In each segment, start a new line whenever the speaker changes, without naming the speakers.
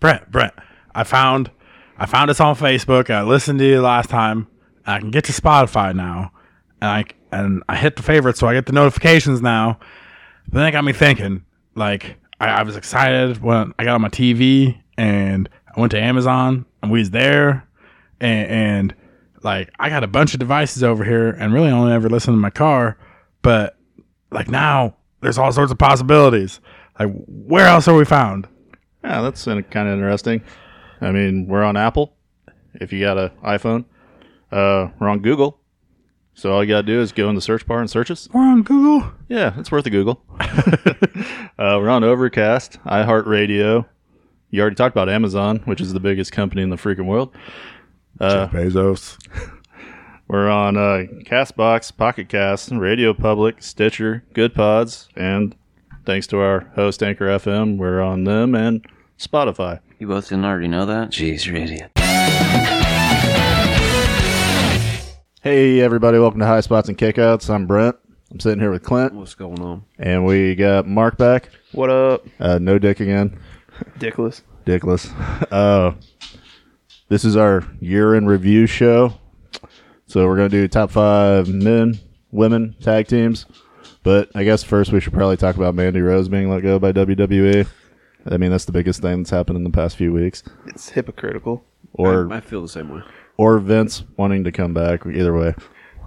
Brent, Brent, I found, I found this on Facebook. I listened to you last time. I can get to Spotify now, and I and I hit the favorites, so I get the notifications now. Then it got me thinking. Like I, I was excited when I got on my TV and I went to Amazon and we was there, and, and like I got a bunch of devices over here and really only ever listen to my car, but like now there's all sorts of possibilities. Like where else are we found?
Yeah, that's kind of interesting. I mean, we're on Apple. If you got an iPhone, uh, we're on Google. So all you gotta do is go in the search bar and search us.
We're on Google.
Yeah, it's worth a Google. uh, we're on Overcast, iHeartRadio. You already talked about Amazon, which is the biggest company in the freaking world. Uh,
Jeff Bezos.
We're on uh, Castbox, Pocket Cast, Radio Public, Stitcher, Good Pods, and thanks to our host Anchor FM, we're on them and Spotify.
You both didn't already know that? Jeez, you're an idiot.
Hey everybody, welcome to High Spots and Kickouts. I'm Brent. I'm sitting here with Clint,
What's going on?
and we got Mark back.
What up,
Uh, no dick again,
Dickless?
dickless. Uh, this is our year in review show, so we're gonna do top five men, women, tag teams. But I guess first we should probably talk about Mandy Rose being let go by WWE. I mean, that's the biggest thing that's happened in the past few weeks.
It's hypocritical.
Or
I feel the same way.
or Vince wanting to come back. Either way,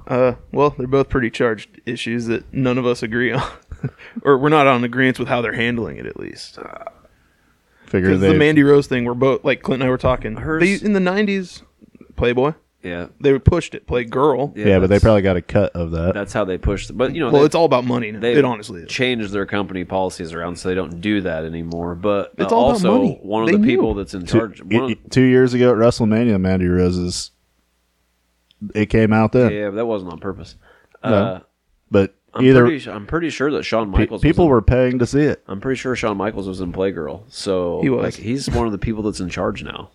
Uh, well, they're both pretty charged issues that none of us agree on, or we're not on agreement with how they're handling it at least.
figure
Because
they
the Mandy Rose thing, we're both like Clint and I were talking.
Hers-
They, in the '90s, Playboy,
Yeah.
they pushed it. Play girl.
yeah, but they
that's-
probably got a cut of that.
That's how they push. The, but you know,
Well,
they,
it's all about money. Now.
they
It honestly is.
changed their company policies around, so they don't do that anymore. But
It's
uh,
all about
also
money.
one of
They
the
knew.
people that's in
two,
charge.
it-
One of,
it- two years ago at WrestleMania, Mandy Rose's it came out then.
yeah, but that wasn't on purpose.
No.
Uh,
But
I'm
either
pretty, su- I'm pretty sure that Shawn
pe-
Michaels.
people
was in-
were paying to see it.
I'm pretty sure Shawn Michaels was in Playgirl, so
He was.
like, he's one of the people that's in charge now.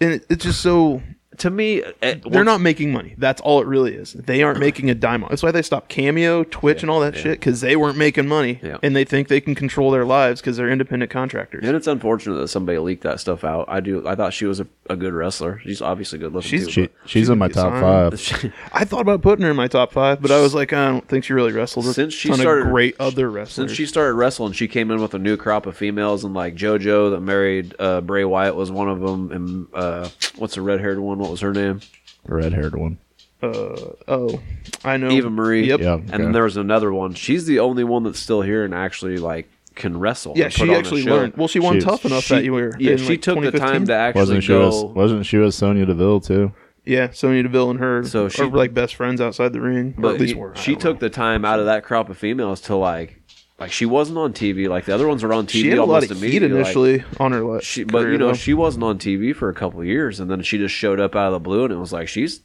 And it, it's just so
To me, eh,
they're
once-
not making money. That's all it really is. They aren't making a dime. on- That's why they stopped Cameo, Twitch, and all that shit, 'cause shit because they weren't making money,
Yeah.
and they think they can control their lives because they're independent contractors.
And it's unfortunate that somebody leaked that stuff out. I do. I thought she was a, a good wrestler. She's obviously good looking.
She's-
too,
She,
but-
she's
she
in my
could
top
sign.
five.
I thought about putting her in my top five, but I was like, I don't think she really wrestled with
Since she
a ton
started-
of great other wrestlers.
Since she started wrestling, she came in with a new crop of females, and like JoJo that married uh, Bray Wyatt was one of them, and uh, what's the red haired one? What was her name?
The red haired one.
oh, I know
Eva Marie.
Yep.
Yeah.
Yeah,
And
okay.
then there was another one. She's the only one that's still here and actually like can wrestle. and put
she
on a
actually
show.
learned. Well, she won
She-
tough enough that year.
yeah,
in,
she
like,
took the
2015.
time to actually
Wasn't she
go.
was wasn't she was Sonya Deville too?
Yeah, Sonya Deville and her
So she-
are like best friends outside the ring. or
but
at least
y-
were. I
she
don't know.
took the time out of that crop of females to like, like she wasn't on TV. Like the other ones were on TV.
She had a lot
almost
of heat
immediately. like,
initially on her. Like,
she, but you
career,
know,
though.
she wasn't on TV for a couple of years, and then she just showed up out of the blue, and it was like she's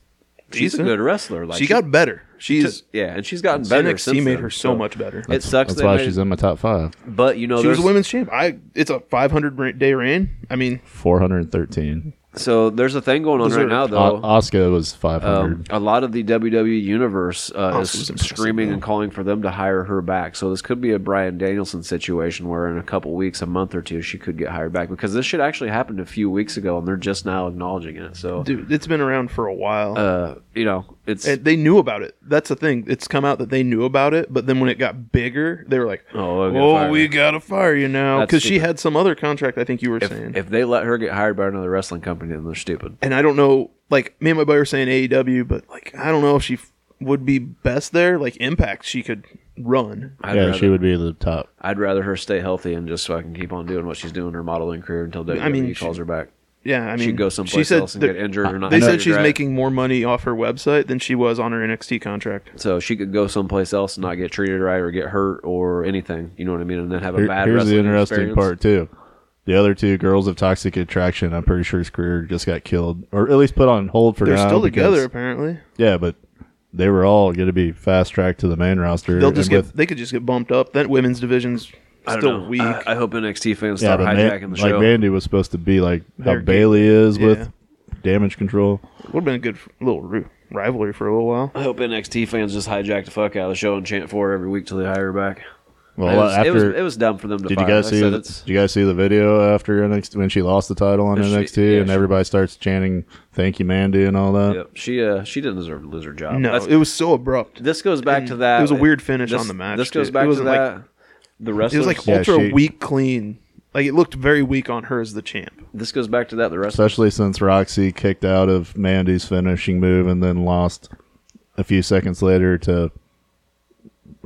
she's a
Decent.
good wrestler. Like
she got better. She's
took- yeah, and she's gotten better.
NXT
since
made
then,
her so much better.
It sucks.
That's
they
why
made-
she's in my top five.
But you know,
She was a
there's-
women's champ. I it's a 500 ra- day reign. I mean,
Four hundred and thirteen.
So there's a thing going on right
Deserved.
now, though.
Oscar was five hundred.
um, a lot of the WWE universe uh, is
was impressive,
screaming and calling for them to hire her back. So this could be a Brian Danielson situation where in a couple weeks, a month or two, she could get hired back because this shit actually happened a few weeks ago, and they're just now acknowledging it. So
dude, it's been around for a while.
uh, you know, it's
and they knew about it. That's the thing. It's come out that they knew about it, but then when it got bigger, they were like,
Oh, we gotta
"Oh,
fire
we
her."
gotta fire you now,"
That's
because she
stupid.
had some other contract. I think you were saying,
if they let her get hired by another wrestling company, then they're stupid.
and I don't know. Like me and my buddy were saying AEW, but like I don't know if she f- would be best there. Like Impact, she could run.
Oh, I'd
yeah,
rather,
she would be the top.
I'd rather her stay healthy and just so I can keep on doing what she's doing her modeling career until WWE
mean,
calls
she-
her back.
Yeah, I mean,
She'd go someplace
she said
else and
that-
get injured or not.
They
have
said
to
she's
grab-
making more money off her website than she was on her NXT contract.
so she could go someplace else and not get treated right or get hurt or anything. You know what I mean? And then have a
Here-
bad.
here's the
wrestling
interesting
experience.
part too. The other two girls of Toxic Attraction, I'm pretty sure his career just got killed, or at least put on hold for
They're
now.
still
because-
together apparently.
Yeah, but they were all going to be fast tracked to the main roster.
They'll
and
just
with-
get they could just get bumped up. That women's division's
I don't
still
know.
weak.
I, I hope NXT fans
yeah,
start
but Ma-
hijacking the
like
show.
Mandy was supposed to be like how
They're-
Bailey is
yeah.
with damage control.
Would have been a good f- little ru- rivalry for a little while.
Oh, I hope NXT fans just hijack the fuck out of the show and chant for her every week till they hire her back.
Well,
it, was,
after
it was it was dumb for them to
did you
fire.
guys
Like I
see?
said,
the-
it's-
Did you guys see the video after NXT when she lost the title on
Yeah, she-
NXT
yeah,
and
she-
everybody starts chanting "Thank you, Mandy" and all that?
Yep. She uh she didn't deserve to lose her job.
No,
That's-
it was so abrupt.
this goes back
and
to that.
it was a weird finish
this-
on the match,
This goes
too.
back
It
to
wasn't like-
that. the
It
wrestlers.
was like
Yeah,
ultra
she-
weak, clean. Like it looked very weak on her as the champ.
this goes back to that. The wrestlers.
Especially since Roxy kicked out of Mandy's finishing move and then lost a few seconds later to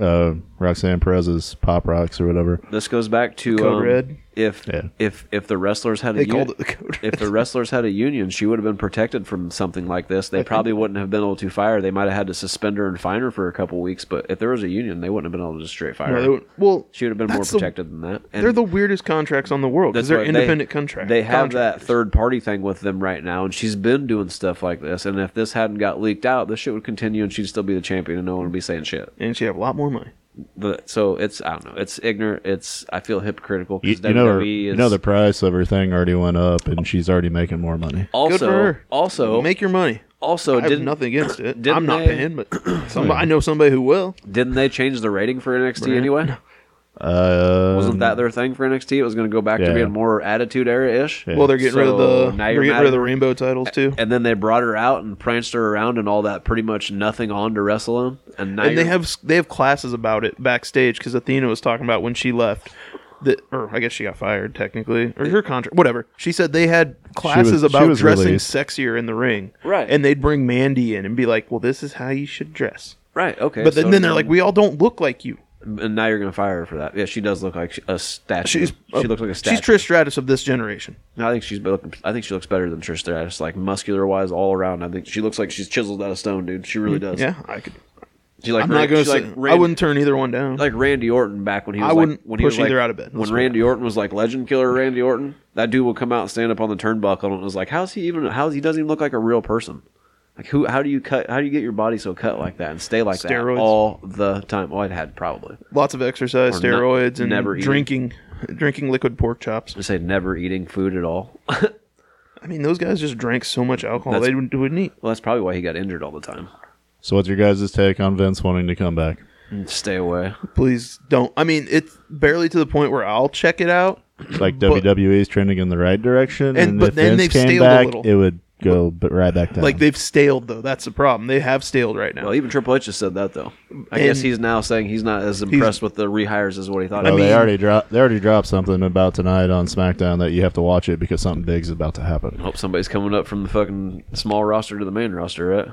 uh, Roxanne Perez's Pop Rocks or whatever.
This goes back to
Code
um,
Red?
If
Yeah.
if if the wrestlers had a
They
uni-
called it the code.
if the wrestlers had a union, she would have been protected from something like this. They probably wouldn't have been able to fire. her. They might have had to suspend her and fine her for a couple weeks. But if there was a union, they wouldn't have been able to just straight fire.
No,
her.
they wouldn't- well,
she would have been more
that's the-
protected than that. And
They're the weirdest contracts on the world because they're
what
independent
they,
contracts.
They have that third party thing with them right now, and she's been doing stuff like this. And if this hadn't got leaked out, this shit would continue, and she'd still be the champion, and no one would be saying shit.
and she had a lot more money.
The, so it's I don't know. It's ignorant. It's I feel hypocritical
You,
because
you know, her,
WWE E is
you know the price of her thing already went up, and she's already making more money.
also
Good for her.
also
make your money.
also
I have
didn't
nothing against it.
didn't
I'm not
they-
paying, but somebody, I know somebody who will.
didn't they change the rating for NXT anyway?
Uh,
Wasn't that their thing for NXT? It was going to go back
yeah.
to being more attitude era ish.
Yeah.
Well, they're getting rid of
So,
the
now
they're
you're
getting
mad
rid of the
at-
rainbow titles too.
And then they brought her out and pranced her around and all that, pretty much nothing on to wrestle him. And now
and they
you're-
have they have classes about it backstage because Athena was talking about when she left. That, or I guess she got fired technically, or her contract, whatever. She said they had classes
was- she
about
was
dressing
released.
sexier in the ring,
Right.
And they'd bring Mandy in and be like, "Well, this is how you should dress."
right okay.
But then,
so
then they're like, "We all don't look like you."
and now you're gonna fire her for that. Yeah, she does look like a statue.
She's
she looks like a statue.
She's Trish Stratus of this generation.
I think she's looking. I think she looks better than Trish Stratus, like muscular wise, all around. I think she looks like she's chiseled out of stone, dude. She really does.
Mm, Yeah, I could.
she like
I'm not
Ran-
gonna
she
say
like
I
Ran-
wouldn't turn either one down.
like Randy Orton back when he was
I
like-
wouldn't
when he
push
was like-
either out of bed. Let's
When
put it
Randy Orton was like legend killer Randy Orton, that dude would come out and stand up on the turnbuckle and was like, "How's he even? How's he doesn't even look like a real person? Like who? How do you cut? How do you get your body so cut like that and stay like
Steroids.
that all the time? Well, I'd had probably
Lots of
Or
exercise,
ne-
steroids, and
never eating.
drinking, drinking liquid pork chops.
to say never eating food at all.
I mean, those guys just drank so much alcohol
That's-
they wouldn't, wouldn't eat.
Well, that's probably why he got injured all the time.
so? What's your guys' take on Vince wanting to come back?
Mm.
Stay away.
Please don't. I mean, it's barely to the point where I'll check it out.
Like WWE's trending in the right direction, and,
And- but
if
then
Vince
they've
came
staled a
back,
little.
it would go but right back down.
Like they've staled though. That's the problem. They have staled right now.
Well, even Triple H just said that though. I
And-
guess he's now saying he's not as impressed with the rehires as what he thought. Oh,
Well,
I mean,
they already dropped. They already dropped something about tonight on SmackDown that you have to watch it because something big's about to happen.
hope somebody's coming up from the fucking small roster to the main roster, right?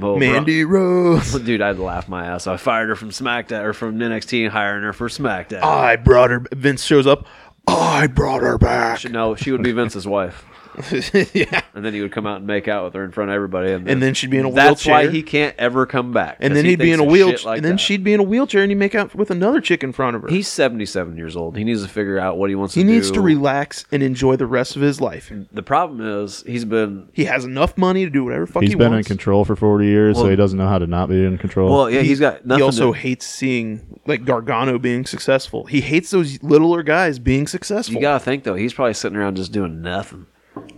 Well,
Mandy Rose.
bro- dude, I'd laugh my ass. off. I fired her from SmackDown or from NXT and hiring her for SmackDown.
I brought her. Vince shows up. I brought her back.
Should- no, she would be Vince's wife,
yeah.
and then he would come out and make out with her in front of everybody, and then,
And then she'd be in a
that's
wheelchair.
why he can't ever come back.
And
'cause
then
he
he'd be
thinks
in a
of
wheelchair.
shit like
and then
that.
she'd be in a wheelchair, and he'd make out with another chick in front of her.
He's seventy-seven years old. He needs to figure out what he wants
he
to do.
needs to relax and enjoy the rest of his life.
The problem is he's been
He has enough money to do whatever fuck
He's
he
been in
wants.
control for forty years, so
Well-
he doesn't know how to not be in control.
well. Yeah, he's got nothing.
He also
to,
hates seeing like Gargano being successful. He hates those littler guys being successful.
you gotta think though. He's probably sitting around just doing nothing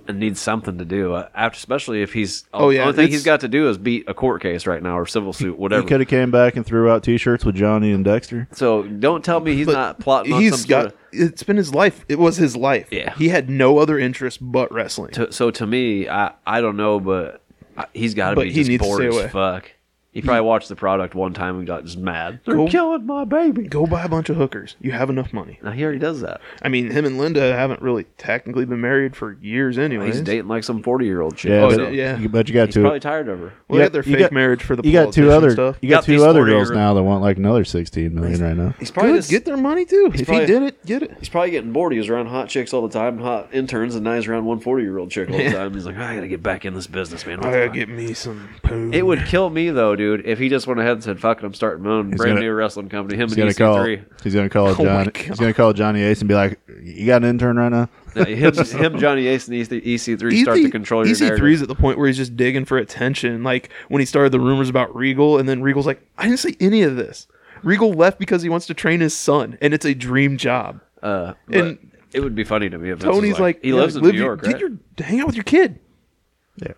and needs something to do. uh, After, especially if he's
Oh, yeah,
the only thing
it's-
he's got to do is beat a court case right now or civil suit,
he
whatever.
could have came back and threw out T-shirts with Johnny and Dexter.
so don't tell me he's
But
not plotting on
he's
some
got
sort of.
it's been his life. It was his life.
Yeah.
He had no other interest but wrestling.
to- so to me, I I don't know, but I, he's got to
But
be
he
just
needs to
bored
stay
as
away.
fuck. He probably watched the product one time and got just mad. They're
Go-
killing my baby.
Go buy a bunch of hookers. You have enough money.
Now he already does that.
I mean, him and Linda haven't really technically been married for years anyway.
He's dating like some forty year old chick.
Yeah,
Oh,
so
yeah, yeah.
You- but you got
He's
two.
probably tired of her.
you
Well, they
got-
got their
you
fake
got-
marriage for the
you got two
politician
other.
stuff.
You got,
Got these
two other girls
40-year-old
now that want like another sixteen million right now.
He's probably
Good,
just-
get their money too. If
probably-
he did it, get it.
He's probably getting bored. He was around hot chicks all the time, hot interns, and now he's around one forty year old chick all the time. He's like, I gotta get back in this business, man. What the fuck?"
get me some poo.
It would kill me though, dude, if he just went ahead and said, "Fuck it, I'm starting my own brand
gonna-
new wrestling company." Him
He's
and E
gonna call.
EC3.
He's gonna call
Oh
my
Johnny.
God.
He's gonna call Johnny Ace and be like, "You got an intern right now."
No, him, him, Johnny Ace, and EC3
E
start to control your
EC3's
narrative.
at the point where he's just digging for attention. Like when he started the rumors about Regal, and then Regal's like, I didn't say any of this. Regal left because he wants to train his son, and it's a dream job.
Uh,
And-
and it would be funny to me if Vince was
Tony's like,
he
yeah,
lives in
live
New
your-
York,
get
right?
your- hang out with your kid.
Yeah.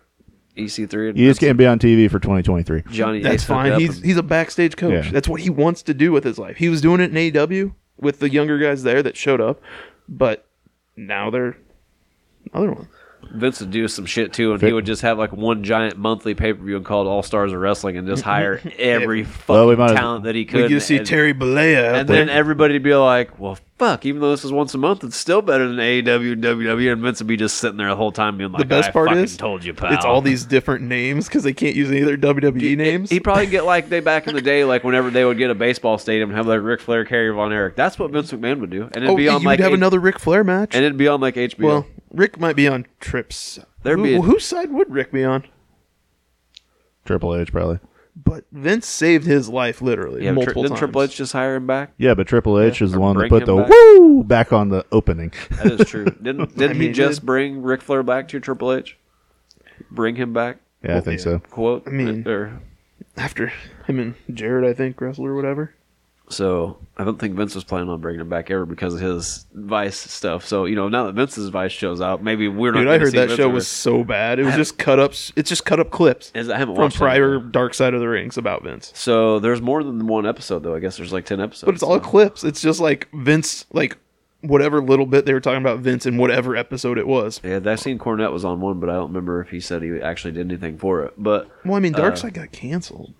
E EC3.
You just can't be on TV for 2023.
Johnny
That's
Ace hooked
fine.
up
He's
and-
he's a backstage coach.
Yeah.
That's what he wants to do with his life. He was doing it in AEW with the younger guys there that showed up, but now they're another one.
Vince would do some shit too, and he would just have like one giant monthly pay per view and call it All Stars of Wrestling and just hire every
Well,
fucking
we might as-
talent that he
We
could.
get to see
and,
Terry Bollea.
and then everybody would be like, "Well, fuck! Even though this is once a month, it's still better than E AEW and WWE." And Vince would be just sitting there the whole time, being like,
the best
"I
part
fucking
is
told you, pal."
it's all these different names because they can't use any of their WWE E names.
He'd probably get like they back in the day, like whenever they would get a baseball stadium and have like Ric Flair, Kerry Von Erich. That's what Vince McMahon would do, and it'd
oh,
be
yeah,
on
you'd
like
have
H-
another Ric Flair match.
and it'd be on like HBO.
well, Rick might be on trips.
There'd
who,
be a-
well, whose side would Rick be on?
Triple H probably.
But Vince saved his life literally
yeah, tri-
multiple
didn't
times.
Triple H just hire him back?
Yeah, but Triple H is the
or
one that
bring
put
him
the
back.
woo back on the opening.
That is true. Didn't didn't
mean,
he
it
just
is-
bring Ric Flair back to Triple H? Bring him back?
Yeah, I think so.
Quote. I
mean- after him and Jared, I think wrestle or whatever.
so I don't think Vince was planning on bringing him back ever because of his Vice stuff. So you know, now that Vince's Vice shows out, maybe we're not.
Dude, I
gonna
heard
see
that
Vince
show
ever.
was so bad. It was just cut up. It's just cut up clips
Is- I haven't
from
watched it.
prior Dark Side of the Rings about Vince.
So there's more than one episode though. I guess there's like ten episodes.
But it's all
so.
clips. It's just like Vince, like whatever little bit they were talking about Vince in whatever episode it was.
Yeah, I seen Cornette was on one, but I don't remember if he said he actually did anything for it. But
Well, I mean, Dark Side got canceled.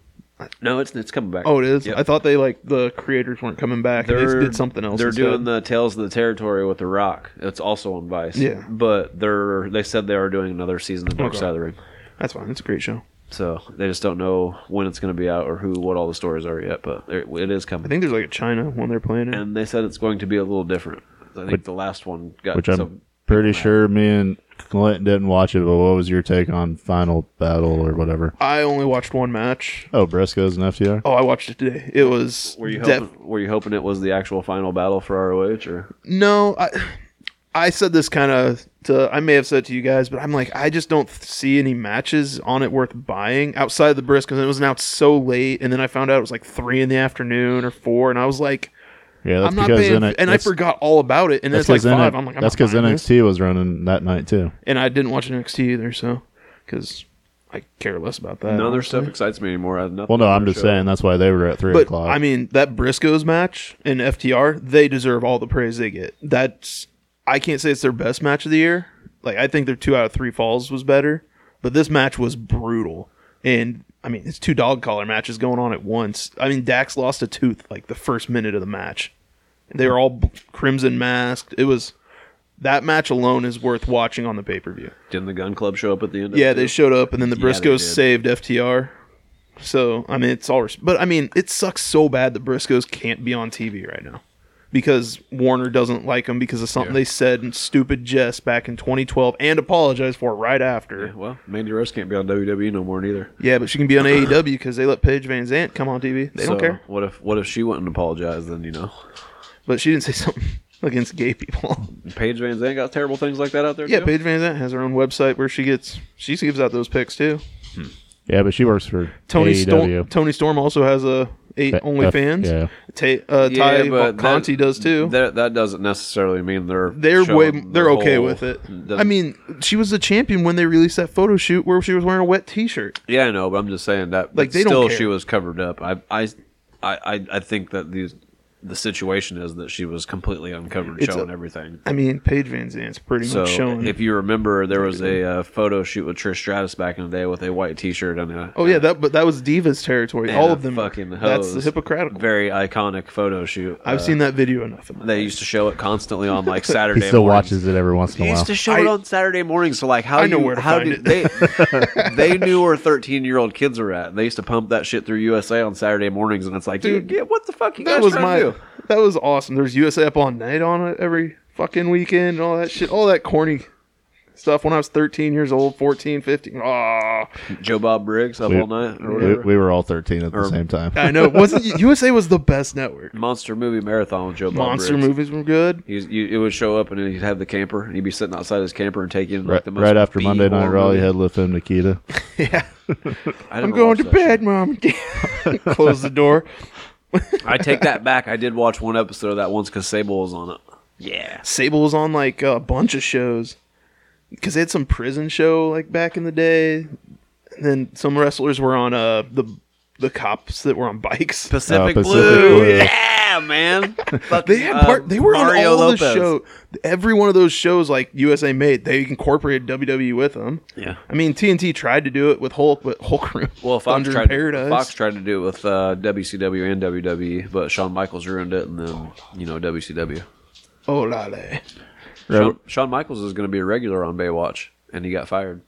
no, it's it's coming back.
Oh, it is.
Uh, Yep.
I thought they like the creators weren't coming back. and They did something else.
They're
instead.
doing the Tales of the Territory with The Rock. It's also on Vice.
Yeah.
but they're they said they are doing another season of Dark
Okay.
Side of the Ring.
That's fine. It's a great show.
So they just don't know when it's going to be out or who, what all the stories are yet. But it, it is coming.
I think there's like a China one they're playing. In.
and they said it's going to be a little different. I think the last one got
Which I'm
some-
pretty sure me and Clint didn't watch it, but what was your take on Final Battle or whatever?
I only watched one match.
Oh, Briscoe's and FTR?
Oh, I watched it today. It was
Were you
def-
hoping, were you hoping it was the actual final battle for ROH or
No, I I said this kind of to I may have said to you guys, but I'm like I just don't th- see any matches on it worth buying outside of the Briscoes. And it was now so late, and then I found out it was like three in the afternoon or four, and I was like,
Yeah, that's
I'm not
because
paying,
NXT
and I forgot all about it. And then
That's
it's like
because
five. I'm like, I'm
that's
not
because
buying this.
NXT was running that night too.
and I didn't watch NXT either, so because I care less about that.
none of their
honestly.
stuff excites me anymore? I have nothing
Well, no,
on
I'm
their
just
show.
saying that's why they were at three
But
o'clock.
I mean that Briscoes match and FTR, they deserve all the praise they get. That's I can't say it's their best match of the year. Like I think their two out of three falls was better, but this match was brutal. And I mean it's two dog collar matches going on at once. I mean Dax lost a tooth like the first minute of the match. They were all b- crimson masked. It was that match alone is worth watching on the pay per view.
Didn't the Gun Club show up at the end? of
Yeah,
it,
they
too?
showed up, and then the
Yeah, they did.
Briscoes saved FTR. So I mean, it's all. Res- but I mean, it sucks so bad that Briscoes can't be on TV right now because Warner doesn't like them because of something they said in stupid jest back in 2012 and apologized for right after. Yeah,
Well, Mandy Rose can't be on WWE no more neither.
but she can be on AEW because they let Paige Van Zant come on TV. They
so
don't care.
What if what if she wouldn't apologize? Then you know,
But she didn't say something against gay people.
Paige Van Zandt got terrible things like that out there.
yeah,
too?
Paige Van Zant has her own website where she gets she gives out those picks too.
yeah, but she works for E
Tony
AEW.
Storm. Tony Storm also has a eight
F-
OnlyFans.
yeah.
Ta- uh, Ty
but
Conti
that-
does too.
That that doesn't necessarily mean they're
They're
showing
way
the
they're okay
whole-
with it.
the-
I mean, she was the champion when they released that photo shoot where she was wearing a wet T-shirt.
yeah, I know, but I'm just saying that.
Like,
but
they don't
still,
care.
she was covered up. I I I I- I think that these the situation is that she was completely uncovered,
It's
showing
a-
everything.
I mean, Paige Van Zandt's pretty
So
much showing.
if you remember, there was a uh, photo shoot with Trish Stratus back in the day with a white T-shirt and a
oh yeah, that but that was Divas territory.
and
All
a
of them.
fucking hose.
That's the Hippocratic.
very iconic photo shoot.
I've
Uh,
seen that video enough. of
They used to show it constantly on like
He
Saturday.
still
mornings.
watches it every once in
They
a while.
used to show
I-
it on Saturday mornings. So like, how
I
do
know
you-
where to
how
find
do
it.
they they knew where thirteen year old kids were at. They used to pump that shit through USA on Saturday mornings, and it's like, dude,
Dude,
yeah, what the fuck? You
that
guys
was
trying
my.
to do?
That was awesome. There's USA Up All Night on it every fucking weekend and all that shit. All that corny stuff when I was 13 years old, 14, 15. Ah,
Joe Bob Briggs up
We-
all night or
we,
whatever.
we were all 13 at the
Or-
same time.
I know. Wasn't USA was the best network.
Monster movie marathon with Joe Bob
Monster
Briggs.
movies were good.
He's, you, it would show up, and he'd have the camper, and he'd be sitting outside his camper and taking like
Right,
the most
right after
B
Monday Night
horror
Raw, you
movie.
had Lif and Nikita.
Yeah.
I
I'm
never
going
watched
to
that shit.
bed, mom and dad. Close the door.
I take that back. I did watch one episode of that once because Sable was on it. Yeah.
Sable was on like a bunch of shows because they had some prison show like back in the day. And then some wrestlers were on uh the the cops that were on bikes.
Pacific,
Pacific
Blue.
Blue.
Yeah, man.
Uh,
uh,
They had part. They were on all the show. Every one of those shows, like USA made, they incorporated WWE with them.
Yeah.
I mean TNT tried to do it with Hulk, but Hulk
Well, Fox
Thunder
tried,
Paradise.
Fox tried to do it with uh, WCW and WWE, but Shawn Michaels ruined it, and then, you know, WCW.
oh lale.
Shawn, Shawn Michaels is going to be a regular on Baywatch, and he got fired.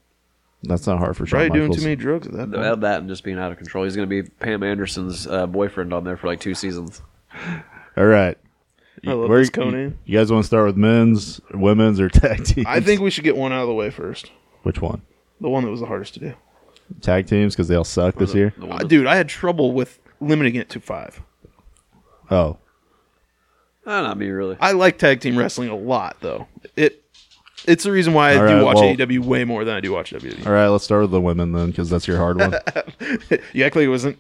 That's not hard for Shawn
Probably doing
Michaels.
too many drugs at that point.
About that and just being out of control. He's going to be Pam Anderson's uh, boyfriend on there for like two seasons.
All right.
I love
Where-
this Conan.
You guys want to start with men's, women's, or tag teams?
I think we should get one out of the way first.
Which one?
The one that was the hardest to do.
Tag teams because they all suck this year.
The
Uh,
one that-
dude, I had trouble with limiting it to five.
Oh,
Ah, not me, really.
I like tag team wrestling a lot, though. It it's the reason why I
All
do
right,
watch
well-
AEW way more than I do watch E. WWE.
all right. Let's start with the women then because that's your hard one.
You act like it wasn't.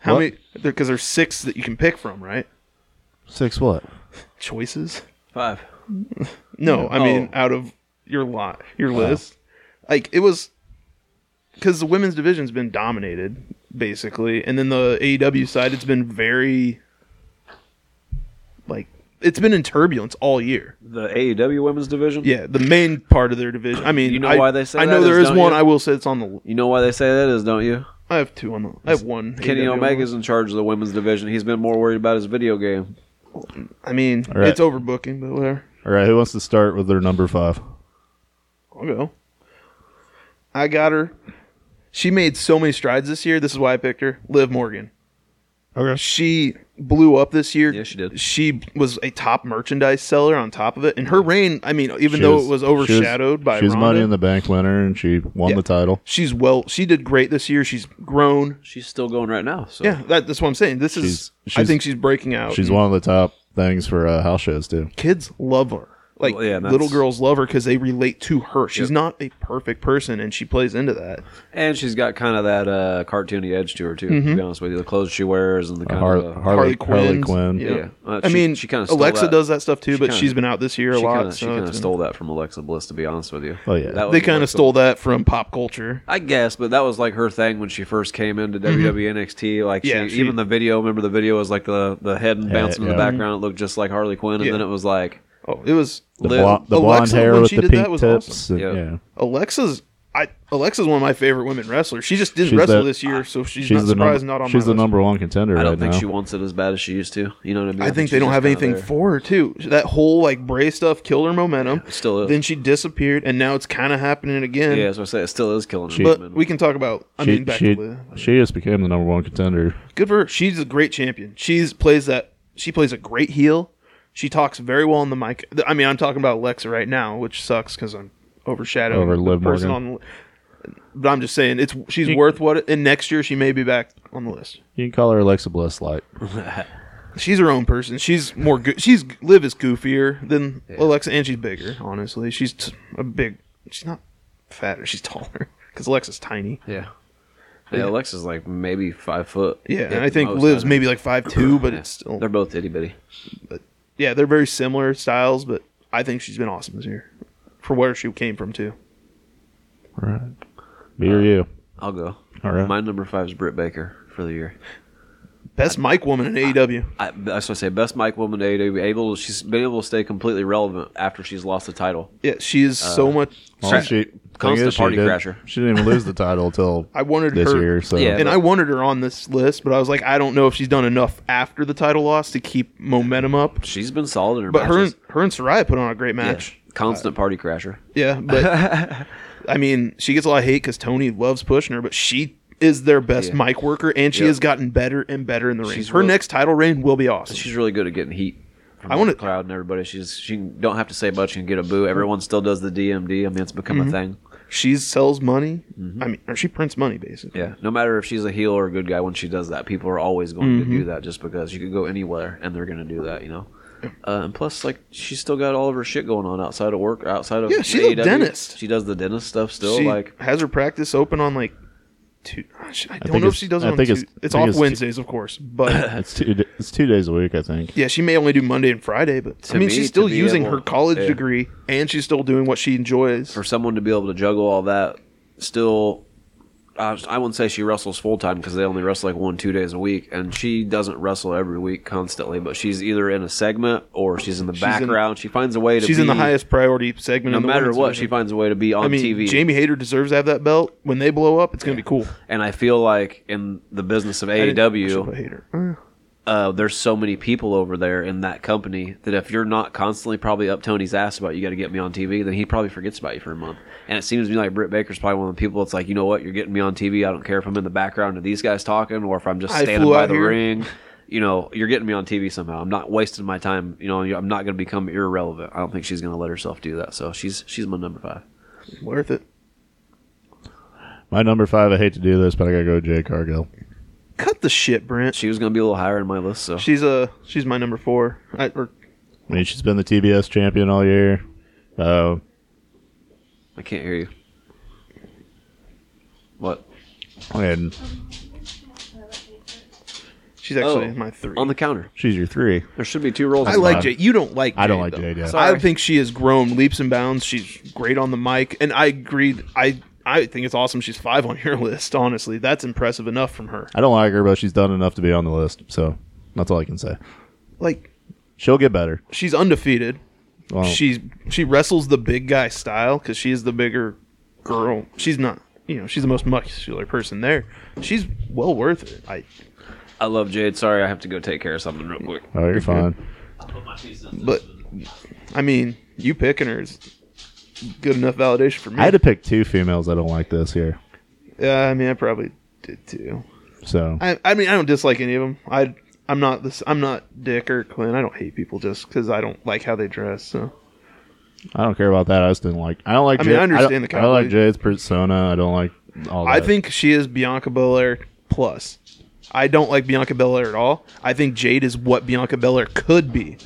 How
What?
many? Because there's six that you can pick from, right?
Six what?
Choices.
Five.
No, I mean
Oh.
out of your lot, your list. Like it was because the women's division's been dominated basically, and then the AEW side, it's been very like it's been in turbulence all year.
The AEW women's division?
Yeah, the main part of their division. I mean,
You know
I,
why they say
I
that
know
is,
there is
don't
one.
you?
I will say it's on the.
You know why they say that is, don't you?
I have two on the. I have one.
Kenny
AEW on the E
Omega's in charge of the women's division. He's been more worried about his video game.
list. I mean,
All right.
it's overbooking, but whatever.
All right. Who wants to start with their number five?
I'll go. I got her. She made so many strides this year. This is why I picked her. Liv Morgan.
Okay.
She blew up this year.
Yeah, she did.
She was a top merchandise seller on top of it. And her reign, I mean, even
She
though it was overshadowed by
She's
Ronda,
Money in the Bank winner, and she won
Yeah.
the title.
she's well, she did great this year. She's grown.
She's still going right now. So
Yeah, that, that's what I'm saying. This
She's-
is, I
she's-
think she's breaking out.
She's one of the top things for uh, house shows too.
kids love her. Like
Well, yeah, that's-
little girls love her because they relate to her. She's not a perfect person, and she plays into that.
And she's got kind of that uh, cartoony edge to her too. To be
Mm-hmm.
honest with you, the clothes she wears and the kind
Har-
of uh,
Harley, Harley Quinn.
Quinn's- Yeah,
Yeah. Uh,
I
she-
mean,
she kinda stole
Alexa
that.
does that stuff too, but
kinda-
she's been out this year a
she
lot.
kinda, she
so
kind
it's
of
been-
stole that from Alexa Bliss. To be honest with you.
Oh, yeah.
That
they
was
kind of
Alexa-
stole that from pop culture.
I guess, but that was like her thing when she first came into E WWE NXT. Like,
Mm-hmm. Yeah,
she,
she-
even the video. Remember the video was like the the head and bouncing in the
yeah.
background. It looked just like Harley Quinn, and
Yeah.
then it was like
Oh, it was
The,
Liv-
blonde, the blonde
Alexa,
hair
when
with
she
the
did that,
pink
was
tips.
awesome.
and-
Yeah.
yeah.
Alexa's. I Alexa's one of my favorite women wrestlers. She just didn't
She's
wrestle
the-
this year, so she's,
She's
not
the
surprised
number.
not on
she's
my
the
list.
number one contender
I don't
right
think
now.
she wants it as bad as she used to. You know what I mean?
I think
she's
they don't
just
have
kinda
anything
there.
for her too. That whole like Bray stuff killed her momentum.
it still is.
Then she disappeared, and now it's kind of happening again.
Yeah, that's what I say. It still is killing her.
But we can talk about. I mean,
She,
back
she,
to Liv.
she just became the number one contender.
Good for her. She's a great champion. She's plays that. She plays a great heel. She talks very well on the mic. Th- I mean, I'm talking about Alexa right now, which sucks because I'm overshadowing
Over
the
Liv
person on. But I'm just saying, it's she's worth what. it- And next year, she may be back on the list.
You can call her Alexa Bliss Light.
She's her own person. She's more. Go- she's Liv is goofier than Alexa, and she's bigger. Honestly, she's t- a big. She's not fatter. She's taller because Alexa's tiny.
Yeah. Yeah, Alexa's like maybe five foot.
Yeah,
at
and I
the
think
most,
Liv's
I
maybe like five two, but
Yeah.
it's still
They're both itty bitty.
yeah, they're very similar styles, but I think she's been awesome this year for where she came from too.
Right. Me
Uh,
or you?
I'll go.
All right.
My number five is Britt Baker for the year.
Best mic woman in E AEW.
I, that's what I say. Best mic woman to AEW. Able, she's been able to stay completely relevant after she's lost the title.
Yeah, she is
Uh,
so much.
Well, she, thing
Constant
is, she
party
did-
crasher.
She didn't even lose the title till
I wanted
this
her-
year. So
Yeah.
and I wanted her on this list, but I was like, I don't know if she's done enough after the title loss to keep momentum up.
She's been solid in her
But her and,
matches.
her and Soraya put on a great match.
Yeah. constant party crasher.
Yeah, but I mean, she gets a lot of hate because Tony loves pushing her, but she is their best
Yeah.
mic worker, and she
Yep.
has gotten better and better in the ring.
She's
her
real-
next title reign will be awesome.
She's really good at getting heat. From
I wanna-
the crowd and everybody. She's she don't have to say much and get a boo. Everyone still does the DMD. I mean, it's become
Mm-hmm.
a thing.
she sells money. I mean, or she prints money basically.
Mm-hmm. Yeah, no matter if she's a heel or a good guy, when she does that, people are always going to
Mm-hmm.
do that just because you could go anywhere and they're going to do that, you know. Uh, and plus, like she's still got all of her shit going on outside of work, outside of
Yeah, she's a
AEW.
dentist.
She does the dentist stuff still.
she
like
has her practice open on like two. ah, I don't
think
know if
it's-
she does it
I
on
think
two.
it's-
It's,
I think
off
it's two-
Wednesdays, of course, but
it's two. da- It's two days a week, I think.
yeah, she may only do Monday and Friday. But I
To
mean,
me,
she's still
to be
using
able-
her college
yeah.
degree, and she's still doing what she enjoys.
for someone to be able to juggle all that, still uh, I wouldn't say she wrestles full time because they only wrestle like one two days a week, and she doesn't wrestle every week constantly. But she's either in a segment or she's in the
in-
background. she finds a way to.
She's
be,
in the highest priority segment.
No
in the
matter
women's
what,
division.
she finds a way to be on
I mean,
TV.
Jamie Hayter deserves to have that belt. When they blow up, it's gonna be cool.
and I feel like in the business of
I didn't- I should
AEW,
put Hayter. Eh.
uh, there's so many people over there in that company that if you're not constantly probably up Tony's ass about you got to get me on TV, then he probably forgets about you for a month. And it seems to me like Britt Baker's probably one of the people that's like, you know what, you're getting me on TV. I don't care if I'm in the background of these guys talking or if I'm just
I
standing
flew
by
out
the
here.
ring. You know, you're getting me on TV somehow. I'm not wasting my time. You know, I'm not going to become irrelevant. I don't think she's going to let herself do that. So she's she's my number five.
Worth it.
My number five. I hate to do this, but I gotta go. with Jay Cargill.
Cut the shit, Brent.
She was going to be a little higher in my list. So
She's uh she's my number four. I, or,
I mean, she's been the TBS champion all year. Uh,
I can't hear you. What?
and
she's actually
Oh,
my three.
On the counter.
she's your three.
There should be two rolls.
I
in
like
fine.
Jay. You don't like. Jay,
I don't like
though.
Jay, yeah.
I
Sorry.
think she has grown leaps and bounds. She's great on the mic, and I agree. I I think it's awesome. She's five on your list. Honestly, that's impressive enough from her.
I don't like her, but she's done enough to be on the list. So that's all I can say.
Like
She'll get better.
she's undefeated.
Well,
She's she wrestles the big guy style because she is the bigger girl. She's not. You know, she's the most muscular person there. She's well worth it. I
I love Jade. Sorry, I have to go take care of something real quick.
oh, you're fine.
but I mean, you picking her is good enough validation for me.
I had to pick two females I don't like this year.
Yeah, I mean, I probably did too.
So
I, I mean, I don't dislike any of them. I, I'm not this. I'm not Dick or Clint. I don't hate people just because I don't like how they dress. So
I don't care about that. I just didn't like. I don't like.
I mean, I understand
don't-
the
I don't like
cowboy.
Jade's persona. I don't like all. That.
I think she is Bianca Belair plus. I don't like Bianca Belair at all. I think Jade is what Bianca Belair could be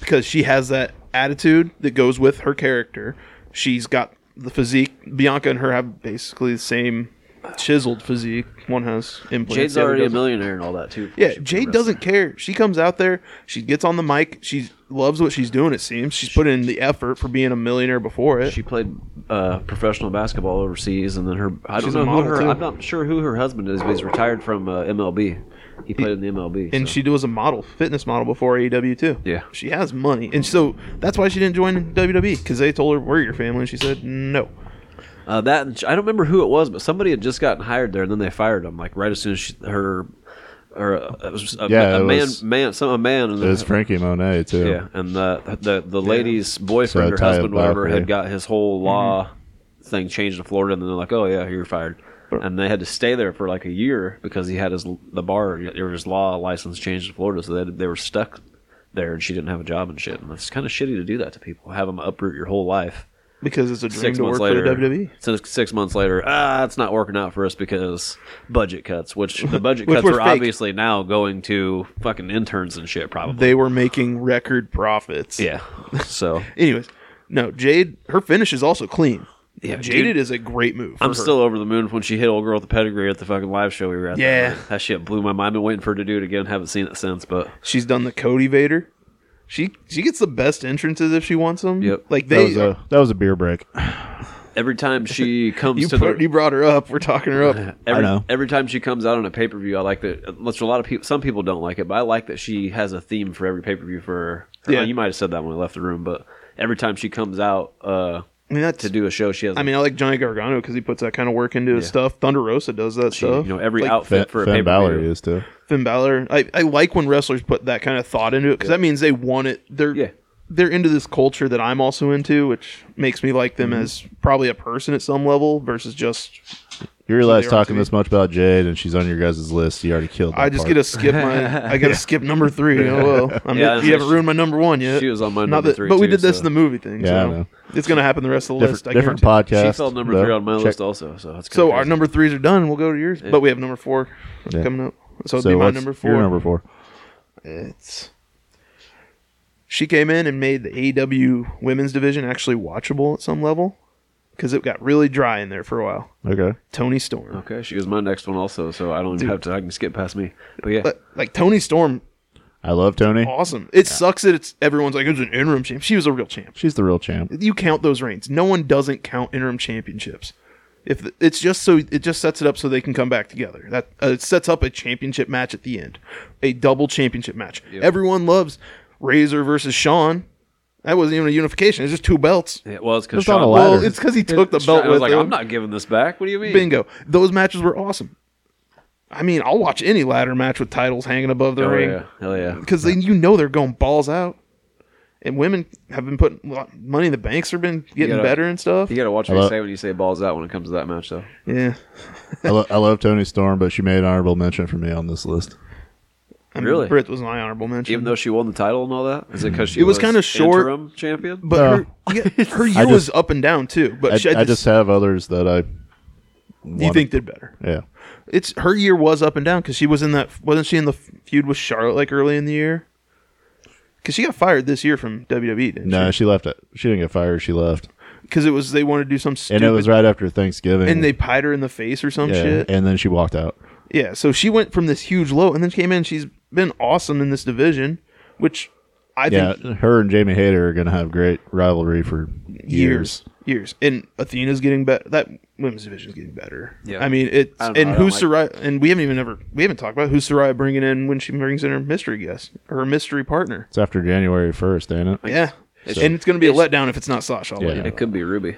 because she has that attitude that goes with her character. She's got the physique. Bianca and her have basically the same chiseled physique. One has implants.
Jade's
the other
already a
doesn't.
millionaire and all that too.
Yeah,
She-
Jade doesn't care. She comes out there, she gets on the mic, she loves what she's doing, it seems. She's put in the effort for being a millionaire before it.
She played uh, professional basketball overseas, and then her I
She's a
don't know who
model,
her
too.
I'm not sure who her husband is, but he's retired from uh, MLB. He played in the MLB.
and
so.
she was a model, fitness model before AEW too.
Yeah.
She has money. And so that's why she didn't join WWE because they told her, We're your family. And she said, No.
Uh, that and sh- I don't remember who it was, but somebody had just gotten hired there, and then they fired him like right as soon as she, her or uh, it was a,
Yeah,
a
it
man
was-
man some a man and
it was Frankie Monet too.
Yeah, and the the the lady's boyfriend
So
or
Ty
husband, whatever,
Valkyrie.
had got his whole law
Mm-hmm.
thing changed in Florida, and then they're like, "Oh yeah, you're fired," and they had to stay there for like a year because he had his the bar or his law license changed in Florida, so they they were stuck there, and she didn't have a job and shit, and it's kind of shitty to do that to people, have them uproot your whole life.
Because it's a dream
Six
to
months
work
later,
for the E. WWE.
So six months later, ah, it's not working out for us because budget cuts. Which the budget
Which
cuts
were
were
fake.
obviously now going to fucking interns and shit, probably.
They were making record profits.
yeah. So
Anyways, no, Jade, her finish is also clean.
Yeah,
Jaded
dude.
is a great move. for
I'm
her.
still over the moon when she hit old girl with the pedigree at the fucking live show we were at. that
Yeah.
night. that, shit blew my mind. I've been waiting for her to do it again. Haven't seen it since, but
She's done the Cody Vader. She she gets the best entrances if she wants them.
Yep.
Like
That
they
was a that was a beer break.
every time she comes
you
to
put,
the
you brought her up. We're talking her up.
every,
know.
every time she comes out on a pay per view, I like that. Which a lot of people, some people don't like it, but I like that she has a theme for every pay per view. For her.
Yeah.
you might have said that when we left the room, but every time she comes out uh,
I mean that's
to do a show, she has.
I mean I like Johnny Gargano because he puts that kind of work into his
Yeah.
stuff. Thunder Rosa does that
she-
stuff.
you know, every
like
outfit
Finn,
for a pay
Finn
per
Balor
view.
is too.
Finn Balor. I, I like when wrestlers put that kind of thought into it because that means they want it. They're
Yeah.
they're into this culture that I'm also into, which makes me like
Mm-hmm.
them as probably a person at some level versus just
You realize
they are on
talking
TV.
this much about Jade and she's on your guys' list. You already killed.
I
that
just
part.
get to skip my. I got to skip number three. Oh well, I'm,
Yeah,
you
she-
haven't ruined my number one yet.
she was on my
Not
number
that-
three
But we
too,
did this
so-
in the movie thing.
Yeah, I
so
know.
it's gonna happen the rest of the
different,
list. I
different
guarantee.
podcast.
She fell number
but
three on my
check-
list also, so that's
So
kinda
our
crazy.
number threes are done. We'll go to yours, but we have number four
Yeah.
coming up. So, it'd
So
be my
what's
number four.
Your number four.
It's she came in and made the AW women's division actually watchable at some level because it got really dry in there for a while.
Okay.
Tony Storm,
Okay, she was my next one also, so I don't even have to. I can skip past me. But yeah,
but like Tony Storm,
I love Tony.
awesome. It sucks that it's everyone's like it was an interim champ. She was a real champ.
She's the real champ.
You count those reigns. No one doesn't count interim championships. If the, it's just so it just sets it up so they can come back together. That uh, it sets up a championship match at the end, a double championship match. Everyone loves Razor versus Shawn. That wasn't even a unification. It's just two belts.
Yeah, well, it's because
It's not a
Sean
ladder.
Well, it's because he took the belt
I was
with
like,
him.
I'm not giving this back. What do you mean?
Bingo. Those matches were awesome. I mean, I'll watch any ladder match with titles hanging above the
Hell
ring
Oh, yeah. Hell yeah.
because then you know they're going balls out. And women have been putting well, money in the banks. Have been getting
gotta-
better and stuff.
You got to watch what
Hello?
you say when you say balls out when it comes to that match, though.
Yeah,
I, lo- I love Tony Storm, but she made an honorable mention for me on this list.
I mean,
Really?
Britt was my honorable mention.
Even though she won the title and all that, is it because she
It was kinda short.
interim champion?
but her, yeah, her year
I just-
was up and down too. But
I,
she, I
I just have others that I.
you think did better.
Yeah.
It's her year was up and down because she was in that wasn't she in the feud with Charlotte like early in the year? Because she got fired this year from WWE, didn't
No, she left it. She didn't get fired. She left,
Because it was they wanted to do some stupid
and it was right after Thanksgiving.
and they pied her in the face or some
yeah,
shit.
and then she walked out.
Yeah, so she went from this huge low and then came in. She's been awesome in this division, which I
Yeah,
think
her and Jamie Hayter are gonna have great rivalry for years.
years, years. And Athena's getting better. That women's division's getting better.
Yeah.
I mean it's
I don't know,
and
I
who's
don't
Soraya? And we haven't even ever we haven't talked about who's Soraya bringing in when she brings in her mystery guest, her mystery partner.
It's after January first, ain't it?
Yeah, and it's going to be a letdown if it's not Sasha. I'll let you
Yeah.
know.
It could be Ruby.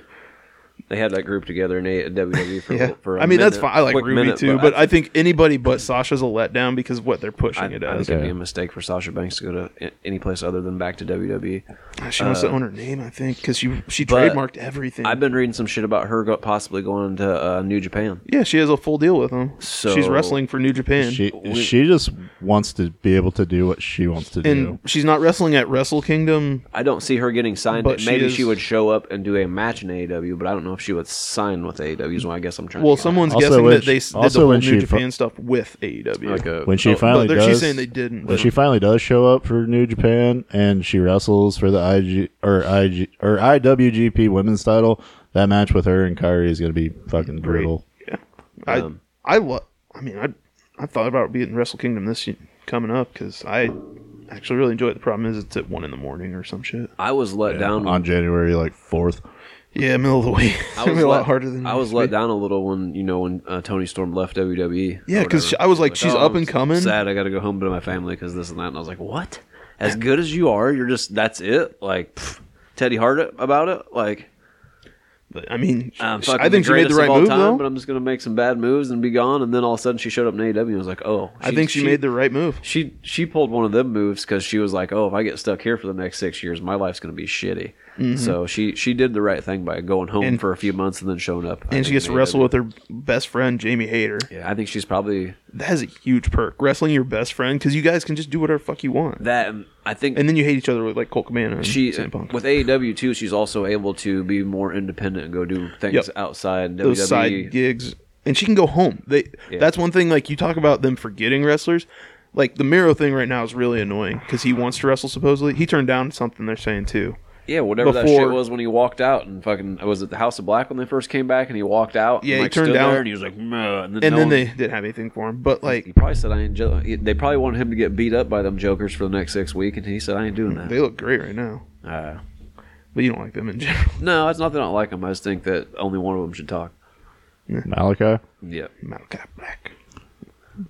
They had that group together in a- at WWE for,
Yeah,
for a
I mean that's
minute-
fine. I like
quick
Ruby
minute,
too, but I think anybody but Sasha's a letdown because of what they're
I,
pushing
I
it
think
as.
it'd be a mistake for Sasha Banks to go to a- any place other than back to E. WWE.
She wants to own her name, I think, because she she
uh, but
trademarked everything.
I've been reading some shit about her go- possibly going to uh, New Japan.
yeah, she has a full deal with them.
So-
she's wrestling for New Japan,
She she just wants to be able to do what she wants to
and
do.
she's not wrestling at Wrestle Kingdom.
I don't see her getting signed.
But she
Maybe she,
is-
would show up and do a match in AEW, but I don't know if she would sign with AEW. Is why I guess I'm trying.
Well,
to get
someone's
Also
guessing
when
that
she-
they s- did
also
the whole
when
New
she
Japan
fu-
stuff with E AEW.
like a,
When she
oh,
finally
they're-
does,
she's saying they didn't,
When
but-
she finally does show up for New Japan and she wrestles for the IG or IG or IWGP Women's title, that match with her and Kyrie is going to be fucking brutal.
I
Um,
I lo- I mean I I thought about being Wrestle Kingdom this year, coming up because I actually really enjoy it. The problem is it's at one in the morning or some shit.
I was let down
on January like fourth.
Yeah, middle of the week. It's
I
gonna
was
be a lot
let-
harder than
I was let down a little when you know when uh, Tony Storm left WWE. or
Yeah, 'cause
whatever. oh,
she- I was like, she's up
I'm
and coming."
Sad, I got to go home to my family because this and that. And I was like, what? As good as you are, you're just that's it. Like pff, Teddy Hart about it. Like
But I
I'm
mean, sh-
Um, fucking
I think she made the
greatest of
right
all
move
time,
though.
But I'm just gonna make some bad moves and be gone. And then all of a sudden she showed up in AEW and was like, oh,
I think she, made the right move.
She she pulled one of them moves because she was like, "Oh, if I get stuck here for the next six years, my life's going to be shitty." So she she did the right thing by going home
Mm-hmm. And-
for a few months and then showing up. I
And she
think
gets to
made
wrestle
it.
with her best friend Jamie Hayter.
Yeah, I think she's probably
That is a huge perk. Wrestling your best friend because you guys can just do whatever fuck you want,
that. And I think
and then you hate each other like Colt Cabana and
she
CM Punk.
with AEW too. She's also able to be more independent and go do things
Yep.
outside WWE.
those side gigs, and she can go home. They
E. Yeah.
that's one thing. Like you talk about them forgetting wrestlers. Like the Miro thing right now is really annoying because he wants to wrestle. Supposedly, he turned down something they're saying too.
yeah, whatever that
before-
shit was when he walked out and fucking was it the House of Black when they first came back and he walked out.
Yeah,
and,
he
like,
turned
stood
down-
there and he was like, "Meh," and then,
And
no
then
one-
they didn't have anything for him. But
He
like
probably said, "I ain't." Jo-. he- They probably wanted him to get beat up by them jokers for the next six week, and he said, "I ain't doing that."
they look great right now,
Uh,
but you don't like them in general.
no, it's not that I don't like him. I just think that only one of them should talk.
Malachi.
Yeah,
Malachi Black.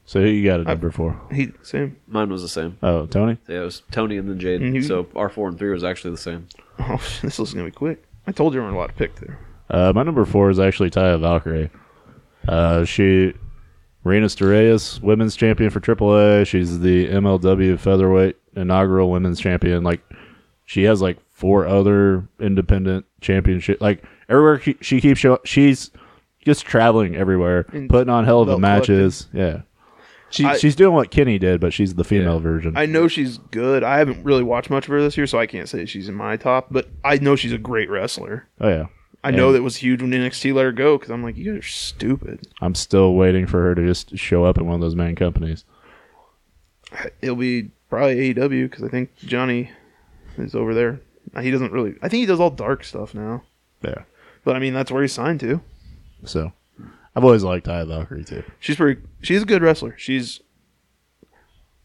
So who you got at number four?
He same.
mine was the same.
Oh, Tony.
Yeah, it was Tony and then Jade.
Mhm.
So our four and three was actually the same.
Oh, this is gonna be quick. I told you there weren't a lot to pick there.
Uh, my number four is actually Taya Valkyrie. Uh, she, Reyna Reyes, women's champion for AAA. She's the MLW featherweight inaugural women's champion. Like, she has like four other independent championship. Like everywhere she, she keeps showing, she's just traveling everywhere,
And
putting on hell of a
belt
matches. Yeah, she,
I-
she's doing what Kenny did, but she's the female version.
I know she's good. I haven't really watched much of her this year, so I can't say she's in my top. But I know she's a great wrestler.
oh yeah,
I know
And-
that was huge when NXT let her go because I'm like, you guys are stupid.
I'm still waiting for her to just show up in one of those main companies.
It'll be probably AEW because I think Johnny is over there. Uh, He doesn't really. I think he does all dark stuff now.
Yeah,
But I mean, that's where he's signed to.
so I've always liked Taya Valkyrie too.
She's pretty. She's a good wrestler. She's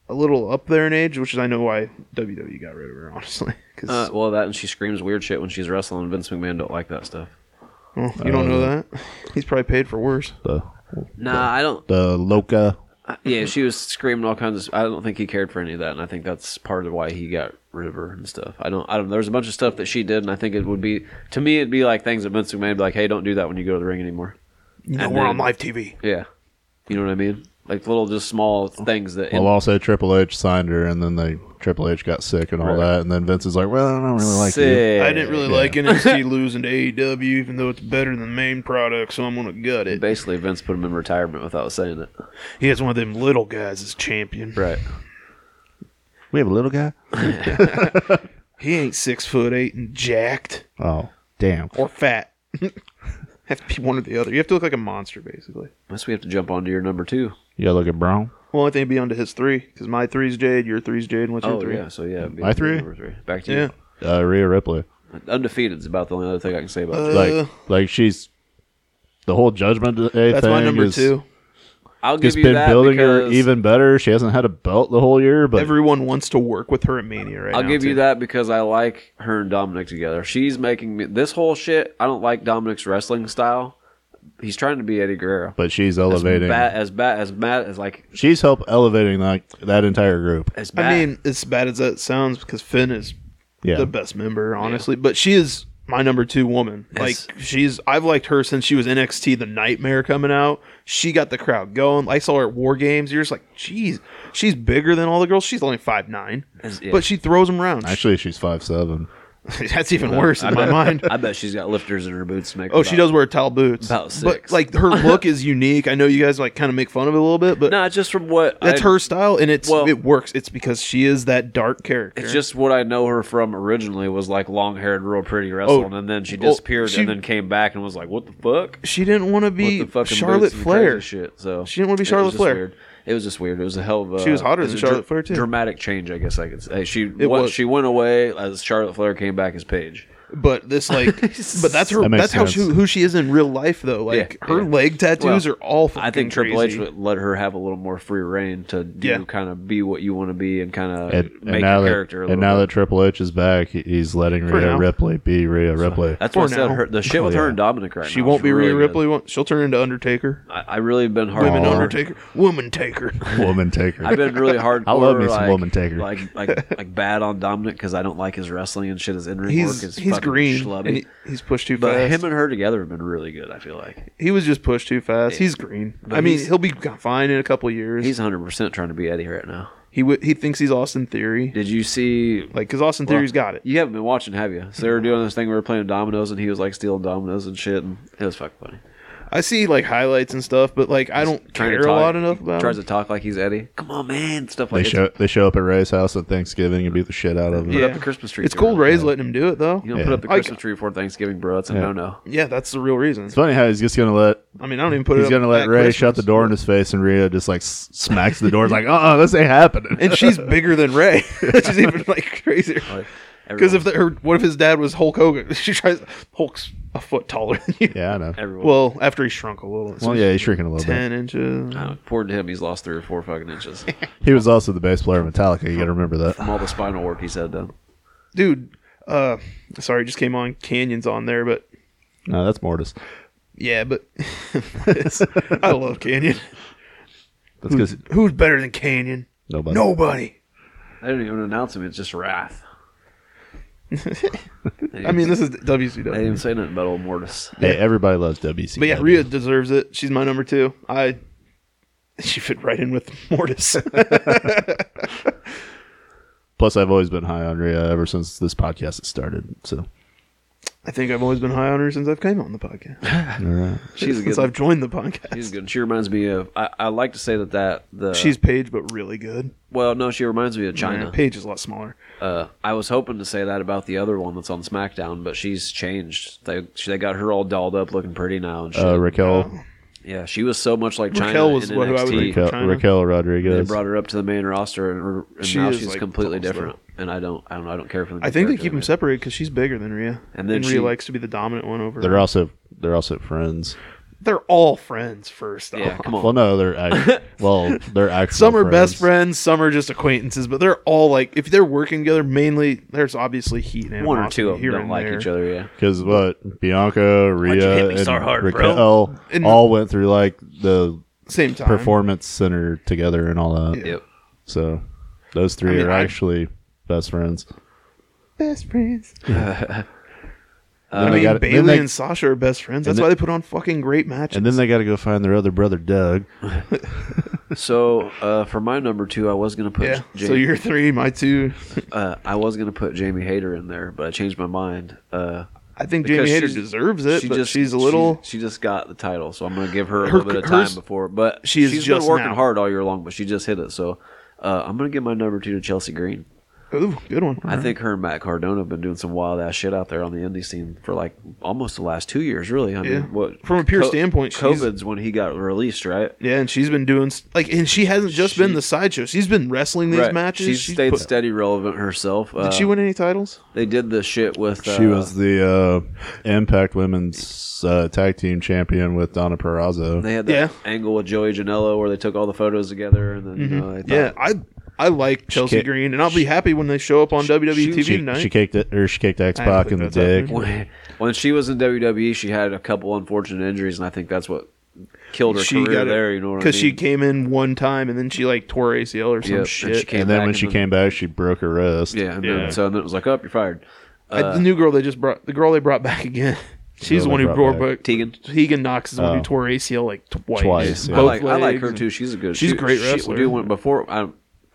a little up there in age, which is I know why WWE got rid of her honestly. Because
Uh, well, that and she screams weird shit when she's wrestling. and Vince McMahon don't like that stuff.
you don't know that. He's probably paid for worse.
The
Nah, I don't.
the Loca.
I- Yeah, she was screaming all kinds of. I don't think he cared for any of that, and I think that's part of why he got rid of her and stuff. I don't. I don't. There was a bunch of stuff that she did, and I think it would be to me, it'd be like things that Vince McMahon would be like, "Hey, don't do that when you go to the ring anymore."
You know,
And
we're
then-
on live TV.
Yeah, you know what I mean? Like little, just small things that.
Well, also Triple H signed her, and then they Triple H got sick and all
Right.
that, and then Vince is like, "Well, I don't really like you."
Sick.
I didn't really like NXT losing to AEW, even though it's better than the main product, so I'm gonna gut it.
Basically, Vince put him in retirement without saying it.
He has one of them little guys as champion.
Right.
We have a little guy.
He ain't six foot eight and jacked
Oh, damn.
or fat. have to be one or the other. You have to look like a monster, basically.
Unless we have to jump onto your number two.
You gotta look at Brown.
Well, I think it'd be onto his three because my three's Jade, your three's Jade, and what's your
Oh
three?
yeah, so yeah, it'd be
My three?
number three. Back to
Yeah.
Uh, Rhea Ripley.
you. Undefeated is about the only other thing I can say about
Uh,
you.
Like, like she's the whole Judgment Day
That's
thing.
my number
is,
two.
I'll give
Just
you
been
that
building her
because-
even better. She hasn't had a belt the whole year, but
Everyone wants to work with her at Mania right
I'll
now.
give you
too.
that because I like her and Dominic together. She's making me this whole shit. I don't like Dominic's wrestling style. He's trying to be Eddie Guerrero.
but she's
As
elevating.
bad as bad as bad as like
She's helped elevating like that entire group.
as bad.
I mean, as bad as that sounds, because Finn is
Yeah,
the best member, honestly. But she is my number two woman.
Yes.
Like she's, I've liked her since she was NXT the Nightmare coming out. She got the crowd going. I saw her at War Games. You're just like, jeez, she's bigger than all the girls. She's only five nine,
As- yeah.
but she throws them around.
actually, she's five seven.
That's even worse in my mind.
I bet she's got lifters in her boots. To make
Oh, she does wear towel boots.
about
But
six.
like her look is unique. I know you guys like kind of make fun of it a little bit, but
No, it's just from what
that's
I-
her style, and it's
Well-
it works. It's because she is that dark character.
It's just what I know her from originally was like long haired, real pretty wrestling, and then she
well,
disappeared
Oh, she-
and then came back and was like, "What the fuck?"
she didn't want to
With
be
the fucking
Charlotte
boots and the crazy
Flair.
shit. So
She didn't wanna be
it was
Charlotte
just
Flair.
Weird. It was just weird. It was a hell of a.
She was hotter
it
than
a
Charlotte Flair, too.
Dramatic change, I guess I could say. She
It
wa-
was.
she went away as Charlotte Flair came back as Paige.
But this like, but that's her.
That makes
that's how she,
sense.
who she is in real life, though. Like
Yeah,
her
yeah.
leg tattoos
Well,
are all. Fucking
I think Triple
crazy.
H would let her have a little more free reign to do
Yeah.
kind of be what you want to be and kind of
And,
make
and now
your
that
character. a
and
little
now
bit.
that Triple H is back, he- he's letting
For
Rhea
now.
Ripley be Rhea Ripley.
that's what I
For
said.
now.
Her, the shit with
Oh,
her
yeah.
and Dominic right
She
now.
won't
is
be
really
Rhea
good.
Ripley. Won't, she'll turn into Undertaker.
I, I really been hard
Women
on her.
Undertaker. Woman Taker.
woman taker.
I've been really hardcore.
I love me some
like,
woman taker.
Like, like, like bad on Dominic because I don't like his wrestling and shit. His in ring work
He's
is
he's
fucking
green.
schlubby.
And he, he's pushed too
but
fast.
him and her together have been really good. I feel like
he was just pushed too fast. He's green. I mean,
he's-
he'll be fine in a couple of years.
he's 100 percent trying to be Eddie right now.
He w- he thinks he's Austin Theory,
Did you see?
like because Austin Theory's got it.
You haven't been watching, have you? So they were doing this thing. We were playing dominoes, and he was like stealing dominoes and shit, and it was fucking funny.
I see like highlights and stuff, but like I don't
Trying to
care a
talk-
lot enough about.
Tries
him.
to talk like he's Eddie. Come on, man. Stuff
they
like
show they show up at Ray's house at Thanksgiving and beat the shit out of him.
put up the Christmas tree
It's
for
cool.
him.
Ray's letting him do it though.
You don't
Yeah.
put up the
I-
Christmas tree before Thanksgiving, bro. That's a
Yeah.
no no.
Yeah, that's the real reason.
It's funny how he's just gonna let
I mean, I don't even put it.
he's
up
gonna let
at
Ray
Christmas.
shut the door in his face, and Rhea just like s- smacks the door. It's like, uh, uh this ain't happening.
and she's bigger than Ray, which is even like crazier. Because if the, her, what if his dad was Hulk Hogan? She tries Hulk's a foot taller than you.
yeah, I know.
everyone.
Well, after he shrunk a little, so
Well, yeah, he's shrinking a little bit.
ten inches.
I don't know, poor to him, he's lost three or four fucking inches
He was also the bass player of Metallica. You got to remember that.
from all the spinal work he's had done.
Dude, uh, sorry, just came on Canyon's on there, but
No, that's Mortis.
yeah, but I love Canyon.
That's because
Who's better than Canyon?
nobody.
Nobody.
They didn't even announce him. It's just Wrath.
I mean, this is
They didn't
WCW.
even say nothing about old Mortis.
Hey, everybody loves WC.
But yeah, Rhea deserves it. She's my number two. I she fit right in with Mortis.
Plus, I've always been high on Rhea ever since this podcast has started. So
I think I've always been high on her since I've came on the podcast.
She's a
since
good.
I've joined the podcast.
she's good. uh, She reminds me of. I, I like to say that that the
She's Paige, but really good.
well. No, she reminds me of
China.
China.
Paige is a lot smaller.
Uh, I was hoping to say that about the other one that's on SmackDown, but she's changed. They she, they got her all dolled up, looking pretty now and shit.
uh, Raquel,
yeah, she was so much like China.
Raquel was
in
what- who I was
NXT.
thinking.
Raquel,
China.
Raquel Rodriguez.
They brought her up to the main roster, and, her- and
She
now
is,
she's
like,
completely
tall as
different. And I don't, I don't, I don't care for. The
I think they
character
keep them
made.
separated because she's bigger than Rhea,
And then
Rhea
she-
likes to be the dominant one over.
They're also they're also friends.
They're all friends first.
Yeah,
off.
come on.
Well, no, they're act- well, they're actual.
Some are best friends, some are just acquaintances, but they're all like if they're working together. Mainly, there's obviously heat. And
One or two of
animosity
them
here
don't
and
like
there.
each other. Yeah,
because what Bianca, Rhea,
hit me
and
so hard, bro?
Raquel
And-
all went through like the
Same time.
performance center together and all that.
Yeah.
yep.
So those three
I mean,
are
I-
actually best friends.
best friends.
Then
Uh,
Uh,
I
they
mean,
gotta- then
Bailey
they-
and Sasha are best friends. That's
and
why they put on fucking great matches.
and then they got to go find their other brother Doug.
So uh, for my number two, I was gonna put
yeah.
Ja-
So you're three, my two.
uh, I was gonna put Jamie Hayter in there, but I changed my mind. Uh,
I think
because
Jamie Hayter
she's-
deserves it,
she
but
just-
she's a little.
She, she just got the title, so I'm gonna give her a
Her-
little bit of
hers-
time before. But
she
she
is
has
just
been working
now.
hard all year long, but she just hit it. So uh, I'm gonna give my number two to Chelsea Green.
Ooh, good one.
I think her and Matt Cardona have been doing some wild ass shit out there on the indie scene for like almost the last two years, really. I mean,
Yeah.
what
From a pure standpoint, she's-
COVID's when he got released, right?
Yeah, and she's been doing s- like, and she hasn't just been
She-
the sideshow. She's been wrestling these
right.
matches.
She
She's
stayed uh,
put-
steady, relevant herself.
Did she win any titles?
They did the shit with. Uh,
She was the uh, Impact Women's uh, Tag Team Champion with Donna Perrazzo.
They had that
Yeah.
angle with Joey Janela where they took all the photos together and then uh, they thought-
Mm-hmm. Yeah, I I like Chelsea
can't-
Green, and I'll be happy when they show up on WWE
she-
TV
She,
tonight.
she kicked it, or she kicked X
I don't
Pac
think
in the
that's
dick.
happening.
when, when she was in WWE, she had a couple unfortunate injuries, and I think that's what killed her career
it-
there. You know what I mean?
she came in one time and then she like tore ACL or some
Yep, and she
shit.
came
and then
back
when
and
she came back, she broke her wrist.
yeah, and
Yeah.
Then, so then it was like, up, you're fired.
I-
uh,
the new girl they just brought, the girl they brought back again.
girl
She's the one
they
who
brought
brought back.
Tegan.
Tegan Knox is the one
Oh.
who tore ACL like twice.
Twice, yeah.
I
Both
like, I like
legs
her
and-
too. She's a good.
She's a
she-
great
she-
wrestler.
dude, when- before I,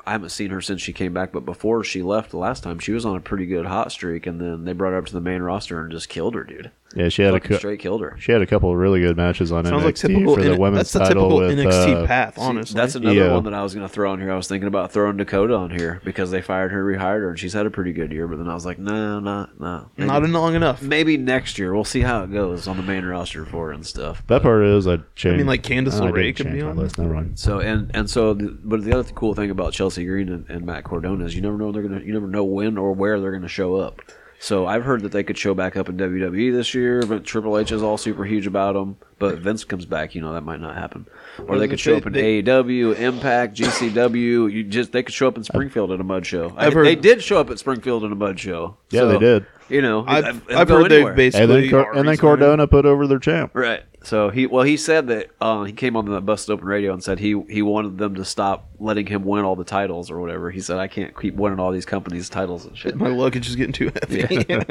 I haven't seen her since she came back, but before she left the last time, she was on a pretty good hot streak, and then they brought her up to the main roster and just killed her, dude.
Yeah, she had a
Fucking
cou-
straight killed her.
she had a couple of really good matches on
Sounds
NXT
like typical.
for the
N-
women's
that's the
title
typical
with
NXT
uh,
path,
See,
honestly.
that's another
Yeah.
one that I was going to throw on here. I was thinking about throwing Dakota on here because they fired her, rehired her, and she's had a pretty good year. But then I was like, no, no, no, Maybe-
not in long enough.
Maybe next year we'll see how it goes on the main roster for it and stuff.
That part is I changed.
like, Candice
I didn't
LeRae could
change
be
my
on
list. Never mind.
So and and so, the, but the other th- cool thing about Chelsea Green and, and Matt Cordona is you never know they're gonna you never know when or where they're gonna show up. So I've heard that they could show back up in WWE this year, but Triple H is all super huge about them. But if Vince comes back, you know that might not happen. Or they could show up in AEW, Impact, GCW. You just they could show up in Springfield at a mud show. I-
I've heard-
they did show up at Springfield in a mud show.
Yeah, they did.
You know,
I've,
they'll
I've
go
heard they've
anywhere.
basically
And then, Cor-
are
and then
resigned.
Cordona put over their champ.
Right. So he well he said that uh, he came on the Busted Open Radio and said he he wanted them to stop letting him win all the titles or whatever. He said I can't keep winning all these companies titles and shit.
My luggage is getting too heavy.
Yeah.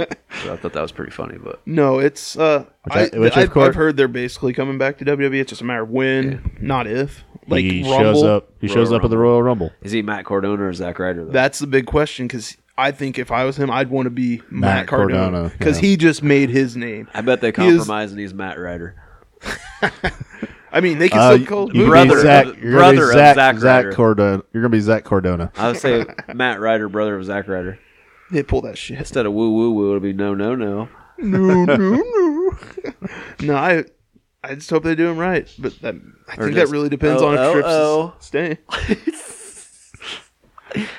so I thought that was pretty funny, but
No, it's uh, I,
Which I- which of
I,
course-
have heard they're basically coming back to WWE. It's just a matter of when, not if. Like
he
Rumble,
shows up. He
Royal
shows up at the
Rumble.
Royal Rumble.
is he Matt Cordona or Zack Ryder? Though?
That's the big question because I think if I was him, I'd want to be Matt,
Matt Cardona,
Cardona because
yeah.
he just made his name.
I bet they
He is-
compromise and he's Matt Ryder.
I mean, they can
Uh,
still call
you're gonna be
Brother of-
Zach, you're gonna be
brother of
Zach,
Zack
Zach
Ryder.
Cordona. You're gonna be Zach Cordona.
I would say Matt Ryder, brother of Zack Ryder.
They pull that shit.
Instead of woo woo woo, it'll be no no no.
No, no, no. no, I, I just hope they do him right. But that, I
just,
think that really depends on
"Oh,
if Trips
oh, oh."
is staying.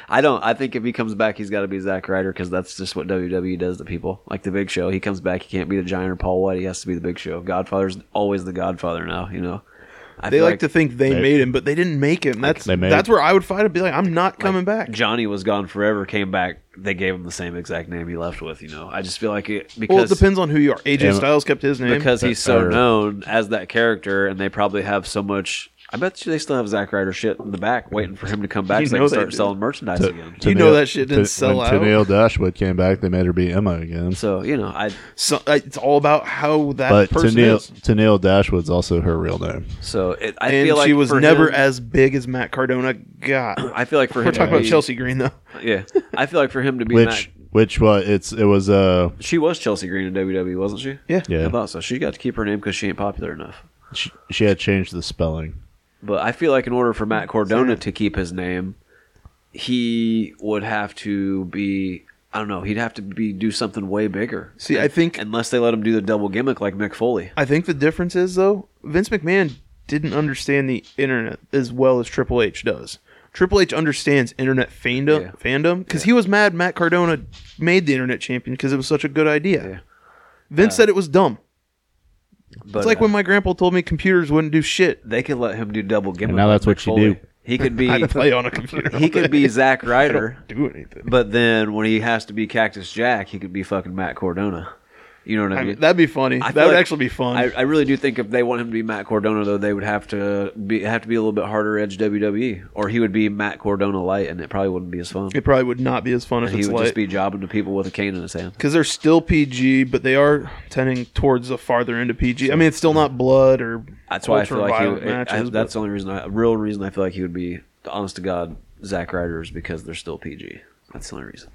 I don't. I think if he comes back, he's got to be Zack Ryder because that's just what WWE does to people. Like the Big Show, he comes back, he can't be the Giant or Paul White. He has to be the Big Show. Godfather's always the Godfather now. You know, I
They
feel
like, to think they,
They-
made him, but they didn't make him. That's
They made-
that's where I would fight and be like, I'm not coming back.
Johnny was gone forever. Came back, they gave him the same exact name he left with. You know, I just feel like it
Well, it
because
depends on who you are. AJ
And-
Styles kept his name
because he's so
Or-
known as that character, and they probably have so much. I bet you they still have Zack Ryder shit in the back waiting for him to come back
You
so they
know
can
they
start
do.
selling merchandise again.
You know that shit didn't sell
when
out.
Tennille Dashwood came back, they made her be Emma again.
So you know, I
So, uh, it's all about how that
But
person
Tennille,
is.
Tennille Dashwood's also her real name.
so it, I
And
feel like
she was
for
never
him-
as big as Matt Cardona got.
I feel like for
We're
him to
talking about
be-
Chelsea Green though.
Yeah, I feel like for him to be
Which,
Matt,
which was it's it was uh
she was Chelsea Green in WWE, wasn't she?
Yeah.
Yeah.
I thought so. She got to keep her name because she ain't popular enough.
she, she had changed the spelling.
But I feel like in order for Matt Cordona to keep his name, he would have to be. I don't know. He'd have to be do something way bigger.
See, I think
Unless they let him do the double gimmick like Mick Foley.
I think the difference is though Vince McMahon didn't understand the internet as well as Triple H does. Triple H understands internet fandom
Yeah.
fandom because he was mad Matt Cardona
Uh,
made the internet champion because it was such a good idea. Vince said it was dumb.
But
it's like
uh,
when my grandpa told me computers wouldn't do shit.
they could let him do double gimmick.
now
like
that's what
Mick
you
Foley.
do.
He could be
I play on a computer.
he could be Zack Ryder,
do anything.
but then when he has to be Cactus Jack, he could be fucking Matt Cordona. You know what I mean?
I mean, that'd be funny.
I
That
feel
would
like-
actually be fun.
I, I really do think if they want him to be Matt Cordona, though, they would have to be have to be a little bit harder edge WWE, or he would be Matt Cordona light, and it probably wouldn't be as fun.
it probably would not be as fun if
he
it's
would
like
just be jobbing to people with a cane in his hand.
because they're still PG, but they are tending towards the farther into PG. I mean, it's still not blood or
That's why I feel like he.
ultra-violent
it- I-
matches,
that's the
but
only reason. I real reason I feel like he would be honest to God Zack Ryder is because they're still PG. That's the only reason.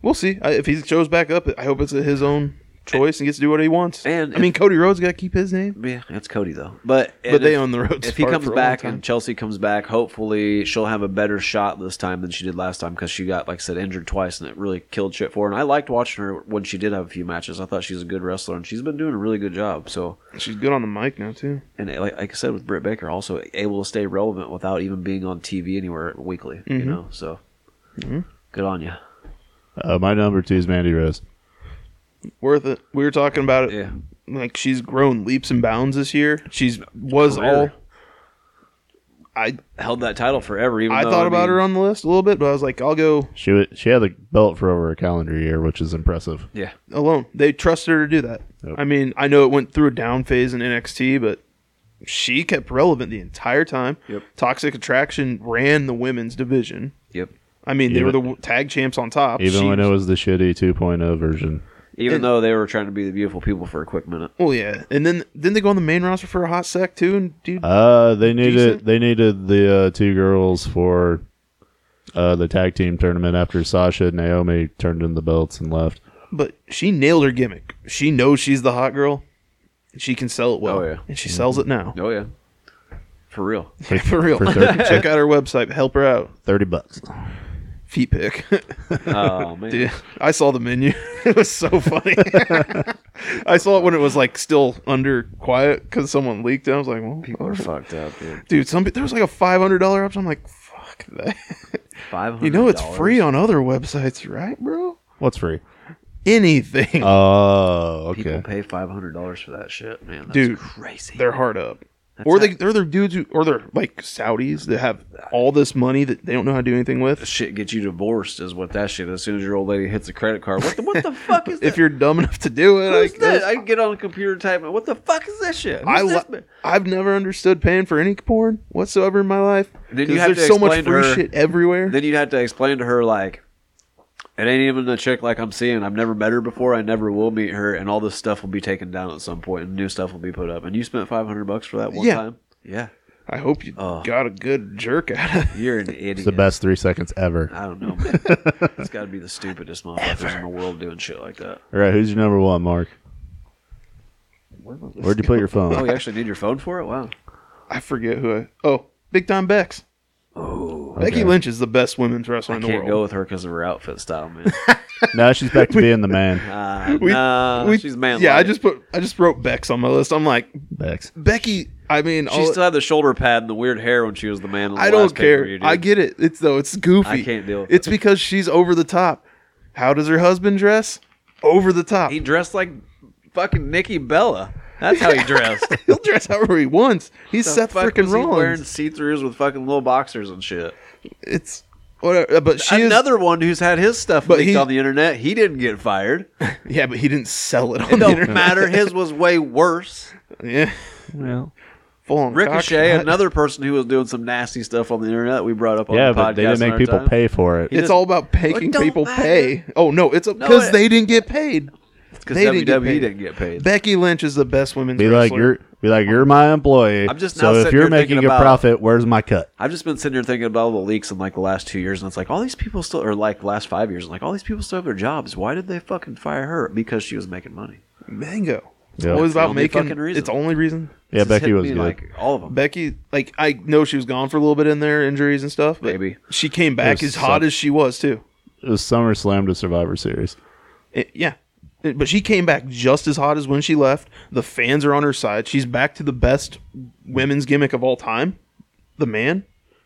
we'll see I, if he shows back up. I hope it's his own choice and gets to do what he wants.
and
I mean, Cody Rhodes got to keep his name.
Yeah, it's Cody though. But
But they own the roads
If he
part
comes
for a long
back
time.
and Chelsea comes back, hopefully she'll have a better shot this time than she did last time because she got like I said injured twice and it really killed shit for her. And I liked watching her when she did have a few matches. I thought she was a good wrestler and she's been doing a really good job. So
She's good on the mic now too.
and like, like I said with Britt Baker, also able to stay relevant without even being on TV anywhere weekly. You
Mm-hmm.
know, so good on you.
Uh, my number two is Mandy Rose.
Worth it. We were talking about it.
Yeah,
Like she's grown leaps and bounds this year. She's was
Career.
all. I
held that title forever. Even
I
though,
thought about
mean,
her on the list a little bit, but I was like, I'll go
She wa she had the belt for over a calendar year, which is impressive.
Yeah,
alone. They trusted her to do that.
Yep.
I mean, I know it went through a down phase in NXT, but she kept relevant the entire time.
Yep.
Toxic Attraction ran the women's division.
yep.
I mean, they were the
Even-
w- tag champs on top.
Even
She
when it was the shitty 2.0 version.
Even
And-
though they were trying to be the beautiful people for a quick minute.
Well, Oh, yeah, and then didn't they go on the main roster for a hot sec too? And dude,
Uh, they needed
Decent.
they needed the uh, two girls for uh, the tag team tournament after Sasha and Naomi turned in the belts and left.
but she nailed her gimmick. She knows she's the hot girl. She can sell it well,
Oh, yeah.
and she sells it now.
Oh yeah, for real.
For real,
For 30,
check out her website. Help her out.
Thirty bucks.
Feet pick.
Oh man.
Dude, I saw the menu. it was so funny. I saw it when it was like still under quiet because someone leaked it. I was like, well,
People are fucked up, dude.
dude, some there was like a five hundred dollar option. I'm like, fuck that.
Five hundred.
You know it's free on other websites, right, bro?
What's free?
Anything.
Uh,
Oh,
People
okay.
pay five hundred dollars for that shit, man. That's
Dude,
crazy.
they're hard up. or
how-
they, or they're dudes who, or they're like Saudis that have all this money that they don't know how to do anything with.
shit get you divorced is what that shit. As soon as your old lady hits a credit card, what the what the fuck is that?
If you're dumb enough to do it,
Who's
I
that?
guess.
I get on a computer type. What the fuck is that shit? Who's
I
this
lo-
man?
I've never understood paying for any porn whatsoever in my life.
Then
'Cause
you have
there's
to
so much
explain to
free
her-
shit everywhere.
then you'd have to explain to her like. It ain't even a chick like I'm seeing. I've never met her before. I never will meet her, and all this stuff will be taken down at some point, and new stuff will be put up. And you spent five hundred bucks for that one
Yeah.
time. Yeah,
I hope you
Oh.
got a good jerk out of it.
you're an idiot.
It's the best three seconds ever.
I don't know. Man. it's got to be the stupidest motherfuckers in the world doing shit like that.
All right, who's your number one, Mark? Where'd you put your
Oh,
phone?
you actually need your phone for it? Wow.
I forget who I. Oh, Big Time Bex.
Oh,
Becky Lynch is the best women's wrestler
I
in the
can't
world.
go with her because of her outfit style, man.
now she's back to being the man.
Uh,
We-
nah,
we-
she's man.
Yeah, I just put I just wrote Bex on my list. I'm like
Bex.
Becky. I mean,
She
all-
still had the shoulder pad and the weird hair when she was the man. On the
I don't
last
care.
pay-per-view, dude.
I get it. It's though it's goofy.
I can't deal with
It's because she's over the top. How does her husband dress? Over the top.
He dressed like fucking Nikki Bella. That's how he dressed.
He'll dress however he wants. He's Seth
The fuck
freaking
was he Wearing
Rollins.
see-throughs with fucking little boxers and shit.
It's whatever. uh, But she
Another one who's had his stuff
But
leaked
he-
on the internet. He didn't get fired.
is. Yeah, but he didn't sell it on
It
the
don't
internet.
matter. His was way worse.
Yeah.
Well,
Full on
Ricochet,
cockshot.
another person who was doing some nasty stuff on the internet, we brought up on
yeah,
the podcast.
but they didn't make
another
people
time.
pay for it.
It's
doesn't-
all about making
It don't
people
matter.
pay. Oh no, it's
No,
because
it-
they didn't get paid.
because
They didn't
WWE
get
E didn't get,
paid.
paid.
Becky Lynch is the best women's
Be
wrestler.
like you're. Be like you're my employee.
I'm just now
so if
sitting
you're
here thinking
making a
about-
profit, where's my cut?
I've just been sitting here thinking about all the leaks in like the last two years, and it's like all these people still, or like last five years, and like all these people still have their jobs. Why did they fucking fire her? Because she was making money.
Mango. It's
Yeah.
always
It's the
about
only
making.
fucking reason.
It's the only reason.
Yeah,
It's just
Becky
hit
was
me
good.
Like all of them.
Becky, like I know she was gone for a little bit in there, injuries and stuff. But
Maybe.
she came back
There's
as hot
some-
as she was too.
It was SummerSlam to Survivor Series.
It- yeah. It- but she came back just as hot as when she left. The fans are on her side. She's back to the best women's gimmick of all time, the man.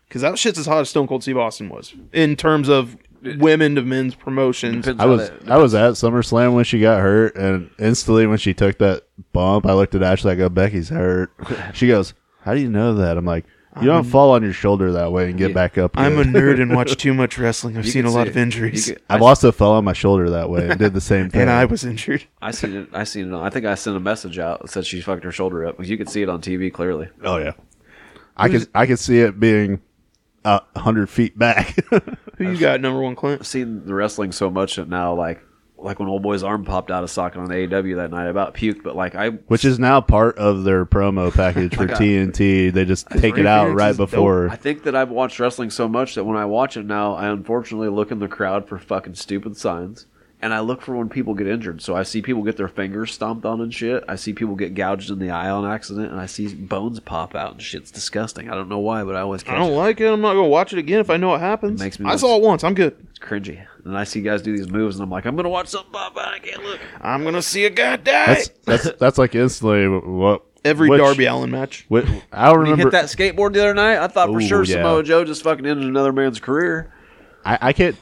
Because that shit's as hot as Stone Cold Steve Austin was in terms of women to men's promotions.
Depends
I
how
was
that-
I was at SummerSlam when she got hurt, and instantly when she took that bump, I looked at Ashley. I go, "Becky's hurt." She goes, "How do you know that?" I'm like, "You don't fall on your shoulder that way and get
Yeah.
back up."
I'm a
good."
nerd and watch too much wrestling. I've
you
seen
can
a lot
see
of
it.
injuries,
You can-
I've also fell on my shoulder that way and did the same thing.
and I was injured.
I seen it. I seen it. on- I think I sent a message out that said she fucked her shoulder up because you could see it on TV clearly.
oh yeah, I could I could see it being uh, a hundred feet back.
Who you got number one, Clint?
I've seen the wrestling so much that now, like, like when old boy's arm popped out of socket on AEW that night, I about puked. But like, I
Which is now part of their promo package for
Like, uh,
TNT. They just take it out
interference
right
is dope.
before.
I think that I've watched wrestling so much that when I watch it now, I unfortunately look in the crowd for fucking stupid signs. And I look for when people get injured. So I see people get their fingers stomped on and shit. I see people get gouged in the eye on accident. And I see bones pop out and shit's disgusting. I don't know why, but I always catch
I don't
it.
like it. I'm not gonna watch it again if I know what happens.
It makes me
I
want-
saw it once. I'm good.
It's cringy. And I see guys do these moves and I'm like, I'm going to watch something pop out. I can't look.
I'm gonna see a guy die.
that's, that's that's like instantly what
Every
which-
Darby Allen match.
What, I don't
When he
remember.
hit that skateboard the other night, I thought for
Ooh,
sure
yeah.
Samoa Joe just fucking ended another man's career.
I, I can't.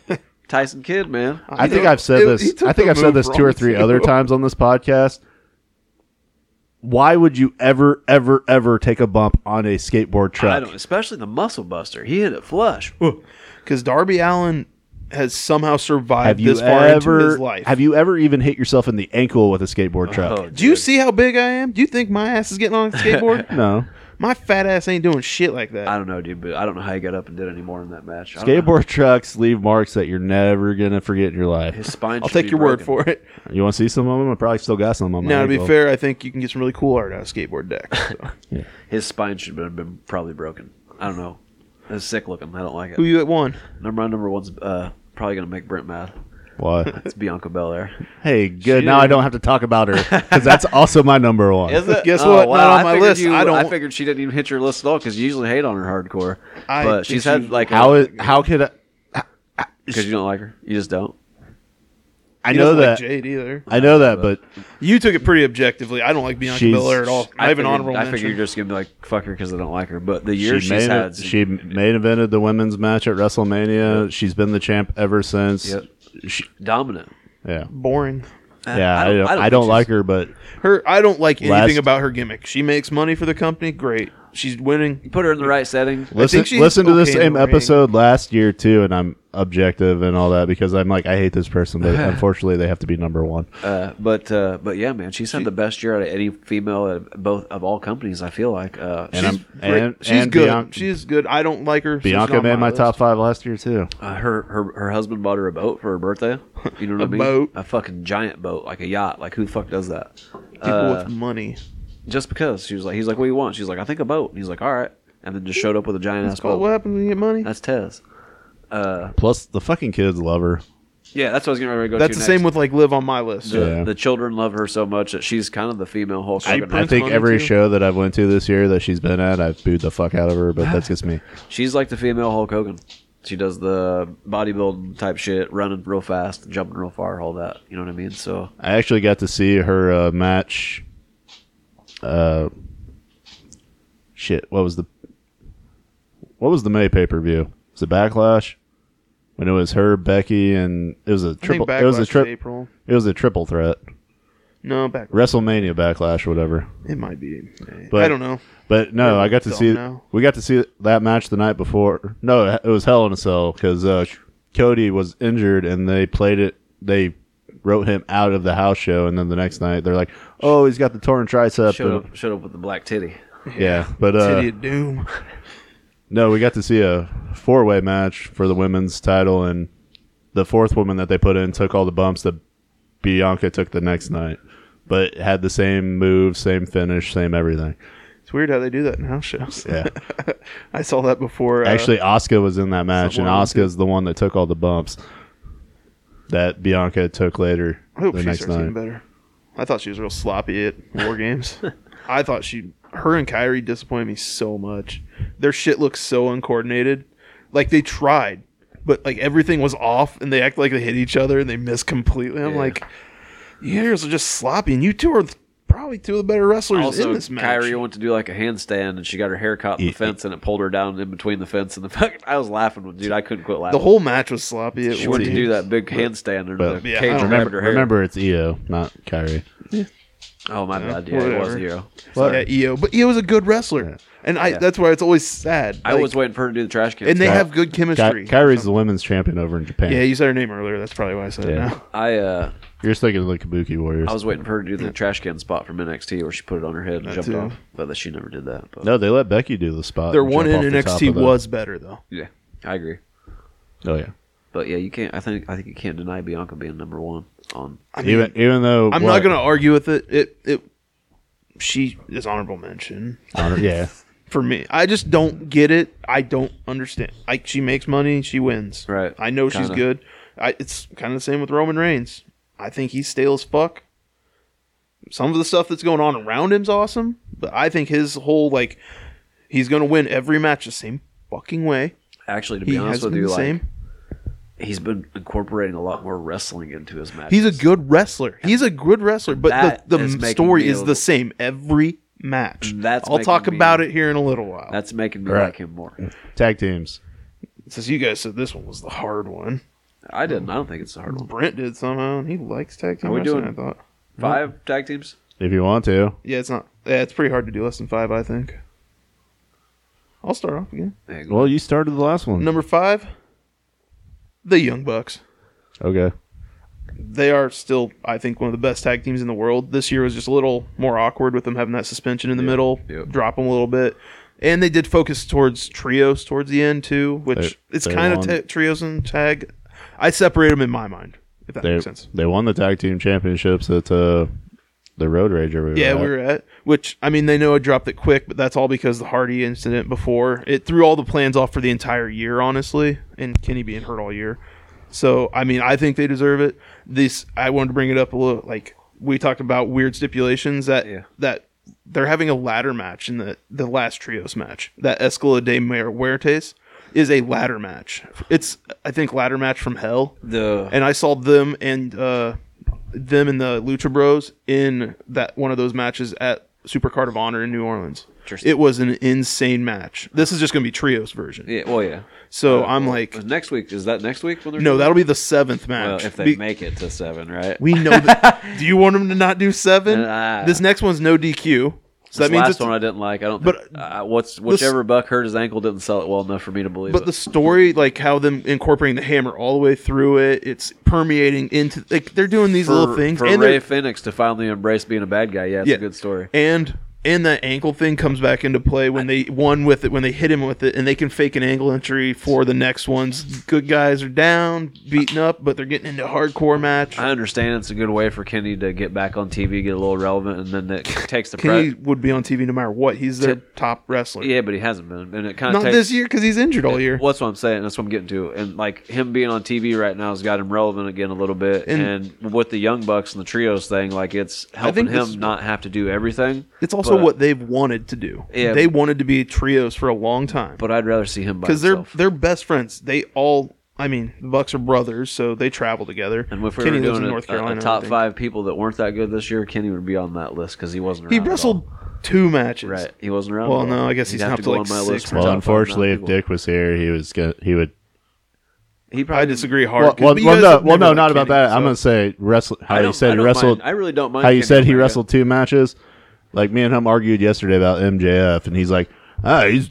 Tyson Kidd, man.
I think
know,
I've said
it- he
this.
took
I think
the
I've said
move
this two
wrong,
or three
too.
other times on this podcast. Why would you ever, ever, ever take a bump on a skateboard
I
truck?
don't, especially the muscle buster. He hit it flush.
Because Darby Allen has somehow survived
have you
this far into his
ever?
life.
Have you ever even hit yourself in the ankle with a skateboard truck?
Oh,
Do you see how big I am? Do you think my ass is getting on a skateboard?
No,
my fat ass ain't doing shit like that.
I don't know, dude, but I don't know how he got up and did any more in that match. I don't know.
skateboard trucks leave marks that you're never gonna forget in your life.
His spine.
I'll take your word for it.
You want to see some of them? I probably still got some on my.
Now, to be
ankle.
fair, I think you can get some really cool art out of skateboard decks. so.
His spine should have been probably broken. I don't know. It's sick looking. I don't like
Who
it.
you at one?
Number one, number one's uh, probably gonna make Brent mad.
Why?
It's Bianca Belair.
Hey, good. Now I don't have to talk about her because that's also my number one.
it? Guess what? Not on my
figured
list.
you-
I don't-
Oh, I figured she didn't even hit your list at all because you usually hate on her hardcore.
I
but
think
she's had
she-
like uh,
How is? How could I?
because you don't like her. You just don't.
I
He
know
doesn't
that.
Like Jade either.
I know that, but
You took it pretty objectively. I don't like Bianca
She's-
Belair at all. Not even
figured-
honorable
I
mention.
figured you're just gonna be like fuck her because I don't like her. But the year
she
she's
main,
had,
she main evented the women's match at WrestleMania. She's been the champ ever since.
Yep.
She,
dominant.
yeah,
Boring.
yeah. I don't, I don't,
think
like
she's-
her, but
Her, I don't like anything
Last-
about her gimmick. She makes money for the company. Great. She's winning.
Put her in the right setting.
listen,
she's
listen to this
okay in
same
the ring.
episode last year too, and I'm objective and all that because I'm like I hate this person, but unfortunately they have to be number one.
Uh, but uh, but yeah, man, she's had the best year out of any female at both of all companies. I feel like uh,
And
she's-
I'm and,
She's
and
good.
Bian-
she's good. I don't like her. She's
Bianca
not on
made my
list.
top five last year too.
uh, her her her husband bought her a boat for her birthday. You know what
A
I mean?
boat.
a fucking giant boat, like a yacht. Like who the fuck does that?
People
Uh,
with money.
just because she was like, he's like, what do you want? She's like, I think a boat. And he's like, all right, and then just showed up with a giant ass
Well,
boat.
what happens when you get money?
That's Tez. Uh,
Plus the fucking kids love her.
yeah, that's what I was getting ready to go.
That's
to
the
next.
same with like live on my list.
The,
Yeah.
the children love her so much that she's kind of the female Hulk
I,
Hogan.
I
Prince
think
Money,
every
too.
show that I've went to this year that she's been at, I've booed the fuck out of her, but that's just me.
She's like the female Hulk Hogan. She does the bodybuilding type shit, running real fast, jumping real far, all that. You know what I mean? So
I actually got to see her uh, match. Uh, shit, what was the what was the May pay per view? Was it Backlash? When it was her, Becky, and it was a
I think
triple. It was
Backlash
a
is
trip.
April.
It was a triple threat.
No, back.
WrestleMania Backlash, or whatever.
It might be.
But-
I don't know.
But no, I got to
Don't
see.
know.
We got to see that match the night before. No, it was Hell in a Cell because uh, Cody was injured and they played it. They wrote him out of the house show, and then the next night they're like, "Oh, he's got the torn tricep."
showed
and-
up, showed up with the black titty.
yeah, but
City
uh,
of Doom.
no, we got to see a four way match for the women's title, and the fourth woman that they put in took all the bumps that Bianca took the next night, but had the same move, same finish, same everything.
It's weird how they do that in house shows.
Yeah.
I saw that before. uh,
Actually, Oscar was in that match, and
someone-
Oscar's the one that took all the bumps that Bianca took later
I hope
the
she
next
starts
night.
getting better. I thought she was real sloppy at War Games. I thought she, her and Kyrie disappointed me so much. Their shit looks so uncoordinated. Like they tried, but like everything was off, and they act like they hit each other and they missed completely. I'm
Yeah.
like, you guys are just sloppy, and you two are probably two of the better wrestlers in
Also,
this match.
Kyrie went to do like a handstand and she got her hair caught in the
Yeah.
fence and it pulled her down in between the fence and the fucking. I was laughing, when- dude. I couldn't quit laughing.
the whole match was sloppy. It
she went to
was-
do that big handstand and
But-
the
Yeah, I
cage
don't
remembered
Remember,
her hair.
remember, it's Io, not Kyrie.
Oh my bad, yeah, it was
whatever.
Hero.
Yeah, Io, but Io was a good wrestler,
Yeah.
and I that's why it's always sad.
I
like-
was waiting for her to do the trash can.
and they
stuff.
have good
Ky-
chemistry.
Kyrie's the women's champion over in Japan.
yeah, you said her name earlier. That's probably why I said it.
Yeah.
Now.
I uh,
You're just thinking of the Kabuki Warriors.
I was waiting for her to do the trash can spot from NXT where she put it on her head and
That
jumped
too.
off, but that she never did that. But
no, they let Becky do the spot.
Their
and
one
jump
in
off the top
NXT
of the-
was better though.
yeah, I agree.
Oh yeah.
But yeah, you can't. I think I think you can't deny Bianca being number one on.
I mean,
even even though
I'm
what-
not gonna argue with it. It it she is honorable mention
Honor- yeah.
for me. I just don't get it. I don't understand. Like she makes money, she wins.
Right.
I know she's
Kinda.
good. I, it's kind of the same with Roman Reigns. I think he's stale as fuck. Some of the stuff that's going on around him's awesome, but I think his whole like he's gonna win every match the same fucking way.
Actually, to be
He has
honest
been
with
the
you, like
same.
he's been incorporating a lot more wrestling into his matches.
He's a good wrestler. He's a good wrestler, but
That
the,
is
the
making
story
me a
is
little-
the same every match.
And that's
I'll
making
talk
me-
about it here in a little while.
That's making me
Right.
like him more.
Tag teams.
Since you guys said this one was the hard one,
I didn't. I don't think it's a hard one.
Brent did somehow, and he likes tag team
Are we
wrestling.
doing-
I thought,
Five tag teams.
If you want to.
yeah, it's not. Yeah, it's pretty hard to do less than five. I think. I'll start off again.
Hang on.
Well, you started the last one.
Number five, the Young Bucks.
Okay.
They are still, I think, one of the best tag teams in the world. This year was just a little more awkward with them having that suspension in the middle,
yep.
drop them a little bit, and they did focus towards trios towards the end too, which
They-
it's
they
kind of
won.
ta trios and tag. I separate them in my mind, if that
They
makes sense.
they won the tag team championships at uh, the Road Rage. Or
Yeah, we were at which I mean they know I dropped it quick, but that's all because the Hardy incident before it threw all the plans off for the entire year, honestly, and Kenny being hurt all year. So I mean I think they deserve it. This I wanted to bring it up a little like we talked about weird stipulations that
Yeah.
that they're having a ladder match in the the last trios match that Escalade de Mer- Muertes is a ladder match. It's I think ladder match from hell
The
and I saw them and uh, them and the Lucha Bros in that one of those matches at Supercard of Honor in New Orleans.
Interesting.
It was an insane match. This is just going to be trios version.
yeah, well, yeah.
So I'm like,
Was next week is that next week? When they're
no,
doing
that'll be the seventh
it? well,
match.
if they
Be-
make it to seven, right?
we know. That- do you want them to not do seven?
Nah.
This next one's no DQ. So
This
that means
last
it's,
one I didn't like. I don't.
But,
think, uh, what's whichever Buck hurt his ankle didn't sell it well enough for me to believe.
but
it.
the story, like how them incorporating the hammer all the way through it, it's permeating into. Like they're doing these
for,
little things,
for
and they're
Ray Phoenix to finally embrace being a bad guy. Yeah, it's a good story.
And and that ankle thing comes back into play when they won with it when they hit him with it and they can fake an angle entry for the next ones. Good guys are down, beaten up, but they're getting into a hardcore match.
I understand it's a good way for Kenny to get back on TV, get a little relevant, and then it takes the
Kenny
press.
would be on TV no matter what. He's their
Ti-
top wrestler.
Yeah, but he hasn't been, and it kind of
Not
takes.
this year because he's injured all year.
What's what I'm saying. That's what I'm getting to. And like him being on TV right now has got him relevant again a little bit. And,
And-
with the Young Bucks and the trios thing, like it's helping
think
him
this-
not have to do everything.
It's also
but- uh,
what they've wanted to do.
Yeah.
They wanted to be trios for a long time.
But uh, I'd rather see him by
because they're
himself.
they're best friends. They all, I mean, the Bucks are brothers, so they travel together.
And if we
Kenny
were
lives
doing
in
a,
North
a- a
Carolina. I
top
think.
five people that weren't that good this year, Kenny would be on that list because he wasn't.
He
around at
wrestled
all.
two matches.
Right, he wasn't around.
Well,
at all.
no, I guess
He'd
he's
have
up
to
to,
go
like,
on my
six
list.
or
for
Well,
Well,
top five
unfortunately, if
people.
Dick was here, he was gonna he would.
he probably
I disagree hard.
Well,
'cause-
well,
but you
well
guys
no,
have
well,
never
no,
liked
not about
Kenny,
that.
so-
I'm gonna say wrestle. How
I
you
don't-
said
I
he
don't
wrestled.
mind- I really don't mind.
how you
Kenny
said he
Omega.
wrestled two matches. Like me and him argued yesterday about MJF, and he's like, "Ah, he's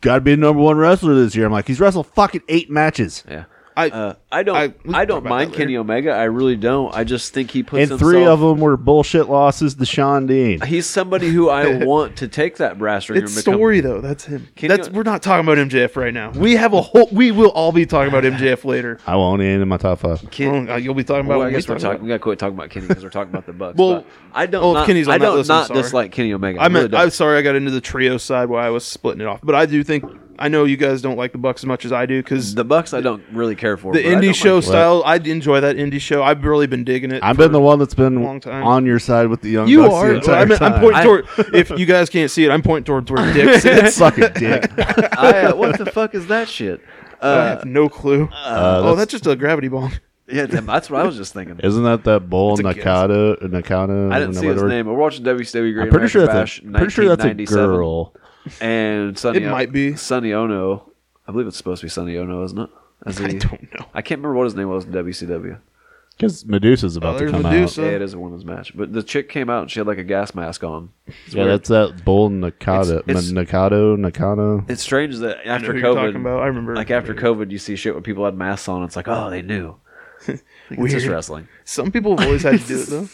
got to be the number one wrestler this year." I'm like, "He's wrestled fucking eight matches,
Yeah.
I,
Uh, I don't.
I-
I,
we can talk
don't
about
mind
that later.
Kenny Omega. I really don't. I just think he puts
and three
himself-
of them were bullshit losses to Sean Dean."
He's somebody who I want to take that brass ring.
it's
and become-
story though. That's him.
Can
That's
you-
we're not talking about MJF right now. We have a whole. We will all be talking about MJF later.
I won't end in my top five.
Ken-
Well, you'll be talking about.
well,
what
I
we
guess we're
talk about.
talking. We gotta quit talking about Kenny because we're talking about the Bucks.
Well,
but I don't.
oh, if
not,
Kenny's on
I
that
don't
list, I'm
not
sorry.
dislike Kenny Omega. I,
I meant.
really
I'm
don't.
sorry. I got into the trio side while I was splitting it off. But I do think I know you guys don't like the Bucks as much as I do because the,
the Bucks. I don't really care for but I don't
indie
mind
show
Kenny.
style. I enjoy that indie show. I've really been digging it.
I've been the one that's been
long time.
on your side with the young.
You
Bucks the
are.
entire
I'm, I'm
time.
pointing
I-
toward. if you guys can't see it, I'm pointing towards where Dick sits.
Suck a dick.
I, uh, what the fuck is that shit?
I
Uh,
have no clue.
Uh,
oh, that's just a gravity bomb.
Yeah, damn, that's what I was just thinking.
Isn't that that bull
It's a
Nakata? Nakata?
I didn't see his
whatever?
name. We're watching WWE Great
I'm pretty sure,
American
that's
Bash.
a, pretty sure that's a
1997,
girl.
And Sonny,
It might be.
Sonny Ono. I believe it's supposed to be Sonny Ono, isn't it? As
I
he-
don't know.
I can't remember what his name was in WCW.
Because Medusa's about to
Oh, there's
come
Medusa.
Yeah, it is a women's match. But the chick came out and she had like a gas mask on.
out. Yeah, that's that bull Nakata.
It's- it's-
Nakata? Nakata?
It's strange that
I know
after
who you're
COVID,
talking about. I remember.
like after COVID, you see shit where people had masks on. It's like, oh, they knew. It's just
Weird.
wrestling.
Some people have always had to do it though.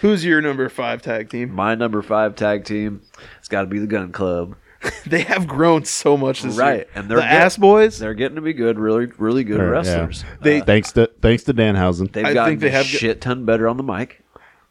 Who's your number five tag team?
My number five tag team, it's got to be the Gun Club.
They have grown so much this year.
Right, and they're
the
good.
ass boys.
They're getting to be good, really, really good
Or, yeah.
wrestlers.
They-
Uh,
Thanks to thanks to Danhausen.
they've
I
gotten
think they
a
have g-
shit ton better on the mic.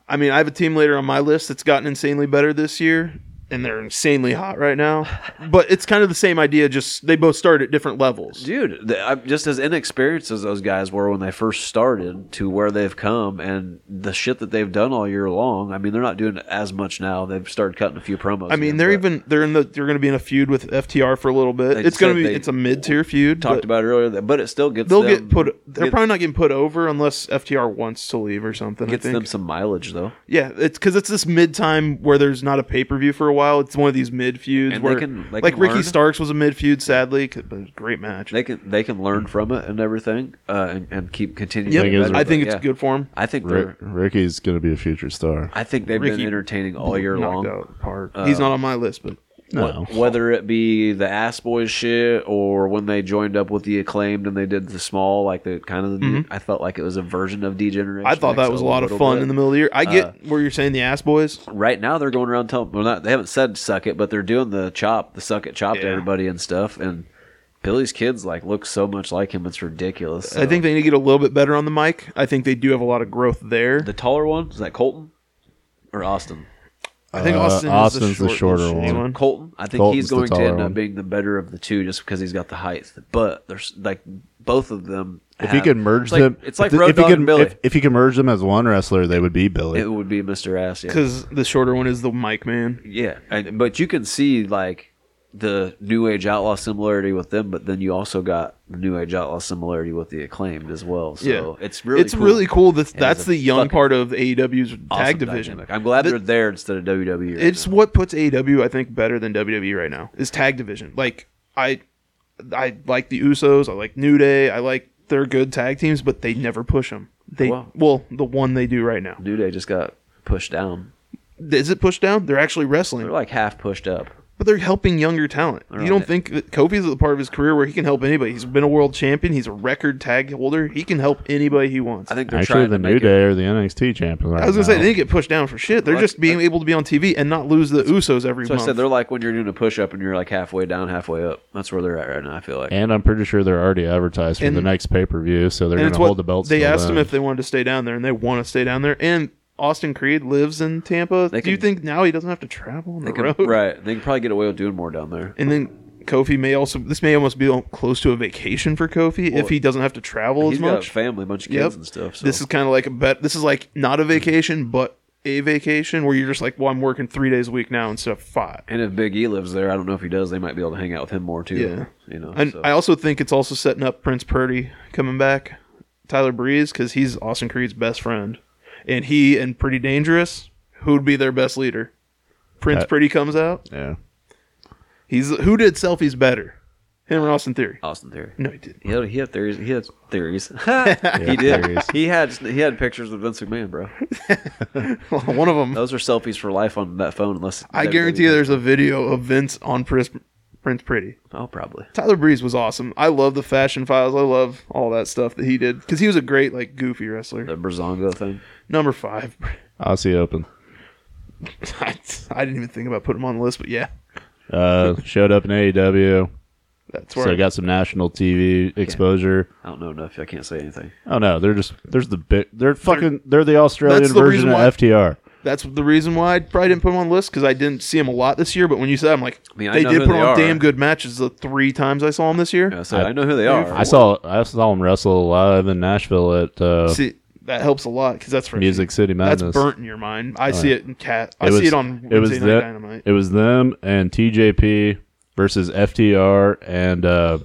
I mean, I have a team later on my list that's gotten insanely better this year, and they're insanely hot right now. But it's kind of the same idea. Just they both start at different levels.
dude the, I'm just as inexperienced as those guys were when they first started to where they've come and the shit that they've done all year long i mean they're not doing as much now they've started cutting a few promos
I mean,
again,
they're
but
even they're in the they're going to be in a feud with FTR for a little bit.
They
it's
said
going to be
they
it's a mid tier feud.
talked
but
about it earlier that- but it still gets
They'll
them,
get put. They're
get-
probably not getting put over unless FTR wants to leave or something.
gets
I think.
them some mileage though
Yeah, it's because it's this mid time where there's not a pay per view for a while. It's one of these mid feuds
And they
where,
can- they
like
can
Ricky
learn.
Starks was a mid feud, sadly, 'cause- but great match.
they can they can learn from it and everything uh, and, and keep continuing
Yep,
to
Thing
get
is-
better,
I think
but
it's
yeah.
good for him.
i think
Rick,
they're
Ricky's going to be a future star.
i think they've
Ricky
been entertaining all year long Uh,
He's not on my list, but
No.
whether it be the ass boys shit or when they joined up with the acclaimed and they did the small like the kind of the, i felt like it was a version of degeneration
Mm-hmm. I thought that
X
was a lot of
little
fun
bit. uh,
in the middle of the year. I get where you're saying the ass boys.
right now they're going around telling well not, they haven't said suck it but they're doing the chop the suck it chop to
Yeah.
everybody and stuff and billy's kids like look so much like him it's ridiculous
I
So-
think they need to get a little bit better on the mic. I think they do have a lot of growth there.
the taller one is that colton or austin
I think
Uh,
Austin
Austin's
is the,
the
short-
shorter
shitty
one.
Colton. I think
Colton's
he's
the
going to
taller
end
one.
up being the better of the two just because he's got the height. But there's like both of them.
If
have-
you could merge
it's like,
them,
it's like
if,
Road
if you
Dogg
could,
and Billy.
If, if you could merge them as one wrestler, they would be Billy.
it would be Mr. Ass. Yeah,
Because the shorter one is the mic man.
yeah. And, but you can see like the New Age Outlaw similarity with them, but then you also got the New Age Outlaw similarity with the Acclaimed as well. So
yeah,
it's really
it's really cool. That
It
that's
is a
the young
fucking
part of AEW's
Awesome
tag division.
dynamic. I'm glad
The-
they're there instead of WWE. right
It's
now.
what puts AEW, I think, better than WWE right now is tag division. Like I, I like the Usos. I like New Day. I like their good tag teams, but they never push them. They
Wow.
well, the one they do right now
New Day just got pushed down.
is it pushed down? They're actually wrestling,
They're like half pushed up.
but they're helping younger talent. You don't think that Kofi's at the part of his career where he can help anybody? He's been a world champion. He's a record tag holder. He can help anybody he wants.
I
I,
think they're
Actually,
trying
the
to
New
make it-
Day are the NXT champion. Right
was gonna say
now.
they didn't get pushed down for shit. They're
Well,
just
that's-
being able to be on TV and not lose the Usos every
So I
month.
said they're like when you're doing a push up and you're like halfway down, halfway up. That's where they're at right now. I feel like.
And I'm pretty sure they're already advertised for
And-
the next pay per view, so they're
and
going to
it's what
hold the belts.
They
till
asked him
then.
if they wanted to stay down there, and they want to stay down there. And Austin Creed lives in Tampa.
They
Do you
could-
think now he doesn't have to travel on
They
the
could-
road?
right. They can probably get away with doing more down there.
And then Kofi may also this may almost be close to a vacation for Kofi if he doesn't have to travel
He's
as
got a
much.
family, bunch of kids
Yep.
and stuff. So.
This is kind of like a bet. This is like not a vacation, but a vacation where you're just like, well, I'm working three days a week now instead of five.
and if Big E lives there, I don't know if he does. They might be able to hang out with him more too.
Yeah.
You know.
And
so.
I also think it's also setting up Prince Purdy coming back, Tyler Breeze, because he's Austin Creed's best friend. And he and Pretty Dangerous, who would be their best leader? Prince
That-
Pretty comes out.
yeah.
He's who did selfies better? Him or Austin Theory?
Austin Theory.
No, he didn't.
He had, he had theories. He had theories. he did.
theories.
He had he had pictures of Vince McMahon, bro.
Well, One of them.
Those are selfies for life on that phone, unless
I guarantee there's a video of Vince on Prince, Prince Pretty.
Oh, probably.
Tyler Breeze was awesome. I love the fashion files. I love all that stuff that he did because he was a great like goofy wrestler.
The Brazongo thing.
Number five,
Aussie Open
I, I didn't even think about putting him on the list, but yeah,
uh, showed up in AEW,
that's where
so
I
got some national TV exposure.
I don't know enough. I can't say anything.
Oh no, they're just there's the big they're fucking they're the Australian
That's the
version
reason
of
why-
FTR.
That's the reason why I probably didn't put him on the list because I didn't see him a lot this year. But when you said, it, I'm like,
mean, I
they
know
did
who
put
they
on
are.
damn good matches the three times I saw him this year.
Yeah, so I, know who they are.
Oh.
I saw I saw him wrestle live in Nashville at uh,
See, that helps a lot because that's for
Music City Madness.
That's burnt in your mind. I see it in cat. I
It
see it on
it was
Wednesday Night
the-
Dynamite.
It was them and TJP versus FTR and uh,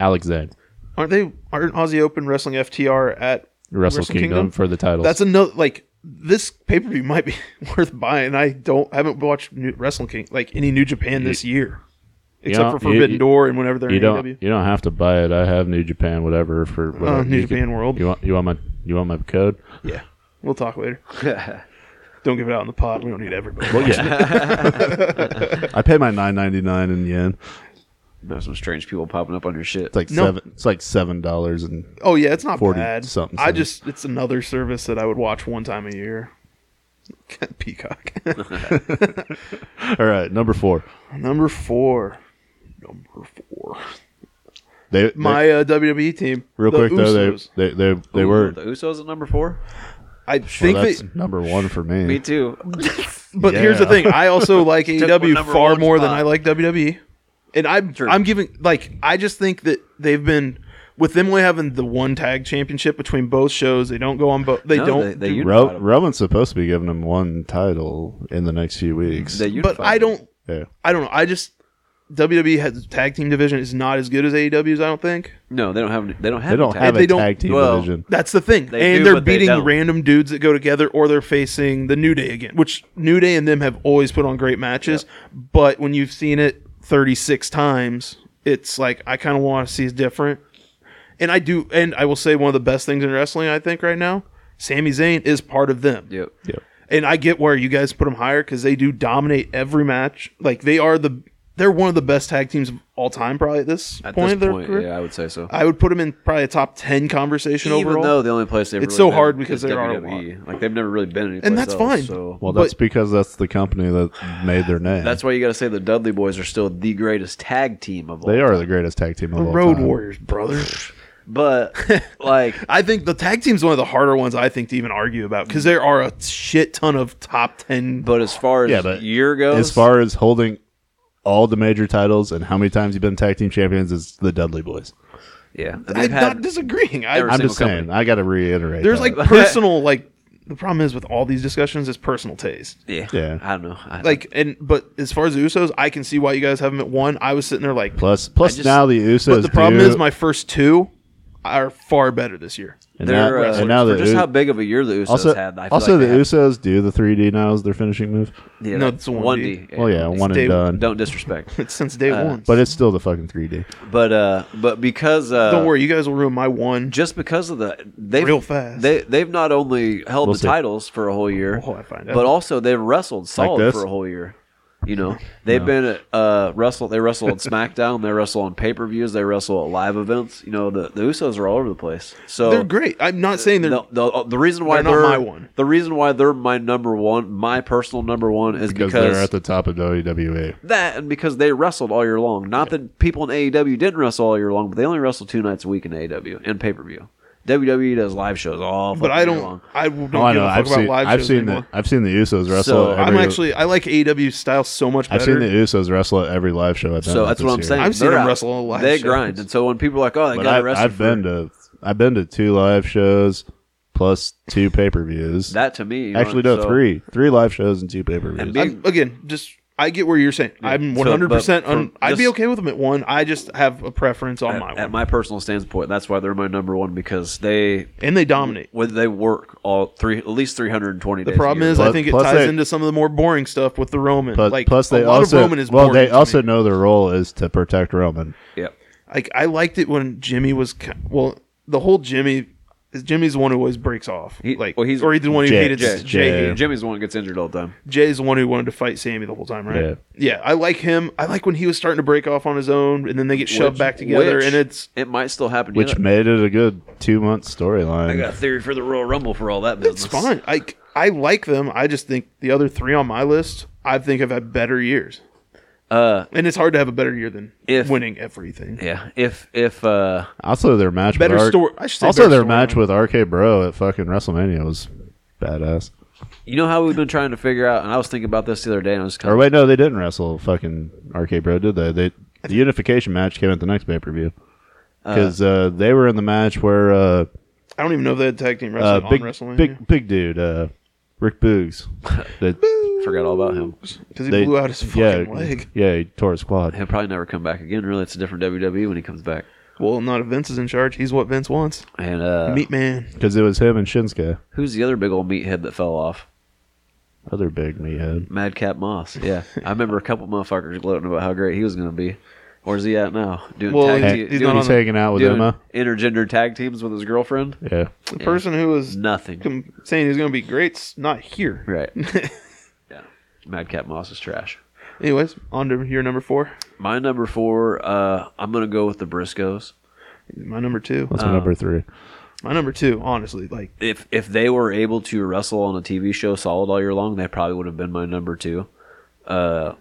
Alex Zane.
Aren't they? Aren't aren't Aussie Open Wrestling FTR at
Wrestle Kingdom, for the titles.
That's another like this pay per view might be worth buying. I don't I haven't watched New, Wrestling King like any New Japan this year, except
don't-
for
you-
Forbidden
you-
Door and whenever they're
you
in
don't
AEW.
you don't have to buy it. I have New Japan whatever for whatever.
Uh, New
You
Japan World.
You want you want my you want my code?
Yeah, we'll talk later. don't give it out in the pod. We don't need everybody.
Well, yeah. I pay my nine ninety nine in yen.
There's some strange people popping up on your shit.
It's like
No.
seven. It's like seven dollars and
Oh yeah, it's not
40
bad.
something
I
cents.
just it's another service that I would watch one time a year. Peacock.
all right. Number four.
Number four. Number four.
They
My uh, WWE team.
they, real
the
quick though.
Usos.
They they they, they
Ooh,
were.
the Usos at number four.
I
Well,
think
that's
they.
number one for me.
Me too.
But here's the
Yeah.
thing. I also like
the
AEW
number
far
one
more than
spot.
I like WWE. And I'm
True.
I'm giving like I just think that they've been with them only having the one tag championship between both shows. They don't go on both. They
No,
don't.
they- they
do-
uni-
Ro- Roman's supposed to be giving him one title in the next few weeks.
They
but
unified
I
it.
don't.
yeah.
I don't know. I just WWE has tag team division is not as good as AEW's. I don't think
No, they don't have. They don't have.
They
any
don't
tag
have
they
a
don't-
tag team
well,
division.
that's the thing.
They
and
do,
they're
but they
beating
don't.
random dudes that go together, or they're facing the New Day again. Which New Day and them have always put on great matches, but when you've seen it thirty six times, it's like I kind of want to see it different. And I do, and I will say one of the best things in wrestling, I think, right now, Sami Zayn is part of them.
Yep.
Yeah.
And I get where you guys put them higher because they do dominate every match. Like they are the, they're one of the best tag teams of all time, probably at this
At
point
this
of their
point,
career.
yeah, I would say so.
I would put them in probably a top ten conversation
Even
overall.
though the only place they've
It's
really
so
been
hard because
is
there are a
WWE. E. like they've never really been anyplace
and that's
else,
fine.
So
Well, that's because that's the company that made their name.
that's why you got to say the Dudley Boys are still the greatest tag team of all.
they are the greatest tag team of all
Road
time.
Warriors, brother.
but like
I think the tag team's one of the harder ones I think to even argue about because there are a shit ton of top ten.
But as far as
Yeah, but
year goes,
As far as holding all the major titles and how many times you've been tag team champions is the Dudley Boys.
yeah, and
I'm
they've
not
had
disagreeing.
Every
I,
I'm just
single
saying. I got to reiterate.
there's
that.
like personal like. The problem is with all these discussions is personal taste.
yeah,
Yeah.
I don't know, I,
Like and but as far as the Usos, I can see why you guys have them at one. I was sitting there like,
plus plus
I just-
now the Usos.
but the problem
do-
is my first two are far better this year.
and now,
they're uh,
and now
for
the
just
U-
how big of a year the Usos
also
had. I feel
also
like
the
they have-
Usos do the 3D now is their finishing move.
yeah,
No,
that-
it's a 1D.
Well, yeah, one
day-
and done.
Don't disrespect,
It's since
Uh,
day one.
But it's still the fucking 3D.
but uh, but because uh,
don't worry, you guys will ruin my one.
just because of the they
Real fast.
they they've not only held
We'll
the
see.
titles for a whole year,
Oh, I find out.
but also they've wrestled solid
this?
for a whole year. You know, they've been at, uh wrestle. They wrestle on SmackDown. They wrestle on pay per views. They wrestle at live events. You know, the, the Usos are all over the place. So
They're great. I'm not saying they're
the, the, the reason why
They're
they're,
not my one.
The reason why they're my number one, my personal number one, is
Because
because,
they're at the top of E. WWE.
that and because they wrestled all year long. Not that people in AEW didn't wrestle all year long, but they only wrestle two nights a week in AEW and pay per view. WWE E does live shows all. fucking
But I
year
don't.
long.
I don't
Oh, I
give
know.
a fuck
I've
about
seen.
live
I've
shows
seen
anymore.
the. I've seen the Usos wrestle.
So,
at
I'm
every,
I'm actually. I like AEW style so much better.
I've seen the Usos wrestle at every live show. I've been
So
at
that's
this
what I'm
year.
saying.
I've seen
They're
them
out.
wrestle a lot of
They
shows.
grind, and so when people are like, "Oh, they
But
got
I've,
arrested,"
I've been to. I've been to two live shows, plus two pay per views.
that to me. you know,
Actually, no,
so-
three, three live shows and two pay per views.
And be-
I'm, again, just I get where you're saying. I'm
So,
100. percent
but
on
for
I'd be
just-
okay with them at one. I just have a preference on my
At,
one,
at my personal standpoint, that's why they're my number one because they
and they dominate.
when they work all three at least 320
The
days. a
problem
year.
is, I
Plus-
think it
plus
ties
they-
into some of the more boring stuff with the Roman.
Plus,
like
plus they
a lot
also
of Roman is
well,
boring
they
to
also
me.
know their role is to protect Roman.
yeah.
like I liked it when Jimmy was ki- well. The whole Jimmy is Jimmy's the one who always breaks off.
He-
like
well, he's-
or he's the one who
Jay-
hated
Jay-
Jay.
Jay. Yeah.
Jimmy's the one who gets injured all the time.
Jay's the one who wanted to fight Sammy the whole time, right?
Yeah.
Yeah. I like him. I like when he was starting to break off on his own, and then they get shoved
Which-
back together,
which-
and it's
It might still happen.
Which
yet.
made it a good two month
I got
storyline.
a theory for the Royal Rumble for all that business.
it's fine. I I like them. I just think the other three on my list, I think have had better years,
Uh,
and it's hard to have a better year than
If-
winning everything.
yeah. If if uh,
Also, their match
Better
with Ar-
story. I should say
Also,
better
their match
storyline.
with RK Bro at fucking WrestleMania was badass.
you know how we've been trying to figure out, and I was thinking about this the other day, and I was kind
Or
of,
wait, no, they didn't wrestle fucking RK Bro, did they? They the unification match came at the next pay per view because uh, they were in the match where uh,
I don't even know if they had tag team
uh, big
wrestling on WrestleMania
big big dude uh, Rick Boogs, they,
forgot all about him.
because he
they-
blew out his fucking
yeah,
leg.
Yeah, he tore his quad.
He'll probably never come back again. Really, it's a different WWE E when he comes back.
Well, not if Vince is in charge. He's what Vince wants.
And uh,
Meat man.
because it was him and Shinsuke,
who's the other big old meathead that fell off?
other big meathead.
Madcap Moss. Yeah, I remember a couple motherfuckers gloating about how great he was going to be. Where's he at now? Doing
Well,
tag
he-
Hey,
team,
he's
he's
not
doing,
on the-
hanging out with
doing
Emma.
intergender tag teams with his girlfriend.
Yeah,
The person who was
Nothing.
com- saying he's going to be great's not here.
Right. yeah. Madcap Moss is trash.
Anyways, on to your number four.
My number four, uh, I'm gonna go with the Briscoes.
My number two.
that's my number three.
My number two, honestly. Like,
If if they were able to wrestle on a TV show solid all year long, that probably would have been my number two. Uh,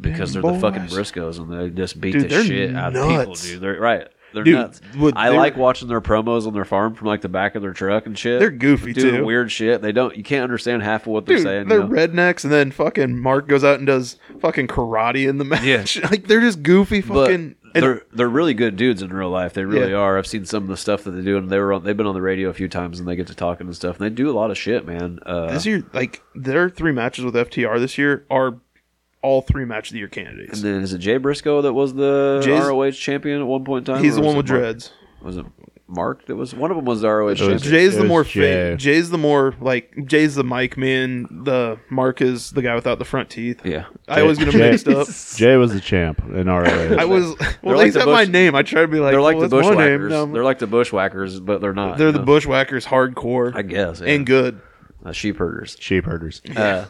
because they're
Them
the fucking
boys.
Briscoes and they just beat
Dude,
the
they're
shit out of people,
nuts.
dude. They're right. They're
Dude,
nuts.
what
I
they
like
were-
watching their promos on their farm from like the back of their truck and shit.
They're goofy,
doing
too.
Weird shit. They don't. You can't understand half of what they're
dude,
saying.
they're
you know?
rednecks, and then fucking Mark goes out and does fucking karate in the match.
Yeah.
like, they're just goofy
but
fucking. and
they're they're really good dudes in real life. They really
Yeah.
are. I've seen some of the stuff that they do, and they were on, they've been on the radio a few times, and they get to talking and stuff. And they do a lot of shit, man. Uh,
this year, like, their three matches with FTR this year are all three match of the year
and
candidates.
then is it Jay Briscoe that was the
Jay's-
ROH champion at one point in time?
He's
or
the
was
one
it
with
Mark-
dreads.
Was it Mark? That was one of them was the ROH champion.
Jay's
it
the
was
more
Jay.
fit. Jay's the more like Jay's the mic man. The Mark is the guy without the front teeth.
yeah,
I always get him
Jay-
mixed up.
Jay was the champ in ROH.
I was well.
like
they
the
said my
Bush-
name. I tried to be like
they're like
well,
the
that's my name.
bushwhackers.
No,
They're like the bushwhackers, but they're not.
They're
you
the
know?
bushwhackers hardcore
I guess yeah.
and good.
uh, sheep herders.
Sheep herders.
Uh,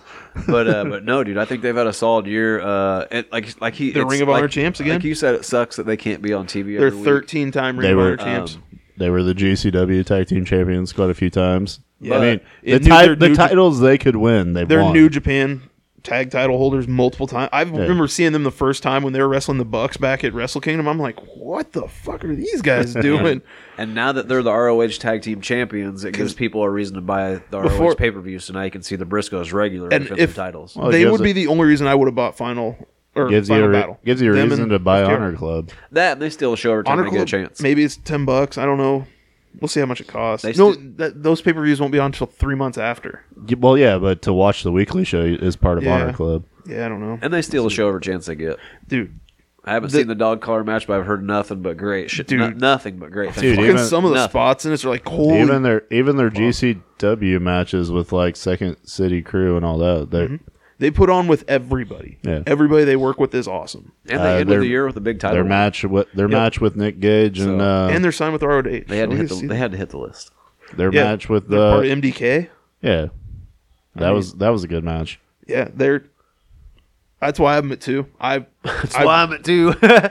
but uh, but no, dude, I think they've had a solid year. Uh, and like like he,
They're
it's
Ring of
like-
Honor champs again?
Like you said, it sucks that they can't be on TV.
They're
every week.
13 time Ring
They
of
were,
Honor champs.
um,
They were the GCW tag team champions quite a few times.
Yeah.
I mean, the,
It knew
ti-
their
the
new-
titles they could win, they
They're
won.
New Japan tag title holders multiple times. I remember seeing them the first time when they were wrestling the Bucks back at Wrestle Kingdom. I'm like, what the fuck are these guys doing?
And now that they're the ROH tag team champions, it gives people a reason to buy the
Before-
ROH pay per view. So now you can see the Briscoes regular
And
and defend
if-
their titles.
Well, it
they
gives
would
a-
be the only reason I would have bought Final or
gives you
Final
a re-
Battle.
gives you a
Them
reason
and
to buy
FTR.
Honor Club.
that and they still show every time
Honor
they
Club,
get a chance.
Maybe it's 10 bucks. I don't know. We'll see how much it costs.
They
no,
sti-
that, those pay per views won't be on until three months after.
Y- Well, yeah, but to watch the weekly show is part of
Yeah.
Honor Club.
Yeah, I don't know,
And they still show every chance they get.
dude.
I haven't
The-
seen the dog collar match, but I've heard nothing but great shit.
Dude.
No- nothing but great.
Dude,
things.
Fucking
even-
some of the
nothing.
spots in it are like holy.
even their even their GCW matches with like Second City Crew and all that. They're
they put on with everybody.
Yeah.
Everybody they work with is awesome,
and they
uh,
ended
their-
the year with a big title.
their
win.
match with their match with Nick Gage and
So-
uh,
and they're signed with ROH.
They had to
We
hit
just
the.
see-
They had to hit the list.
their
yeah,
match with
they're part
the
of MDK.
yeah. That was that was a good match.
Yeah, they're. That's why I'm at two. I.
That's
I-
why I'm at two. All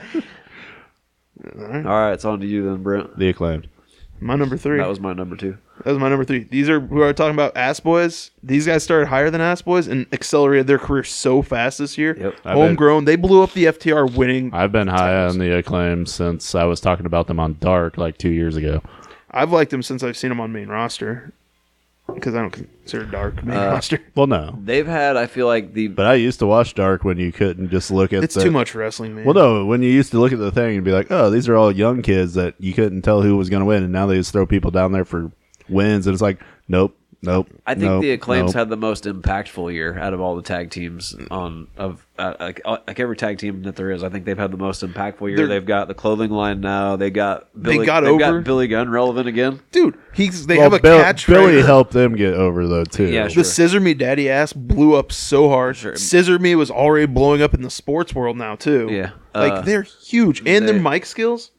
right, it's on to you then, Brent.
The acclaimed.
my number three.
That was my number two.
That was my number three. These are we are talking about ass boys. These guys started higher than ass boys and accelerated their career so fast this year.
Yep.
I bet.
Homegrown, they blew up the FTR winning.
I've been high on the acclaim since I was talking about them on Dark like two years ago.
I've liked them since I've seen them on main roster because I don't consider dark main
Uh,
roster.
Well, no,
They've had, I feel like the
but I used to watch Dark when you couldn't just look at
It's
the,
too much wrestling, man.
Well, no, when you used to look at the thing and be like, "Oh, these are all young kids that you couldn't tell who was going to win," and now they just throw people down there for wins, and it's like, nope, nope.
I think
nope,
the acclaims
nope.
had the most impactful year out of all the tag teams on of uh, like, uh, like every tag team that there is. I think they've had the most impactful year.
They're-
they've got the clothing line now. They got Billy,
got
they've
over-
Billy Gunn relevant again.
dude, he's they
Well,
have a
Bill-
catchphrase.
Billy helped them get over though too.
Yeah,
The
sure.
scissor me daddy ass blew up so hard.
Sure.
Scissor me was already blowing up in the sports world now too.
Yeah.
like
Uh,
they're huge and
they-
their mic skills.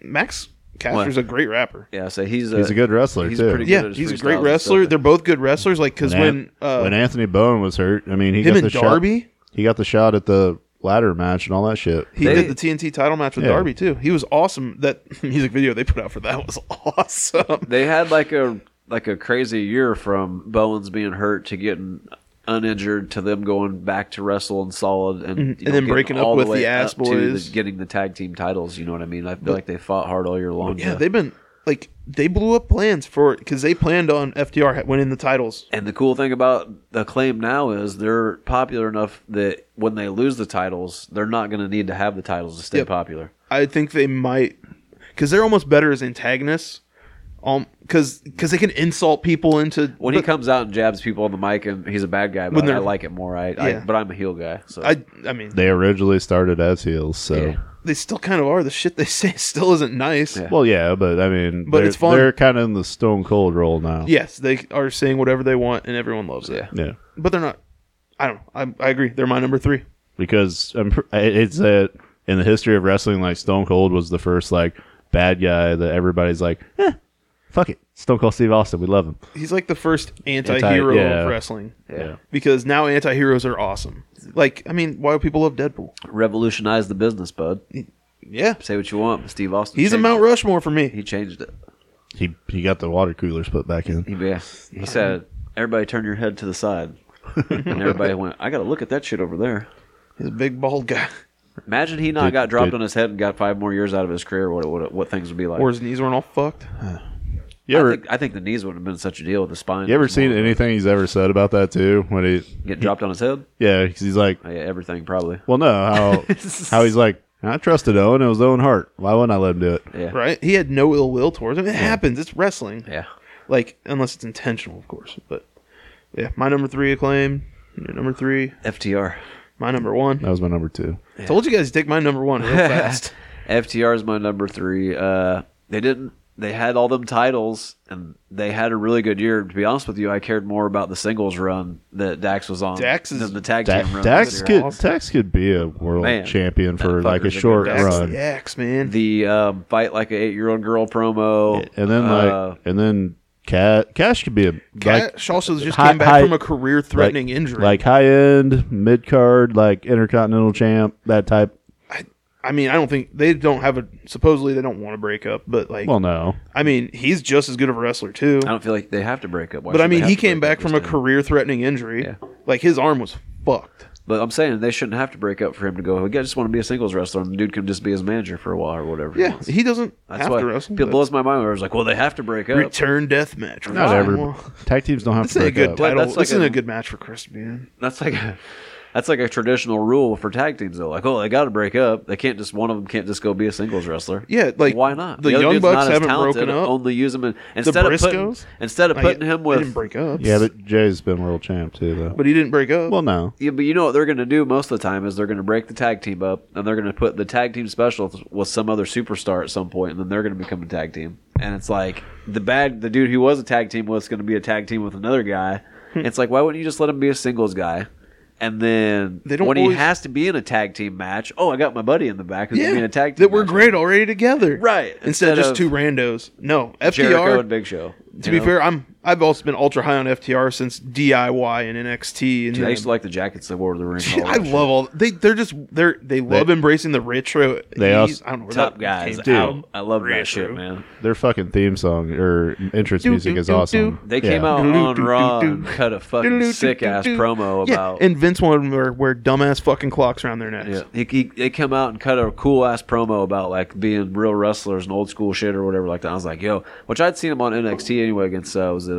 Max Caster's a great rapper.
Yeah, so he's a,
He's a good wrestler
he's
too.
pretty good.
Yeah,
at his
he's a
freestyles
great
and
wrestler.
stuff.
They're both good wrestlers. Like because when
An-
uh,
when Anthony Bowen was hurt, I mean, he
him
got
and
the
Darby,
shot. He got the shot at the ladder match and all that shit.
he
They-
did the TNT title match with
Yeah.
Darby too. He was awesome. That music video they put out for that was awesome.
They had like a like a crazy year from Bowens being hurt to getting uninjured to them going back to wrestle and solid and, you know,
Mm-hmm. then
getting
breaking up
all
with the
way
Ass
up to
Boys.
getting the tag team titles. You know what I mean? I feel like they fought hard all year long.
Yeah,
to-
they've been like they blew up plans for because they planned on FDR ha- winning the titles.
And the cool thing about the claim now is they're popular enough that when they lose the titles, they're not going to need to have the titles to stay
Yep.
popular.
I think they might because they're almost better as antagonists. Um, because because they can insult people into
When he comes out and jabs people on the mic and he's a bad guy, but
When
I
they're-
like it more. I, I
Yeah.
but I'm a heel guy, so
I I mean
They originally started as heels, so
Yeah.
they still kind of are. The shit they say still isn't nice.
Yeah.
well, yeah, but I mean,
But
they're,
it's fun.
They're kind of in the Stone Cold role now.
Yes, they are saying whatever they want, and everyone loves it.
Yeah.
yeah.
But they're not. I don't. know. I, I agree. They're my number three.
because I'm, pr- it's that in the history of wrestling, like Stone Cold was the first like bad guy that everybody's like, eh, fuck it, Stone Cold Steve Austin, we love him.
He's like the first anti-hero
yeah.
of wrestling
yeah.
because now anti-heroes are awesome. Like, I mean, why do people love Deadpool?
Revolutionize the business, bud.
Yeah,
Say what you want, but Steve Austin.
Mm. he's a
changed
Mount
it.
Rushmore for me.
He changed it.
He he got the water coolers put back in.
He, yeah. he said, "Everybody, turn your head to the side," and everybody went, "I got to look at that shit over there."
He's a big bald guy,
Imagine he not
Did-
got dropped
did-
on his head and got five more years out of his career. What what, what things would be like?
or his knees weren't all fucked.
You
I,
ever
think, I think the knees wouldn't have been such a deal with the spine.
you ever seen anything he's ever said about that too? When he
get dropped on his head?
yeah, 'cause he's like,
Oh, yeah, everything probably.
well, no, how how he's like, I trusted Owen, it was Owen Hart. Why wouldn't I let him do it?
Yeah,
Right? He had no ill will towards him. It happens. It's wrestling.
yeah.
Like, unless it's intentional, of course. But yeah, my number three acclaim. Your number three.
FTR.
My number one.
That was my number two.
Told you guys to take my number one real fast.
FTR is my number three. Uh, they didn't. They had all them titles, and they had a really good year. To be honest with you, I cared more about the singles run that Dax was on
Dax is-
than the tag
Da-
team run.
Dax
this year.
could Dax could be a world
Man,
champion
that
for like a
fucker's a
short
good Dax.
run.
Dax the Axe, man.
the um, fight like an eight-year-old girl promo,
and then like
uh,
and then Cash, Cash could be a like
Cash also just
high-
came back
high-
from a career-threatening injury.
like high end mid card like intercontinental champ that type.
I mean, I don't think they don't have a. Supposedly, they don't want to break up, but like,
Well, no,
I mean, he's just as good of a wrestler too.
I don't feel like they have to break up. Why
But
should
I
they
mean,
have
he
to
came
break
back
up
from
this
a
time?
career-threatening injury.
Yeah.
Like his arm was fucked.
But I'm saying they shouldn't have to break up for him to go. I just want to be a singles wrestler, and the dude can just be his manager for a while or whatever. he
Yeah,
wants.
he doesn't
That's
have
why
to wrestle.
it
but-
blows my mind. Where I was like, well, they have to break up.
Return death match.
not
Why?
every
Well,
tag teams don't have
This
to
ain't a
break
good
up.
title.
That's
This
like
isn't
a-
a good match for Chris, man.
That's like a that's like a traditional rule for tag teams though. Like, oh, they got to break up. They can't just one of them can't just go be a singles wrestler.
Yeah, like,
why not?
the
other
Young
dude's
Bucks
not as
haven't
talented,
broken up.
Only use him in, instead of putting
Briscoes?
instead of
Like,
putting him
they didn't
with.
break up.
Yeah, but Jay's been world champ too though.
but he didn't break up.
well, no,
Yeah, but you know what they're going to do most of the time is they're going to break the tag team up and they're going to put the tag team special with some other superstar at some point and then they're going to become a tag team. And it's like the bad the dude who was a tag team with is going to be a tag team with another guy.
Hmm.
it's like why wouldn't you just let him be a singles guy? And then
They don't
when he
always-
has to be in a tag team match, oh, I got my buddy in the back who's
yeah,
going to be in a tag team.
that we're
match.
great already together.
Right,
Instead,
instead
of just
of
two randos. No, FTR.
Jericho and Big Show.
To
you
be
know?
fair, I'm I've also been ultra high on FTR since DIY and NXT. And
Dude, I
then-
used to like the jackets they wore to the ring. and all
I
that shit.
love all they. They're just they're they love embracing the retro.
They also-
I don't know where
top
that
guys.
came
out.
from.
I love that
Retro.
shit, man.
their fucking theme song or entrance
Do,
music
do,
is
do,
awesome.
do.
They came
Yeah.
out
Doo-doo,
on
doo-doo,
Raw
doo-doo.
and cut a
Doo-doo,
fucking
doo-doo,
sick ass
doo-doo.
promo
Yeah,
about.
and Vince wanted them to wear dumbass fucking clocks around their necks.
Yeah, he, he, they come out and cut a cool ass promo about like being real wrestlers and old school shit or whatever like that. I was like, yo, which I'd seen him on NXT anyway against uh, was it uh,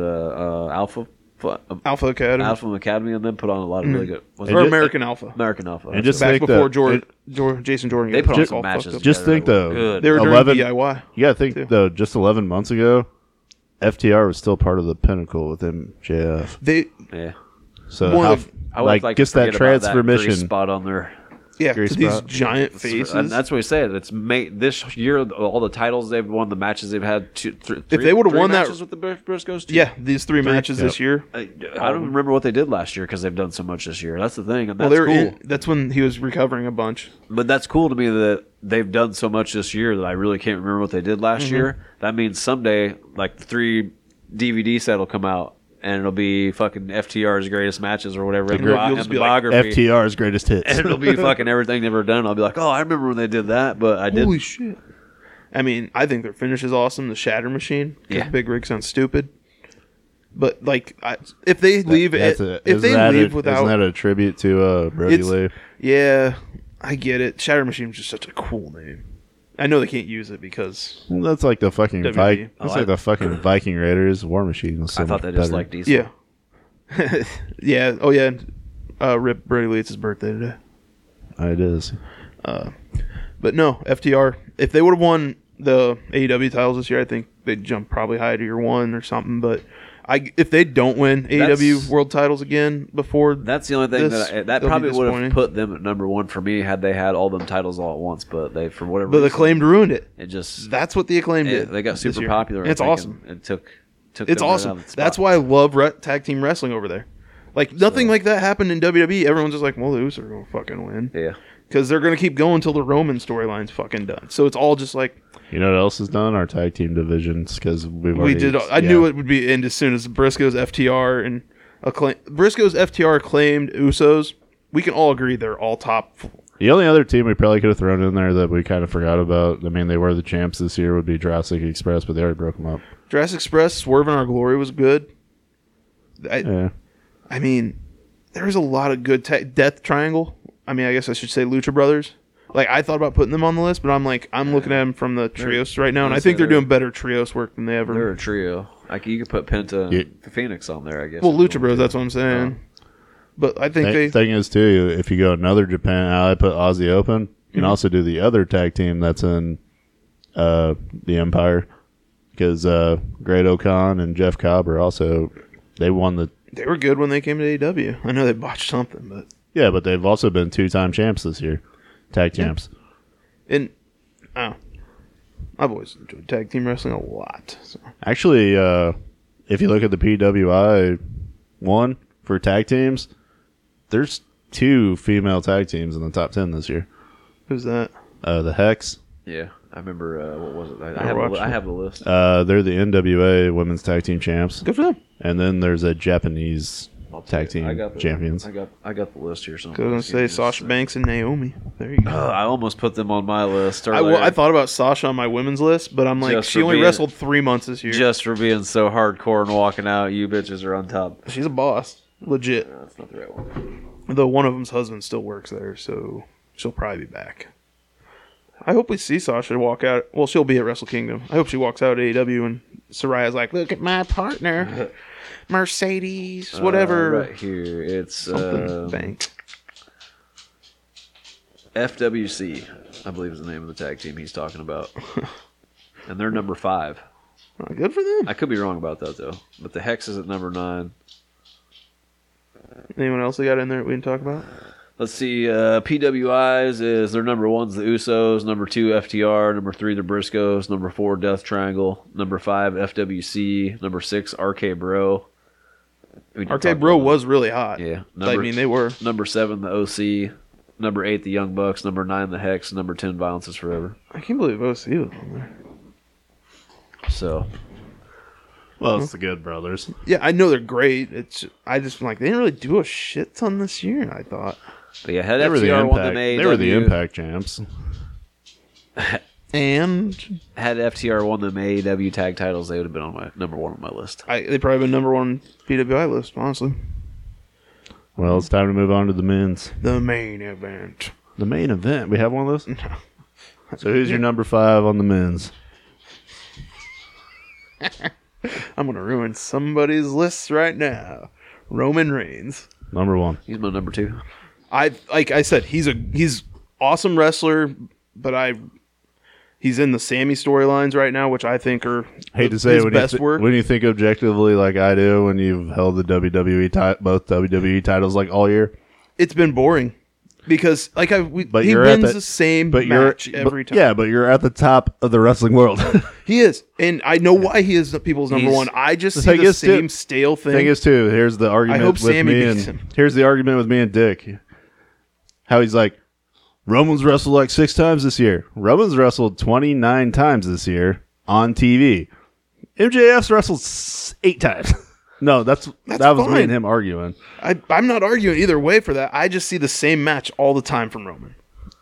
uh Alpha Fu- uh,
Alpha Academy
Alpha Academy and then put on a lot of really good was
or
it
American Alpha.
American Alpha.
And just
Back
think
before
that-
Jordan,
it-
Jor- Jason Jordan.
they
got
put on
us
some
all fucked
matches.
up.
Just
together
think,
that were
though,
good.
They were during
11
DIY.
You gotta think though, just 11 months ago, FTR was still part of the pinnacle with MJF.
They
yeah.
So
One
how,
of-
I
like,
would like,
like
to
just that
forget about that
transformation.
grease spot on there.
yeah
Grease
to these
spot.
giant faces.
And that's what we said. It's made this year. All the titles they've won, the matches they've had. Two, thr- three,
they would've
three
won that-
matches with the Bris- Briscoes, two-
yeah, these three matches this year.
I, I don't remember what they did last year because they've done so much this year. That's the thing, and
Well,
that's
they were
cool.
in, that's when he was recovering a bunch.
But that's cool to me that they've done so much this year that I really can't remember what they did last
Mm-hmm.
year. That means someday, like the three DVD set will come out, and it'll be fucking FTR's greatest matches or whatever, and,
great-
bi- and
You'll just
the
be like,
biography.
FTR's greatest hits.
And it'll be fucking everything they've ever done. I'll be like, oh, I remember when they did that, but I didn't.
shit! I mean, I think their finish is awesome. The Shatter Machine. 'cause
Yeah.
Big Rig sounds stupid. But like, I, if they leave
That's
it,
a-
if
isn't
they
that
leave
a,
without,
isn't that a tribute to uh, Brody
It's-
Lee?
yeah, I get it. Shatter Machine is just such a cool name. I know they can't use it because
That's like the fucking
WWE.
Vi- that's
Oh,
like
I-
the fucking Viking Raiders War Machine. Was so
I thought they
much
just
better.
like Diesel.
yeah, yeah. Oh yeah, and, uh, Rip Brady Lee. It's his birthday today.
it is.
But no, FTR. If they would have won the AEW titles this year, I think they jump probably high to your one or something. But I, if they don't win AEW
That's-
world titles again before,
That's the only thing
This-
that I, that
they'll be
probably would have
disappointing.
put them at number one for me had they had all them titles all at once. But they, for whatever,
but the
reason,
acclaimed ruined it.
it just
That's what the acclaimed
it-
did.
they got
this
super
year.
popular.
And It's
I think,
awesome.
and- and took took.
It's
them right
awesome.
out of the spot.
That's why I love re- tag team wrestling over there. Like nothing like that happened in WWE. Everyone's just like, well, the Usos are gonna fucking win
Yeah,
because they're gonna keep going until the Roman storyline's fucking done. So it's all just like
You know what else is done? Our tag team divisions because we've
we
already,
did. I knew it would be end as soon as Briscoe's FTR and acclaim Briscoe's FTR claimed Usos. We can all agree they're all top. f-
The only other team we probably could have thrown in there that we kind of forgot about. I mean, they were the champs this year. Would be Jurassic Express, but they already broke them up.
Jurassic Express, Swerve, and Our Glory was good. I,
Yeah,
I mean, there's a lot of good ta- Death Triangle. I mean, I guess I should say Lucha Brothers. Like I thought about putting them on the list, but I'm like I'm looking at them from the trios right now, and I
I'd
think
say
they're
they're-
doing better trios work than they
they're
ever.
a trio. Like you could put Penta and Phoenix on there. I guess.
Well, Lucha Bros. That's what I'm saying. But I think
Th-
they.
thing is too, if you go another Japan, uh, I put Aussie Open. You can also do the other tag team that's in uh, the Empire because uh, Great Okan and Jeff Cobb are also they won the
They were good when they came to AEW. I know they botched something, but
yeah, but they've also been two time champs this year, tag champs.
and oh, I've always enjoyed tag team wrestling a lot. So.
Actually, uh, if you look at the PWI one for tag teams, there's two female tag teams in the top ten this year.
Who's that?
Uh, the Hex,
Yeah, I remember. Uh, what was it? I, I
Never
have. a li-
watched
I
it.
have the list.
uh, they're the NWA Women's Tag Team Champs.
Good for them.
And then there's a Japanese
I'll tell
tag
you.
team
I got the,
champions.
I got. I got the list here.
I was gonna say Sasha Banks and Naomi. There you go.
uh, I almost put them on my list.
I, well,
earlier.
I thought about Sasha on my women's list, but I'm like,
Just
she
for
only
being-
wrestled three months this year.
just for being so hardcore and walking out, you bitches are on top.
She's a boss, legit.
That's not the right one.
Though one of them's husband still works there, so she'll probably be back. I hope we see Sasha walk out. Well, she'll be at Wrestle Kingdom. I hope she walks out at AEW and Soraya's like, "Look at my partner, Mercedes, whatever."
Uh, right here, it's
Something
uh,
bang.
FWC, I believe is the name of the tag team he's talking about, and they're number five.
Not good for them.
I could be wrong about that though. But the Hex is at number nine.
Anyone else they got in there that we didn't talk about?
Let's see. Uh, PWIs is their number one's the Usos, number two FTR, number three the Briscoes, number four Death Triangle, number five FWC, number six RK Bro. We did talk
RK Bro
about-
was really hot.
yeah.
I mean they were.
Number seven, the OC. Number eight, the Young Bucks. Number nine, the Hex. Number ten, Violence is Forever.
I can't believe OC was on there.
So
Well, it's the Good Brothers.
Yeah, I know they're great. It's I just like they didn't really do a shit ton this year. I thought.
but yeah, had
They were the
FTR won
impact.
them AEW,
They were the impact champs.
And
Had FTR won them AEW tag titles, they would have been on my number one on my list.
I, they probably been number one PWI list, honestly.
Well, it's time to move on to the men's.
The main event.
The main event. We have one of those. So who's your number five on the men's?
I'm gonna ruin somebody's list right now. Roman Reigns.
Number one.
He's my number two.
I like I said, he's a he's awesome wrestler, but I he's in the Sammy storylines right now, which I think are
Hate to say
his
it, when
best
you thi-
work.
when you think objectively like I do, when you've held the WWE ti- both WWE titles like all year,
It's been boring because like I we,
but
he
you're
wins
at the,
the same
but
match
you're,
every
but-
time.
Yeah, but you're at the top of the wrestling world.
He is, and I know why he is people's number
He's-
one. I just
The
see
thing
the
is, too-
same stale thing.
thing is too here's the argument
hope
with
Sammy
me and
beats him.
here's the argument with me and dick how he's like roman's wrestled like six times this year roman's wrestled 29 times this year on tv mjf's wrestled s- eight times no that's,
That's
that was me
fine.
and him arguing
I, I'm not arguing either way for that. I just see the same match all the time from Roman.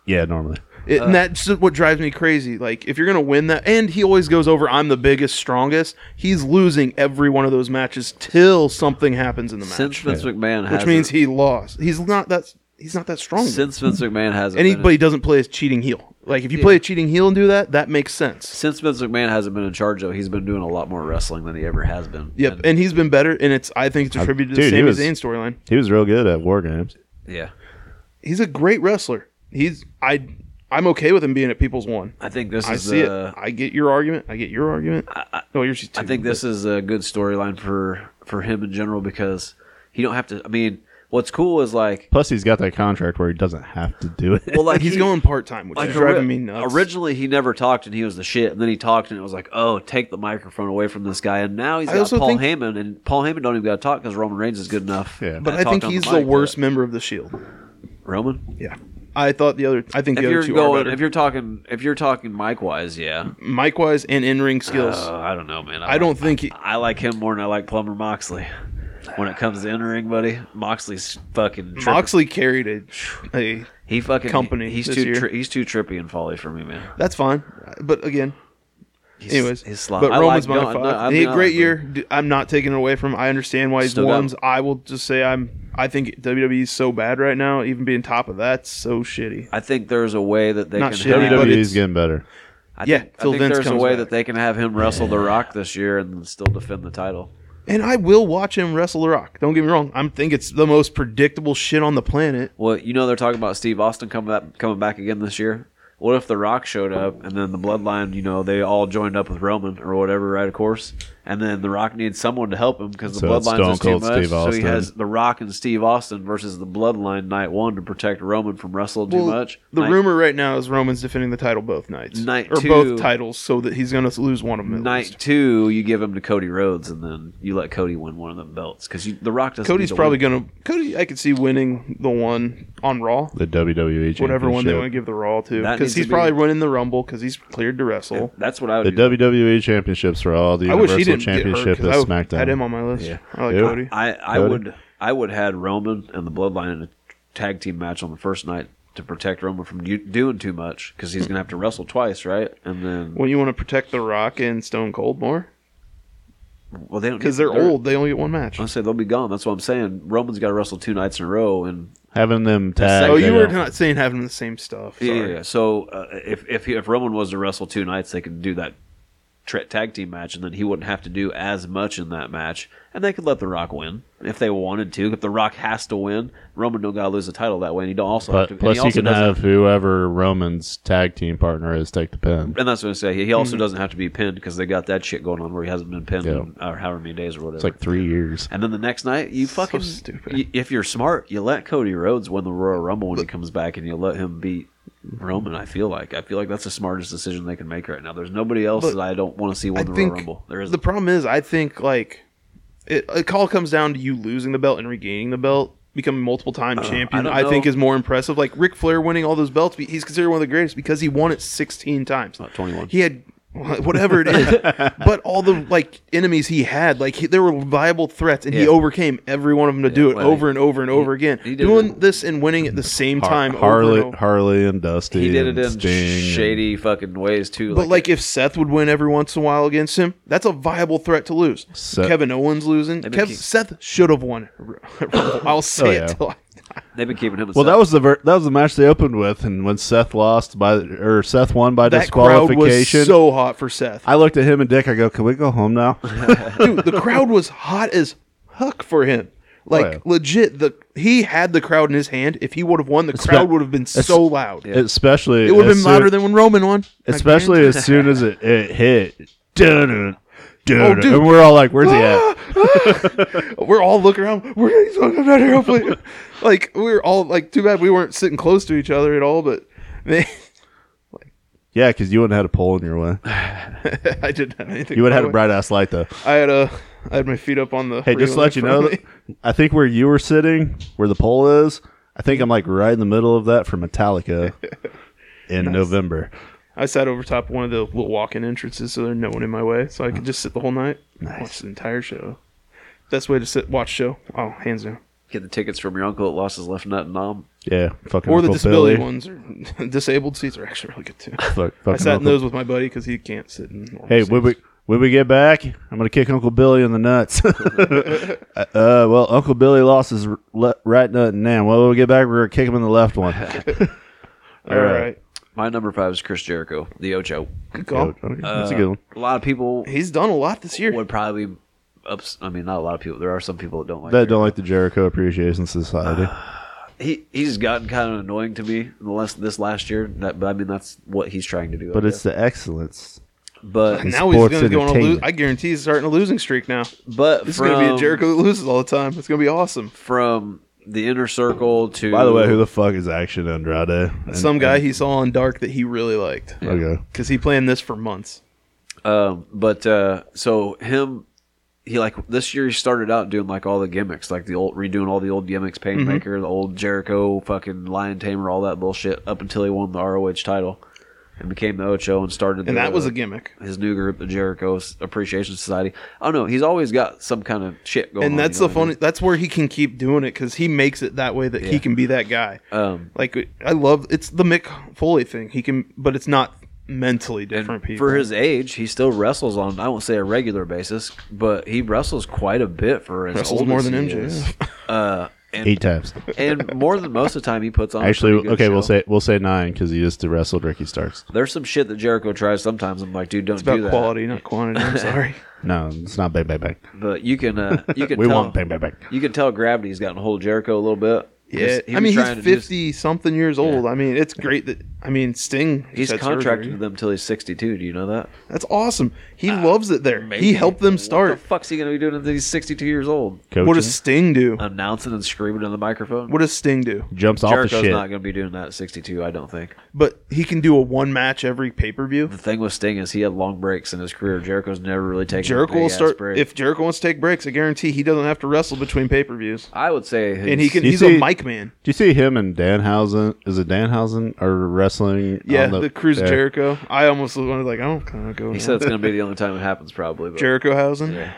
yeah normally
It,
Uh.
and that's what drives me crazy. Like, if you're going to win that, and he always goes over, I'm the biggest, strongest. He's losing every one of those matches till something happens in the match,
Since Vince McMahon has
which means he lost. He's not that. He's not that strong.
since Vince McMahon hasn't
and he,
been in-
but he doesn't play his cheating heel. Like, if you play a cheating heel and do that, that makes sense.
since Vince McMahon hasn't been in charge of, he's been doing a lot more wrestling than he ever has been.
Yep, and he's been better, and it's I think it's attributed to the
dude, he
Sami
was-
Zayn storyline.
he was real good at war games
And- yeah,
he's a great wrestler. He's I I'm okay with him being at people's one.
I think this
I
is
see
uh,
it. I get your argument. I get your argument. no, yours is two.
I think this is a good storyline for for him in general because he don't have to. I mean, what's cool is like,
Plus, he's got that contract where he doesn't have to do it.
well, like
he's
he-
going part time, which is
ori-
driving me nuts.
Originally, he never talked and he was the shit, and then he talked and it was like, oh, take the microphone away from this guy, and now he's
I
got
also
Paul
think-
Heyman, and Paul Heyman don't even got to talk because Roman Reigns is good enough.
Yeah.
but
that
I think
talked on
he's the,
mic, but
worst member of the Shield.
Roman.
Yeah, I thought the other. I think
If
the other
you're
two are
going,
better.
if you're talking, if you're talking mic wise, yeah.
Mike wise and in ring skills.
Uh, I don't know, man.
I don't think he.
I like him more than I like Plumber Moxley. When it comes to entering, buddy, Moxley's fucking trippy.
Moxley carried a, a
he fucking
company
He's
this
too
year.
tri- he's too trippy and folly for me, man.
That's fine, but again,
He's,
anyways,
he's sloppy.
but Roman's
I like,
my
no, no,
five.
I'll
he
be
had a great
honest,
year. D- I'm not taking it away from. him. I understand why he's
Still got
ones. I will just say I'm. I think WWE's so bad right now. Even being top of that's so shitty.
I think there's a way that they
Not
can
shitty,
have.
but
WWE's
it's-
E getting better.
I
Yeah,
think, I
till
think
Vince
there's a
comes
way
back.
that they can have him wrestle The Rock this year and still defend the title.
And I will watch him wrestle The Rock. Don't get me wrong. I'm think it's the most predictable shit on the planet.
Well, you know they're talking about Steve Austin coming back, coming back again this year. What if The Rock showed up and then the Bloodline, you know, they all joined up with Roman or whatever, right? Of course, and then The Rock needs someone to help him because the
So it's
Bloodline's
Stone
is too
Cold
much.
Steve
so he
Austin.
has The Rock and Steve Austin versus the Bloodline Night One to protect Roman from wrestling too
Well,
much.
The
Night,
rumor right now is Roman's defending the title both nights,
Night
or
two-
both titles, so that he's going to lose one of them. At
Night
least.
two, you give him to Cody Rhodes, and then you let Cody win one of them belts because the Rock doesn't.
Cody's
need to
probably
win.
going to. Cody, I could see winning the one on Raw.
The WWE
Whatever one they want to
championship.
give the Raw to,
That
because
needs to
he's
be-
probably winning the Rumble because he's cleared to wrestle.
That's what I would
The
do.
WWE championships for all the
I wish
Universal
he didn't
Championship
get hurt, 'cause
is
I would-
SmackDown.
had him on my list. I like
Dude.
Cody.
I, I
Cody?
would I would had Roman and the Bloodline in a tag team match on the first night to protect Roman from do- doing too much because he's gonna have to wrestle twice, right? And then
When you want to protect The Rock and Stone Cold more,
well, they don't
because
get-
they're, old, they only get one match.
I say they'll be gone. That's what I'm saying. Roman's got to wrestle two nights in a row, and
Having them tag.
Oh,
second-
they
you were
don't-
not saying having the same stuff.
yeah,
Sorry.
yeah, yeah. So uh, if if he, if Roman was to wrestle two nights, they could do that tra- tag team match, and then he wouldn't have to do as much in that match, and they could let The Rock win if they wanted to. If The Rock has to win, Roman don't got to lose the title that way, and he don't also have
But
to. and
plus,
he
you
also
can
doesn't-
have whoever Roman's tag team partner is take the pin.
And that's what I say. He also doesn't have to be pinned because they got that shit going on where he hasn't been pinned
Hmm. Yeah.
in uh, however many days or whatever.
It's like three years.
and then the next night, you fucking
stupid.
y- if you're smart, you let Cody Rhodes win the Royal Rumble when he comes back, and you let him beat Roman. I feel like I feel like that's the smartest decision they can make right now. There's nobody else
But
that I don't want to see win
I
the Royal
think
Rumble. There is
the problem is, I think like it, it all comes down to you losing the belt and regaining the belt, becoming multiple time champion.
Uh, don't
I, think
know.
is more impressive. Like Ric Flair winning all those belts, be- he's considered one of the greatest because he won it sixteen times.
Not 21.
He had whatever it is, but all the like enemies he had, like he, there were viable threats, and he
Yeah.
overcame every one of them to do it
well,
over and over and over again.
he did
Doing
it.
this and winning at the same
Har-
time,
Harley,
over and over.
Harley, and Dusty.
he did
and
it in
Sting and-
shady fucking ways too.
But like, if Seth would win every once in a while against him, that's a viable threat to lose.
Seth-
Kevin Owens losing.
been
Kev-
keep-
Seth should have won. I'll say
Oh, yeah.
it. Till I-
they've been keeping him.
Well, that was the ver- that was the match they opened with, and when Seth lost by or Seth won by
that crowd was
disqualification,
so hot for Seth.
I looked at him and Dick. I go, "Can we go home now?"
Dude, the crowd was hot as huck for him. Like
Oh, yeah.
legit, the he had the crowd in his hand. If he would have won, the crowd would have been so loud.
especially
It would have
as
been
soon-
louder than when Roman won. I
especially as soon as it, it hit. Dun-dun, dun-dun.
Oh, dude.
And we're all like, "Where's he at?"
guarantee- we're all looking around. We're he's gonna come down here. Hopefully, like we were all like, too bad we weren't sitting close to each other at all. But man,
Yeah, because you wouldn't have had a pole in your way.
I didn't have anything.
You would
my
have had a
way.
bright ass light though.
I had a I had my feet up on the.
Hey, just to let you know, I think where you were sitting, where the pole is, I think I'm like right in the middle of that for Metallica in November.
I sat over top of one of the little walk-in entrances, so there's no one in my way, so I
Oh.
could just sit the whole night, watch the entire show. Best way to sit watch show. Oh, hands down.
get the tickets from your uncle that lost his left nut and arm.
Yeah, fucking
Or the
Uncle
disability
Billy.
ones, or disabled seats are actually really good too.
Fuck,
I
fucking
sat in
Uncle-
those with my buddy because he can't sit in. normal
Hey,
seats.
when we when we get back, I'm gonna kick Uncle Billy in the nuts. uh, well, Uncle Billy lost his r- le- right nut, and now when we get back, we're gonna kick him in the left one.
all
right.
right,
My number five is Chris Jericho, the Ocho.
good call.
That's a good one.
A lot of people
He's done a lot this year.
would probably be ups. I mean, not a lot of people. There are some people that don't like.
That
Jericho.
don't like the Jericho Appreciation Society.
he he's gotten kind of annoying to me in the last this last year. That, but I mean, that's what he's trying to do. I
But it's
guess.
the excellence.
but
now he's
sports
going to go on a lose.
entertainment.
I guarantee he's starting a losing streak now.
but
This
from
is going to be a Jericho that loses all the time. It's going to be awesome.
from the inner circle to
By the way, who the fuck is Action Andrade? And-
Some guy he saw on Dark that he really liked
Okay.
because he planned this for months.
Um, but uh, so him, he like this year he started out doing like all the gimmicks, like the old redoing all the old gimmicks,
Mm-hmm.
Painmaker, the old Jericho, fucking Lion Tamer, all that bullshit, up until he won the ROH title and became the Ocho and started.
And
the,
that was a gimmick.
his new group, the Jericho Appreciation Society. I don't know. He's always got some kind of shit going. on,
And that's
you know
the
what I
funny. That's where he can keep doing it because he makes it that way that he can be that guy.
mean? Um,
Like I love it's the Mick Foley thing. He can, but it's not mentally
and
different people.
for his age, he still wrestles on. I won't say a regular basis, but he wrestles quite a bit for his
Wrestles
old
more
as
than
he
MJF.
is. Uh, and
Eight times.
and more than most of the time he puts on. a pretty
Actually,
good
okay, we'll
show.
say we'll say nine because he just wrestled Ricky Starks.
there's some shit that Jericho tries sometimes. I'm like, dude, don't
it's about
do that.
quality, not quantity. I'm sorry.
No, it's not bang bang bang.
But you can, uh, you can.
We
tell,
want bang bang bang.
You can tell gravity's gotten a hold of Jericho a little bit. 'Cause
Yeah,
he
I
was
mean
trying
he's
to do-
fifty something years old. I mean it's great that I mean Sting. just
He's
had
contracted
surgery.
to them till he's 62. Do you know that?
That's awesome. He loves it there. He helped them
What
start.
the fuck's he gonna be doing until he's 62 years old?
Coaching.
What does Sting do?
Uh, Announcing and screaming in the microphone.
What does Sting do?
jumps off the
Jericho's
shit?
not gonna be doing that at 62. I don't think.
But he can do a one match every pay per view.
The thing with Sting is he had long breaks in his career. Jericho's never really taken. a
Jericho will
big-ass
start
break.
if Jericho wants to take breaks. I guarantee he doesn't have to wrestle between pay per views,
I would say,
and he can.
You
He's
see-
a mic man.
Do you see him and Danhausen? Is it Danhausen or wrestling?
Yeah,
on
the, Cruise
yeah.
Jericho. I almost wanted like I don't kind of go.
He said it's gonna be the only time it happens, probably. But
Jerichohausen.
Yeah.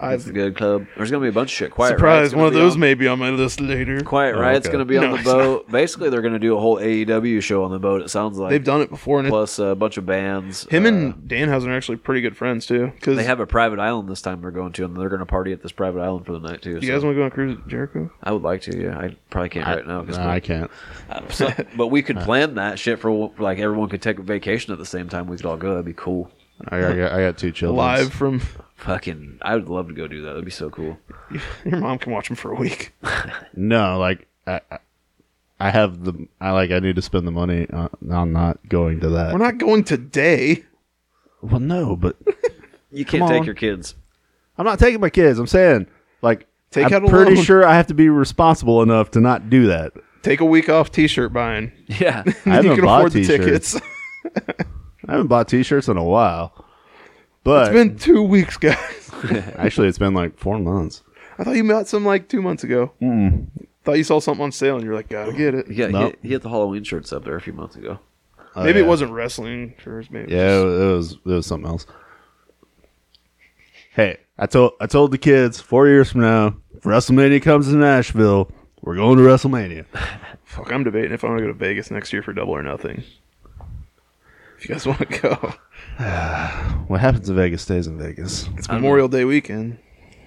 I've
It's a good club. There's gonna be a bunch of shit. Quiet Riot's
surprised
gonna
one of
be
those
on-
may be on my list later.
Quiet
Oh,
Riot's
okay.
gonna be on
No,
the
it's
boat. Basically, they're gonna do a whole AEW show on the boat. It sounds like
They've done it before, and it,
plus a bunch of bands.
him
Uh,
and Danhausen are actually pretty good friends too. Because
they have a private island this time they're going to, and they're gonna party at this private island for the night too.
you
so
guys want to go on a cruise with Jericho?
I would like to. Yeah, I probably can't right now because
No, I can't.
So- but we could plan that shit for like everyone could take a vacation at the same time. We could all go. That'd be cool.
I got, I got- I got two children.
Live from
Fucking, I would love to go do that. That'd be so cool.
your mom can watch him for a week.
No, like I, I- I have the I like I need to spend the money on, on not going to that.
We're not going today.
well, no, but
You can't take
on.
your kids.
I'm not taking my kids. I'm saying like
Take
I'm
out a
pretty
loan.
sure I have to be responsible enough to not do that.
Take a week off T-shirt buying.
Yeah,
I haven't
you can
bought
afford the
t-shirts.
tickets.
I haven't bought T-shirts in a while, but
It's been two weeks, guys.
actually it's been like four months.
I thought you bought some like two months ago. Thought you saw something on sale and you're like, gotta get it.
yeah.
Nope.
He, he had the Halloween shirts up there a few months ago.
Oh,
maybe
yeah.
it wasn't wrestling shirts. Maybe it
Yeah, it
was-
was, it was it was something else. Hey, I told I told the kids four years from now, if WrestleMania comes to Nashville, we're going to WrestleMania.
fuck. I'm debating if I want to go to Vegas next year for Double or Nothing. If you guys want to go,
What happens in Vegas stays in Vegas.
it's Memorial Day weekend.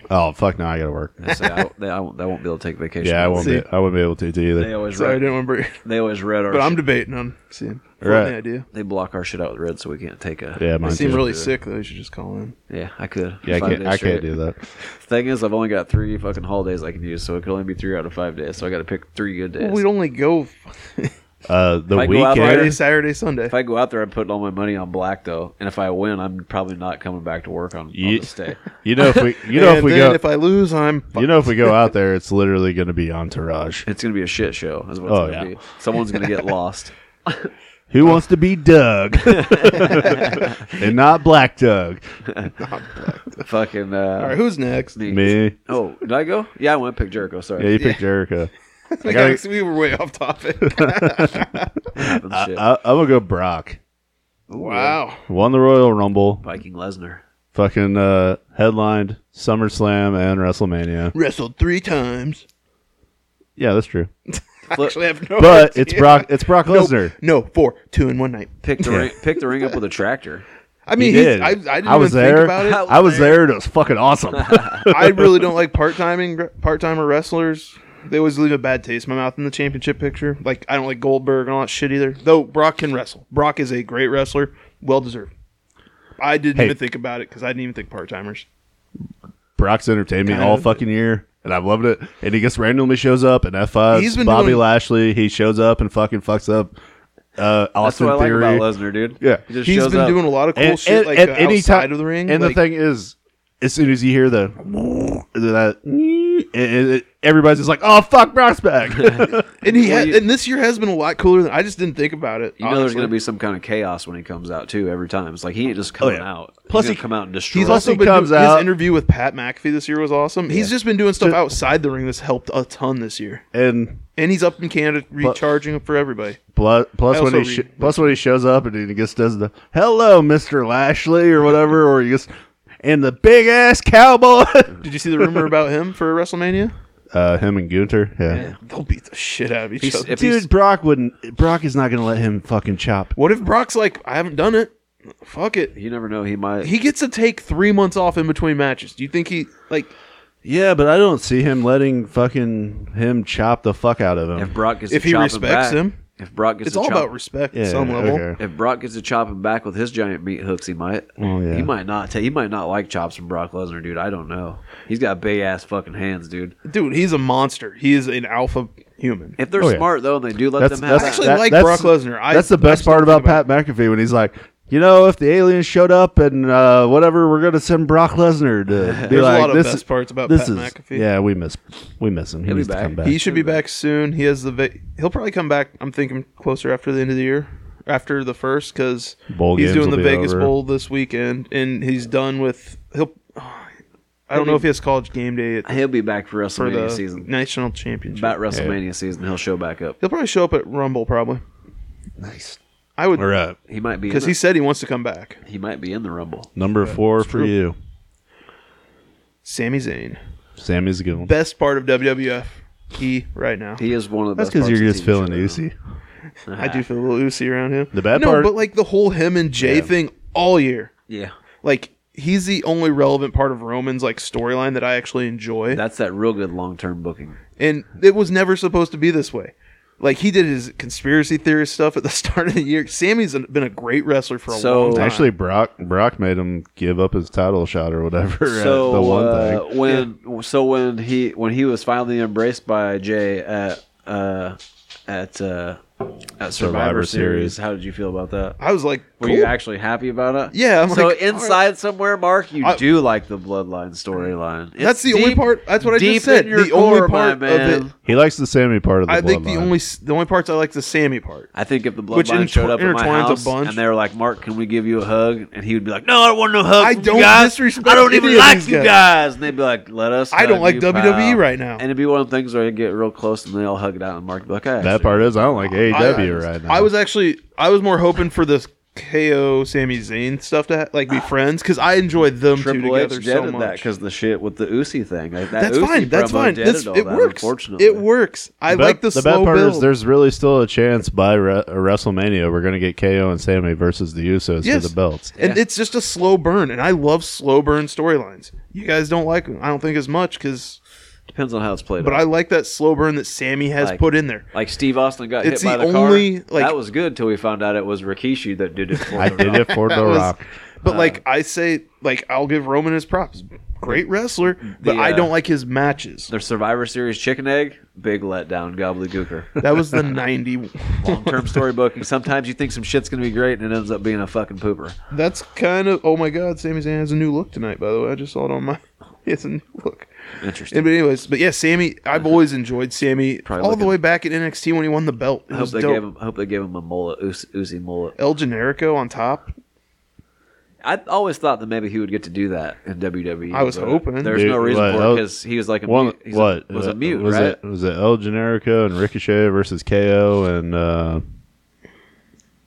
Oh fuck no, I gotta work.
I say, I, they, I, won't, they won't be able to take vacation.
Yeah, I won't
See.
be I won't be able to, to
They
either.
always
Sorry, I
read.
didn't want to bring.
They always read our.
But I'm
shit.
debating on seeing.
Right.
Right. The idea.
They block our shit out with red, so we can't take a.
Yeah, mine
I seem
too.
really sick though. You should just call in.
Yeah, I could.
yeah, I
Five
can't
days
I
straight.
can't do that.
Thing is, I've only got three fucking holidays I can use, so it could only be three out of five days. So I got to pick three good days.
Well, we'd only go
Uh, the
If I go out
Friday,
weekend.
there-
Saturday, Sunday.
if I go out there, I'm putting all my money on black though, and if I win, I'm probably not coming back to work on, on
Ye-
this day.
You know if we you know
and
if we
then
go
if I lose, I'm.
you know if we go out there, it's literally gonna be entourage.
It's gonna be a shit show. Is what it's
Oh,
gonna
yeah.
be. Someone's gonna get lost.
Who wants to be Doug? and not Black Doug.
fucking. Uh,
All right, who's next?
the-
Me.
Oh, did I go? Yeah, I went to pick Jericho. Sorry.
Yeah, you picked Jericho.
We got- we were way off topic.
Happened shit.
I, I'm gonna go Brock.
wow.
Won the Royal Rumble.
Viking Lesnar.
Fucking uh, headlined SummerSlam and WrestleMania.
Wrestled three times.
Yeah, that's true.
Flip-
Actually, I have no.
But
idea.
it's Brock. It's Brock
Nope.
Lesnar.
No, four, two in one night.
Pick the ring. Pick the ring up with a tractor.
I mean,
he
he's
did.
I, I didn't
was
even
there.
think about
I was there. and It was fucking awesome.
it. I really don't like part timing, part timer wrestlers. They always leave a bad taste in my mouth in the championship picture. Like I don't like Goldberg and all that shit either. Though Brock can wrestle. Brock is a great wrestler, well deserved. I didn't
Hey.
even think about it because I didn't even think part timers.
Brock's entertained me
Kind
all
of.
fucking year. and I've loved it. And he just randomly shows up and F fives
He's been
Bobby
doing-
Lashley. He shows up and fucking fucks up uh,
That's
Austin
what I like
Theory.
about Lesnar, dude.
Yeah.
he just
He's
shows
been
up.
doing a lot of cool
and,
shit
and-
like
and
uh,
any
outside
time-
of the ring.
And
like,
the thing is, as soon as you hear the that, it, it- everybody's just like, "Oh fuck, Brock's back."
and he
Well,
ha-
you-
and this year has been a lot cooler than I just didn't think about it.
You know, there's
honestly.
going to be some kind of chaos when he comes out too. Every time, it's like he ain't just coming
Oh, yeah.
out.
Plus
Plus, he's
he-
he come out and destroy.
He's
Plus
also
he
been
comes
doing,
out-
his interview with Pat McAfee this year was awesome. He's just been doing stuff outside the ring that's helped a ton this year,
and
and he's up in Canada recharging for everybody.
plus, plus
I
when
also
he sh-
read-
plus when he shows up and he just does the "Hello, Mister Lashley" or whatever, or he just and the big ass cowboy.
Did you see the rumor about him for WrestleMania?
uh, him and Gunter, yeah.
They'll beat the shit out of each
He's-
other.
if
Dude, Brock wouldn't. Brock is not going to let him fucking chop.
what if Brock's like, I haven't done it. Fuck it.
You never know. He might.
He gets to take three months off in between matches. Do you think he like?
Yeah, but I don't see him letting fucking him chop the fuck out of him.
if Brock gets
If
to
he
chop
respects
him, back,
him,
if Brock gets
It's
to
all
chop,
about respect
yeah,
at some level.
okay.
If Brock gets to chop him back with his giant meat hooks, he might.
Well, Oh, yeah.
He might not. ta- he might not like chops from Brock Lesnar, dude. I don't know. He's got big ass fucking hands, dude.
Dude, he's a monster. He is an alpha human.
If they're
Oh, yeah.
smart though, and they do let them have
actually
that,
like
that's-
Brock Lesnar. I-
that's the best
I still
part about
think
Pat McAfee when he's like, you know, if the aliens showed up and uh, whatever, we're gonna send Brock Lesnar to be
There's a
like,
lot of
this
best
is-
parts about
this
Pat
is,
McAfee.
Yeah, we miss we miss him. He
He'll be
needs to
back.
come back.
He should be back soon. He has the va- he'll probably come back. I'm thinking closer after the end of the year, after the first, because
Bowl games
he's doing
will
the
be
Vegas
over.
Bowl this weekend, and he's done with he'll. I don't know if he has college game day at,
he'll be back for
for
WrestleMania
the
season.
national championship.
About WrestleMania season, he'll show back up.
he'll probably show up at Rumble probably.
Nice.
I would
We're up.
He might be
because
because
he said he wants to come back.
he might be in the Rumble.
Number four for you.
Sami Zayn,
Sammy's a good one.
best part of WWF, he right now.
He is one of the
That's
best
because
parts
you're
of
just
TV
feeling
show.
oozy.
I do feel a little oozy around him.
The bad
no,
part-
but like the whole him and Jay thing all year.
Yeah,
like he's the only relevant part of Roman's like storyline that I actually enjoy.
that's that real good long term booking.
and it was never supposed to be this way. Like he did his conspiracy theory stuff at the start of the year. Sammy's an- been a great wrestler for a
So- uh,
long time.
Actually, Brock Brock made him give up his title shot or whatever. at
So
the one
uh,
thing.
when so when he when he was finally embraced by Jay at uh, at uh, at Survivor,
Survivor
Series,
Series.
how did you feel about that?
I was like,
Were
cool.
you actually happy about it?
Yeah, I'm
so
like,
inside somewhere, Mark, you
I-
do like the bloodline storyline. It's
that's the only
deep-
part. That's what I
deep
just said.
in your
The only
core,
part
my
of
man.
it.
he likes the Sammy part of the
I think the
bloodline.
only s- the only parts I like is the Sammy part.
I think if the
Which
bloodline showed up at my
intertwines a
house
bunch.
and they were like, "Mark, can we give you a hug?" and he would be like, "No, I don't want no hug.
I
from
don't
you guys.
disrespect
I don't
any
even
of
like
these
you
guys."
guys." And they'd be like, "Let us."
I don't
hug
like
you,
WWE
pal."
right now.
And it'd be one of the things where they get real close and they all hug it out, and Mark would be like, "Hey,
that
so-
part is I don't like AEW
I,
right now.
I was actually I was more hoping for this KO Sammy Zayn stuff to ha- like be friends because I enjoyed them two
Triple H
together
deaded
so much.
that because the shit with the Usi thing. Like, that
That's
Uzi
fine. That's
promo
fine.
deaded
That's,
all
it
that,
works.
Unfortunately,
It works. I
bet-
like the, slow
bad part
build.
is there's really still a chance by Re- uh, WrestleMania we're going to get KO and Sammy versus the Usos
Yes.
for the belts.
and
Yeah.
it's just a slow burn, and I love slow burn storylines. You guys don't like them. I don't think as much because,
Depends on how it's played.
but
out.
I like that slow burn that Sammy has
Like-
put in there.
Like Steve Austin got
It's
hit by
the
the,
only,
car.
like-
that was good till we found out it was Rikishi that did it. For
I
the
did it for The
That was-
Rock.
Uh,
But like I say, like I'll give Roman his props. Great wrestler,
the,
but I
uh,
don't like his matches.
Their Survivor Series chicken egg, big letdown, gobbledygooker.
That was the ninety.
Long term story booking. Sometimes you think some shit's gonna be great and it ends up being a fucking pooper.
That's kind of. Oh my God, Sami Zayn has a new look tonight. By the way, I just saw it on my. He has a new look.
Interesting.
Yeah, but anyways, but yeah, Sammy. I've always enjoyed Sammy
Probably
all the
looking-
way back at NXT when he won the belt. It
I hope
was
they
dope.
gave him. I hope they gave him a mullet, Uzi, Uzi mullet.
El Generico on top.
I always thought that maybe he would get to do that in WWE.
I was
but
hoping.
There's
Dude,
no reason
what,
for
El-
it because he was like a
One,
mute. He's a-
what
was
Uh,
a mute,
was
right?
It, was it El Generico and Ricochet versus KO and uh,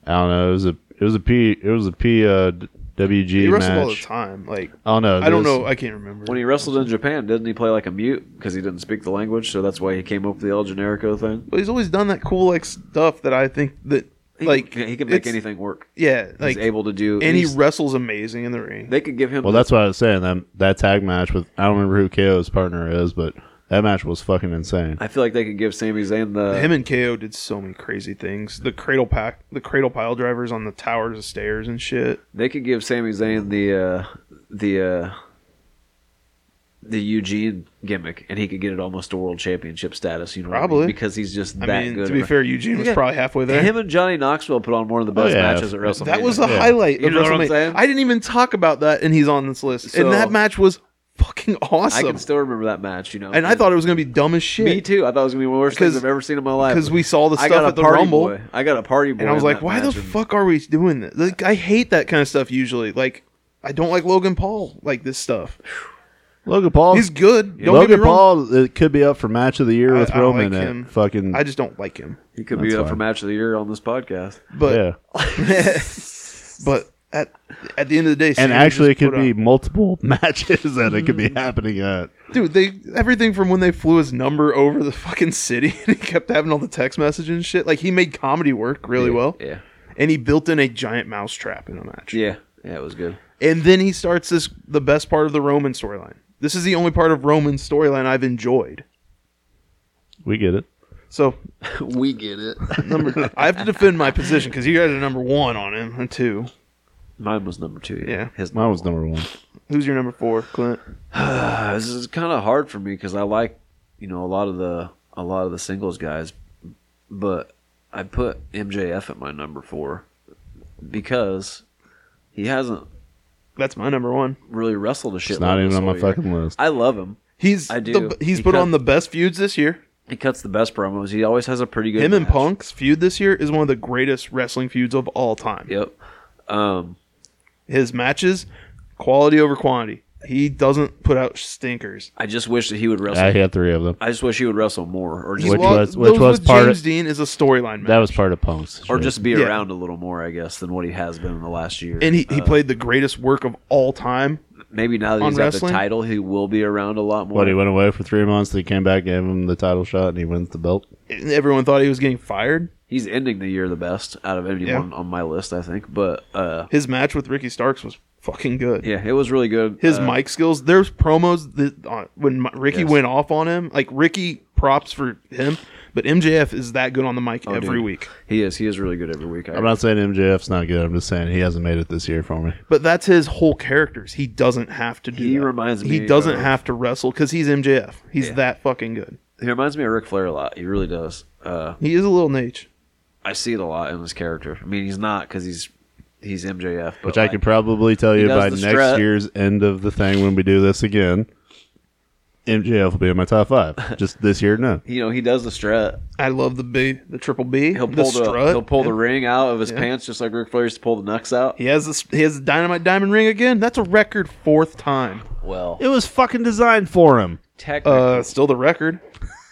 I don't know. It was a it was a P it was a P uh, d-
He
WG
wrestled all the
match.
time. Like
I don't know.
I don't
this-
know. I can't remember.
When he wrestled in Japan, didn't he play like a mute because he didn't speak the language? So that's why he came up with the El Generico thing.
but he's always done that cool like stuff that I think that
He
like
can, he can make
it's-
anything work.
Yeah, like
he's able to do.
and he
he's-
wrestles amazing in the ring.
they could give him.
Well, that's what I was saying. That that tag match with I don't remember who KO's partner is, but that match was fucking insane.
I feel like they could give Sami Zayn the
Him and KO did so many crazy things. The cradle pack, the cradle pile drivers on the towers and stairs and shit.
They could give Sami Zayn the uh, the uh, the Eugene gimmick, and he could get it almost to world championship status. You know, what I mean?
Probably.
because he's just that
I mean,
good.
to be fair, Eugene was
Yeah.
probably halfway there.
him and Johnny Knoxville put on one of the best
Oh, yeah.
matches at WrestleMania.
that was the
Yeah.
highlight
You
of
know what I'm
WrestleMania.
saying?
I didn't even talk about that, and he's on this list.
So-
and that match was fucking
I
awesome.
can still remember that match. You know,
and I thought it was gonna be dumb as shit.
me too. I thought it was gonna be one of the worst things
'Cause-
I've ever seen in my life.
Because we saw the
I
stuff
got a
at the
party
Rumble,
boy. I got a party boy,
and I was
in
like,
that
"Why the
match, and
fuck are we doing this?" Like, I hate that kind of stuff. Usually, like, I don't like Logan Paul like this stuff.
Logan Paul.
He's good. Don't get
Logan
me wrong.
Paul it could be up for match of the year
I-
with
I don't
Roman.
like
at
him.
Fucking
I just don't like him.
He could be
That's
up for
fine.
match of the year on this podcast.
But
yeah.
but at at the end of the day,
And
Cena
actually, it
just
could
put
be
on-
multiple matches that it could be happening at.
dude. They everything from when they flew his number over the fucking city, and he kept having all the text messages and shit. Like he made comedy work really well,
Yeah,
and he built in a giant mousetrap in the match.
yeah, yeah. It was good.
And then he starts this the best part of the Roman storyline. This is the only part of Roman's storyline I've enjoyed.
We get it.
So
we get it.
number, I have to defend my position because you guys are number one on him uh, and two.
Mine was number two.
Yeah.
his
Mine was number one.
Who's your number four, Clint?
Uh, this is kind of hard for me because I like, you know, a lot of the a lot of the singles guys, but I put MJF at my number four because he hasn't
That's my number one.
really wrestled a shit.
It's not
load
even
this
on my
whole year.
fucking list.
I love him.
He's
I do.
the- he's
He
put
cut-
on the best feuds this year.
He cuts the best promos. He always has a pretty good.
Him and
match.
Punk's feud this year is one of the greatest wrestling feuds of all time.
Yep. Um,
His matches, quality over quantity. He doesn't put out stinkers.
I just wish that he would wrestle.
I had three of them.
I just wish he would wrestle more, or
He
just
Which
lo-
was- which
those
was
with
part of-
James Dean is a storyline match.
That was part of Punk's.
or
shit.
just be
Yeah.
around a little more, I guess, than what he has been in the last year.
and he, he
Uh,
played the greatest work of all time.
maybe now that
on
he's got
wrestling?
the title, he will be around a lot more.
what he went away for three months. They came back, gave him the title shot, and he wins the belt.
And everyone thought he was getting fired.
he's ending the year the best out of anyone on my list, I think. But uh,
His match with Ricky Starks was fucking good.
yeah, it was really good.
His
Uh,
mic skills. There's promos that uh, when Mi- Ricky
Yes.
went off on him, like Ricky props for him, but MJF is that good on the mic every
Oh, dude.
week.
he is he is really good every week. I,
I'm not saying MJF's not good. I'm just saying he hasn't made it this year for me.
But that's his whole characters. He doesn't have to do.
He
that.
reminds
He
me
doesn't
of-
have to wrestle because he's MJF. He's that fucking good.
he reminds me of Ric Flair a lot. He really does. Uh,
He is a little niche.
I see it a lot in his character. I mean, he's not because he's he's MJF, but
Which I
like,
could probably tell you
does
by
the
next
strut.
year's end of the thing when we do this again. MJF will be in my top five. Just this year, no.
you know he does the strut.
I love the B, the triple B.
He'll
the
pull the,
strut.
he'll pull the
Yeah.
ring out of his pants just like Ric Flair used to pull the knucks out.
He has this. He has the dynamite diamond ring again. That's a record fourth time.
Well,
It was fucking designed for him.
technically,
Uh, still the record.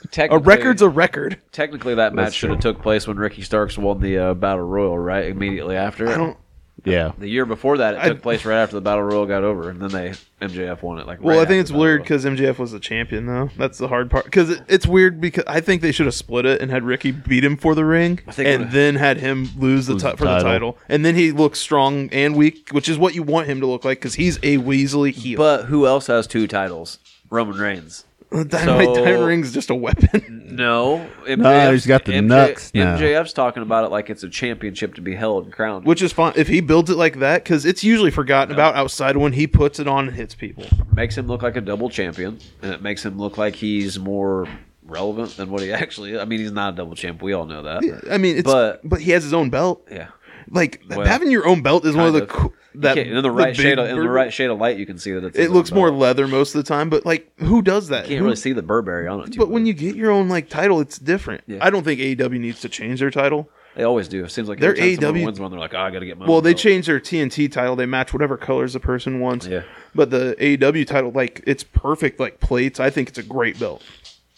A
technically,
record's a record.
technically that match
That's
should have took place when Ricky Starks won the uh, Battle Royal, right? Immediately after.
I don't.
Yeah.
The year before that, it
I-
took place right after the battle royal got over, and then they MJF won it. Like,
Well,
right
I
after
think it's
the Battle
weird
Royal.
because MJF was the champion, though. That's the hard part. Because it, it's weird because I think they should have split it and had Ricky beat him for the ring,
think
and
when-
then had him lose the ti- for the
title.
title, and then he looks strong and weak, which is what you want him to look like because he's a Weasley heel.
But who else has two titles? Roman Reigns.
The dynamite
so-
diamond ring's just a weapon.
No, MJF,
he's got the knucks now.
MJF's talking about it like it's a championship to be held and crowned.
Which is fine if he builds it like that, because it's usually forgotten about outside when he puts it on and hits people.
makes him look like a double champion, and it makes him look like he's more relevant than what he actually is. I mean, he's not a double champ. We all know that. Yeah.
I mean, it's but,
But-
he has his own belt. Like
Well,
having your own belt is one of the
kind of.
coo- that
Okay, in the right
big
shade of, in the
Burberry-
right shade of light, you can see that it's
It looks more leather most of the time, but like who does that?
You can't
Who-
really see the Burberry on it. Too
But when
much.
you get your own like title, it's different.
Yeah.
I don't think AEW needs to change their title.
they always do. It seems like
Their
every time someone
AEW
wins one, they're like, oh, I got to get my.
Well,
own
they
belt."
change their TNT title. They match whatever colors the person wants.
Yeah.
But the AEW title, like it's perfect, like plates. I think it's a great belt,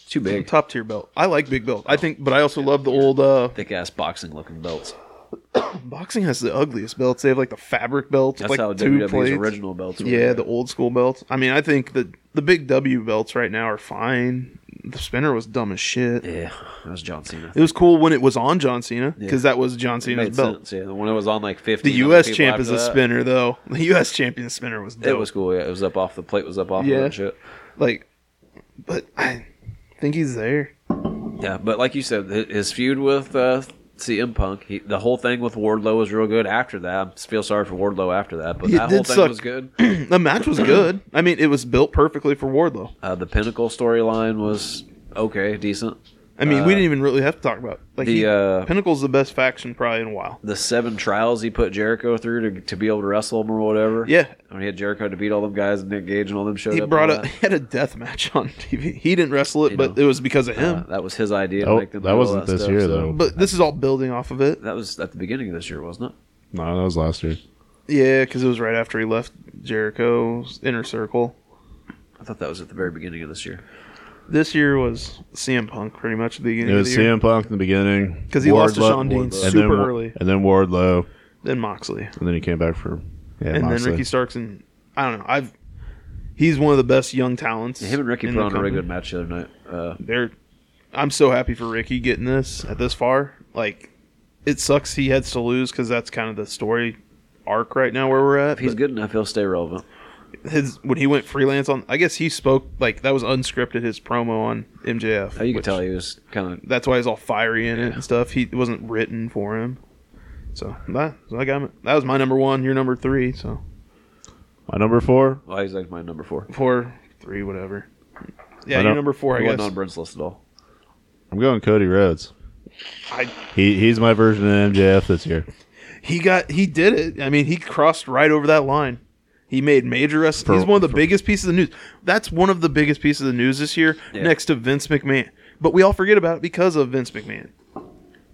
too big.
top tier belt. I like big belt. I think, but I also love the old uh,
thick ass boxing looking belts.
boxing has the ugliest belts. They have like the fabric belts,
That's
like
how
two
WWE's
plates.
original belts were.
Yeah, the old school belts. I mean, I think the the big W belts right now are fine. The spinner was dumb as shit.
yeah, that was John Cena.
It was cool when it was on John Cena because that was John
It
Cena's
made
belt.
sense. Yeah, the one that was on like fifty.
The U.S. champ is a spinner, though. The U.S. champion spinner was dope.
It was cool. Yeah, it was up off the plate. Was up off
Yeah.
of that shit.
like, but I think he's there.
Yeah, but like you said, hi- his feud with uh, see M Punk. He, the whole thing with Wardlow was real good. After that, I feel sorry for Wardlow after that, but
It
that whole
did
thing
suck.
was good.
the match was good. I mean, it was built perfectly for Wardlow.
Uh, the Pinnacle storyline was okay, decent.
I mean, we didn't even really have to talk about like
Uh, the,
he-
uh,
Pinnacle's the best faction probably in a while.
The seven trials he put Jericho through to, to be able to wrestle him or whatever.
Yeah.
when he had Jericho to beat all them guys and Nick Gage and all them showed
He
up.
brought
and all
a he had a death match on TV. He didn't wrestle it,
You
but
know.
it was because of
that.
him.
Uh, that was his idea. to
Oh,
make them do
that
all
wasn't
that
this
stuff,
year
so-
though.
but this is all building off of it.
That was at the beginning of this year, wasn't it?
No, that was last year.
Yeah, because it was right after he left Jericho's inner circle.
I thought that was at the very beginning of this year.
This year was CM Punk pretty much at the beginning
It was
of the year.
CM Punk in the beginning
'Cause he lost to
Wardlow-
Sean Dean
and
super
then, Wa-
early.
and then Wardlow,
Then Moxley.
and then he came back for yeah,
and
Moxley.
then Ricky Starks and I don't know. I've he's one of the best young talents.
Him and Ricky
in
put
the
on a really
company.
good match the other night. Uh,
They're I'm so happy for Ricky getting this at this far. Like it sucks he has to lose because that's kind of the story arc right now where we're at.
if he's
but
good enough, he'll stay relevant.
his when he went freelance on I guess he spoke like that was unscripted his promo on MJF.
Oh, you could
which-
tell he was kind of
that's why he's all fiery in it and stuff. He it wasn't written for him. So that so I got him- that was my number one, your number three, so
My number four,
Well, he's like my number four.
four, three, whatever. Yeah,
I
your
don't-
number four, I
He wasn't
guess.
on Brent's list at all.
I'm going Cody Rhodes.
I,
He he's my version of MJF this year.
he got he did it. I mean, he crossed right over that line. He made major rest.
For-
He's one of the
for-
biggest pieces of news. That's one of the biggest pieces of news this year,
Yeah.
next to Vince McMahon. But we all forget about it because of Vince McMahon.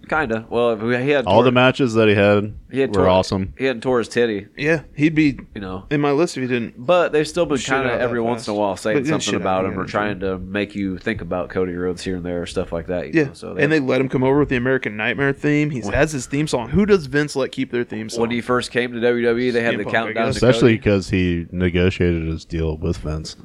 Kinda. Well, if he had
All
tore-
the matches that he had,
he had
were
tore-
awesome.
He hadn't tore his titty,
Yeah, he'd be
you know.
in my list if he didn't.
But they've still been
Shit
kind
out
of
that
every once
fast.
in a while saying
But then
something
shit
about
out
him or
again.
trying to make you think about Cody Rhodes here and there or stuff like that. you
Yeah,
know, So
and they let him come over with the American Nightmare theme. He has his theme song. Who does Vince let keep their theme song?
when he first came to WWE, they had
CM
the
Punk, I
countdown.
guess.
To
Especially
Cody.
because he negotiated his deal with Vince.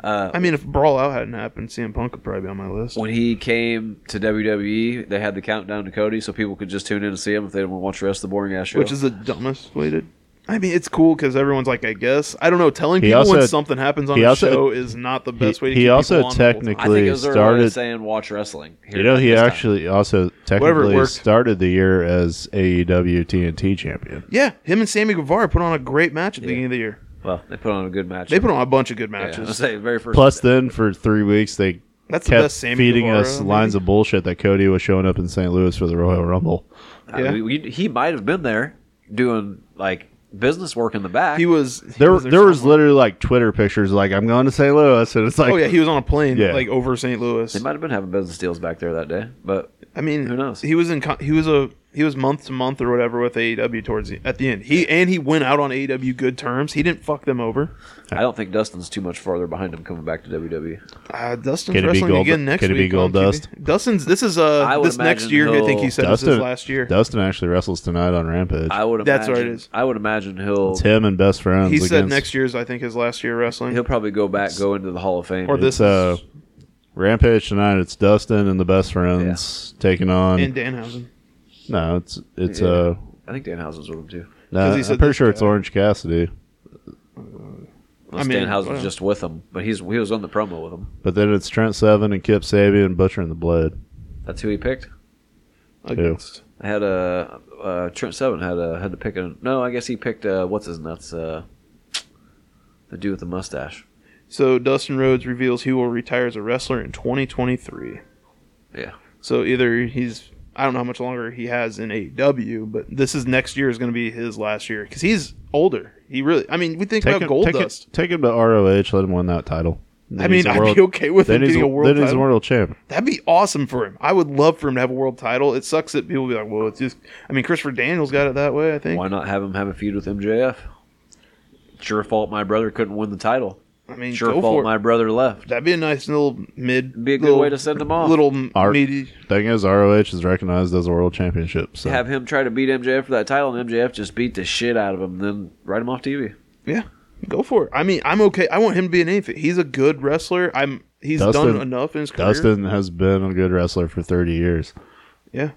I mean, if Brawl Out hadn't happened, CM Punk would probably be on my list.
Uh, when he came to WWE, they had the countdown to Cody, so people could just tune in to see him if they didn't want to watch the rest of the boring ass show.
which is the dumbest way to. I mean, it's cool because everyone's like, I guess. I don't know. Telling
He
people when
also-
something happens on
he
a
also-
show is not the
He,
best way to.
he
keep people
also
on the whole time.
I think
technically
it was their way of
started.
saying watch wrestling. here
You know, he
this time."
actually also
Whatever, it
technically
worked.
started the year as E AEW TNT champion.
Yeah, him and Sammy Guevara put on a great match at the beginning of the year.
Well, they put on a good match.
They put on a bunch of good
Yeah, I was
matches.
saying, the very first.
Plus, then for three weeks they
That's the
kept
best Sammy
feeding
Guevara,
us lines
maybe.
of bullshit that Cody was showing up in St. Louis for the Royal Rumble.
I mean, we- he might have been there doing like business work in the back.
He was. he
There,
was
there was
somewhere.
literally like Twitter pictures, like I'm going to St. Louis, and it's like,
Oh yeah, he was on a plane
Yeah.
like over St. Louis.
They might have been having business deals back there that day, but
I mean,
Who knows?
He was in. Con- he was a. He was month to month or whatever with AEW towards the, at the end. He and he went out on AEW good terms. He didn't fuck them over.
I don't think Dustin's too much farther behind him coming back to E. WWE.
Uh, Dustin's
Could it be
wrestling
Gold-
again next
could it be
week. on
Gold
TV.
Dust?
Dustin's. This is uh.
I would
This next
imagine
year, I think he
he'll-
said this is last year.
Dustin actually wrestles tonight on Rampage.
I would.
That's
Imagine,
what it is.
I would imagine he'll
it's him and best friends.
he said
against-
next year's. I think his last year wrestling.
he'll probably go back, go into the Hall of Fame.
Or
It's,
this is-
uh, Rampage tonight. It's Dustin and the best friends taking on.
and Danhausen.
no, it's it's
Yeah.
uh,
I think Danhausen's with him too.
no,
'Cause he
I'm
said
pretty
this
sure it's
guy.
Orange Cassidy.
Unless
I mean,
Danhausen's
well.
just with him, but he's he was on the promo with him.
But then it's Trent Seven and Kip Sabian butchering the blade.
That's who he picked.
Against.
I had a uh, Trent Seven had a had to pick a no. I guess he picked uh, what's his nuts uh, the dude with the mustache.
So Dustin Rhodes reveals he will retire as a wrestler in 2023.
Yeah,
So either he's I don't know how much longer he has in AEW, but this is next year is going to be his last year because he's older. He really. I mean, we think
Take
about
him,
Gold
take,
Dust.
Him, take him to ROH. Let him win that title. Then
I
he's
mean,
a
I'd
world-
be okay with
then
him
he's
getting a world
then he's
title.
a world champ.
That'd be awesome for him. I would love for him to have a world title. It sucks that people be like, "Well, it's just." I mean, Christopher Daniels got it that way. I think.
why not have him have a feud with MJF? It's your fault my brother couldn't win the title.
I mean,
It's your
go for
fault
it.
my brother left.
That'd be a nice little mid.
Be a good
little-
way to send him off.
Little
Art.
meaty.
Thing is, ROH is recognized as a world championship. So
Have him try to beat MJF for that title, and MJF just beat the shit out of him, then write him off TV.
Yeah, go for it. I mean, I'm okay. I want him to be an anything. He's a good wrestler. I'm. He's
Dustin-
done enough in his career.
Dustin has been a good wrestler for 30 years.
Yeah.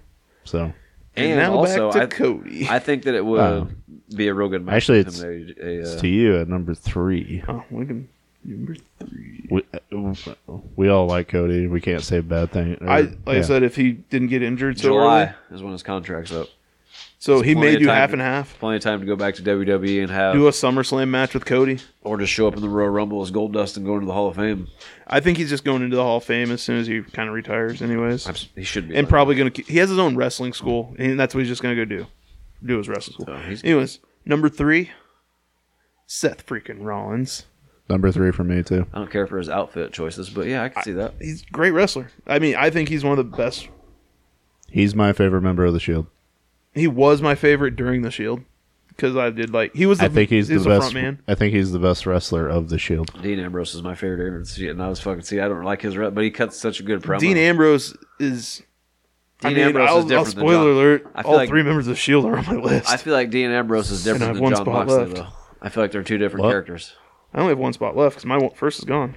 So
And,
now
also,
back to
I,
Cody.
I think that it would
Oh.
be a real good match.
Actually,
with him. A- a, uh,
it's to you at number three.
oh, we can.
We, we all like Cody. We can't say bad thing. or-
I like I
Uh, yeah.
said, if he didn't get injured so early,
July is when his contract's up.
so he
plenty
made
of
you
time
half
to-
and half.
Plenty of time to go back to WWE and have,
Do a SummerSlam match with Cody.
or just show up in the Royal Rumble as Gold Dust and go into the Hall of Fame.
I think he's just going into the Hall of Fame as soon as he kind of retires, anyways.
I'm s- he should be.
and
like-
probably gonna he has his own wrestling school, and that's what he's just gonna go do, do his wrestling school.
So he's-
anyways, number three, Seth freaking Rollins.
Number three for me too.
I don't care for his outfit choices, but yeah, I can see that.
He's a great wrestler. I mean, I think he's one of the best.
He's my favorite member of the Shield.
He was my favorite during the Shield because I did like he was. The,
I think he's, the best.
front man.
I think he's the best wrestler of the Shield.
Dean Ambrose is my favorite era. See, and I was fucking see. I don't like his rep, but he cuts such a good promo.
Dean Ambrose is. I
Dean
mean,
Ambrose is
I'll,
different
I'll
than
spoiler
John-
alert.
I feel
All
like-
three members of the Shield are on my list.
I
I,
feel like Dean Ambrose is
And I
different
have
than
one
John
spot
Moxley,
left.
though. I feel like they're two different
What?
characters.
only have one spot left because my one- first is gone.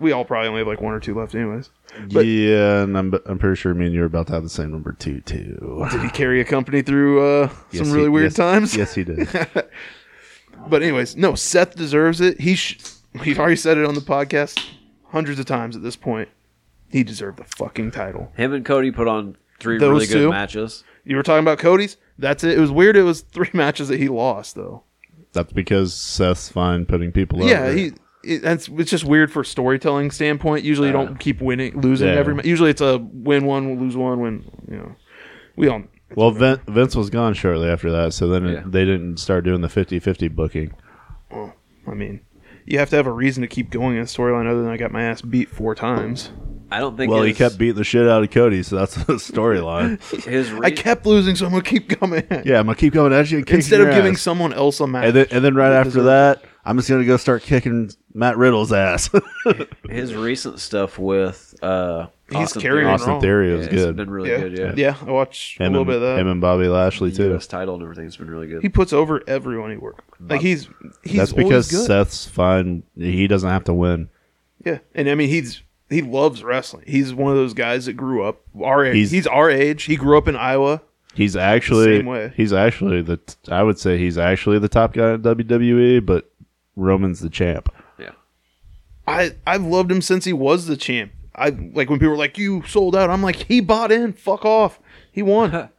We all probably only have like one or two left, anyways. But-
yeah, and I'm, I'm pretty sure me and you are about to have the same number two too.
Did he carry a company through uh,
Yes,
some
he-
really weird
yes-
times?
Yes, he did.
But anyways, no, Seth deserves it. He sh- we've already said it on the podcast hundreds of times at this point. He deserved the fucking title.
Him and Cody put on three
Those
really good
two?
matches.
You were talking about Cody's. That's it. It was weird. It was three matches that he lost though.
That's because Seth's fine putting people over.
yeah, he. It, that's it's just weird for storytelling standpoint. Usually, you don't keep winning, losing
Yeah.
every. ma- Usually, it's a win one, lose one, win. You know, we all.
Well, Vin, Vince was gone shortly after that, so then it-
Yeah.
they didn't start doing the 50-50 booking.
I mean, you have to have a reason to keep going in a storyline other than I got my ass beat four times.
I don't think.
Well, he
his,
kept beating the shit out of Cody, so that's the storyline.
his. Re-
I kept losing, so I'm gonna keep coming.
yeah, I'm gonna keep coming at you and kicking
Instead
your
of giving
ass.
someone else a match,
and then and then right after that, I'm just gonna go start kicking Matt Riddle's ass.
his recent stuff with uh,
He's
Austin
carrying
Theory.
Austin
Austin Theory was
Yeah, It's
good.
been really
yeah.
good. Yeah,
yeah, I watched a
him,
little
and,
bit of that.
him and Bobby Lashley
The
too.
US title and everything's been really good.
he puts over everyone he works. Like he's he's
That's because
always good.
Seth's fine. He doesn't have to win.
yeah, and I mean he's he loves wrestling. He's one of those guys that grew up our age. He's,
He's-
our age. He grew up in Iowa.
He's actually
Same way.
he's actually the t- I would say he's actually the top guy in WWE, but Roman's the champ.
yeah,
I I've loved him since he was the champ. I like when people were like you sold out. I'm like he bought in. Fuck off. He won.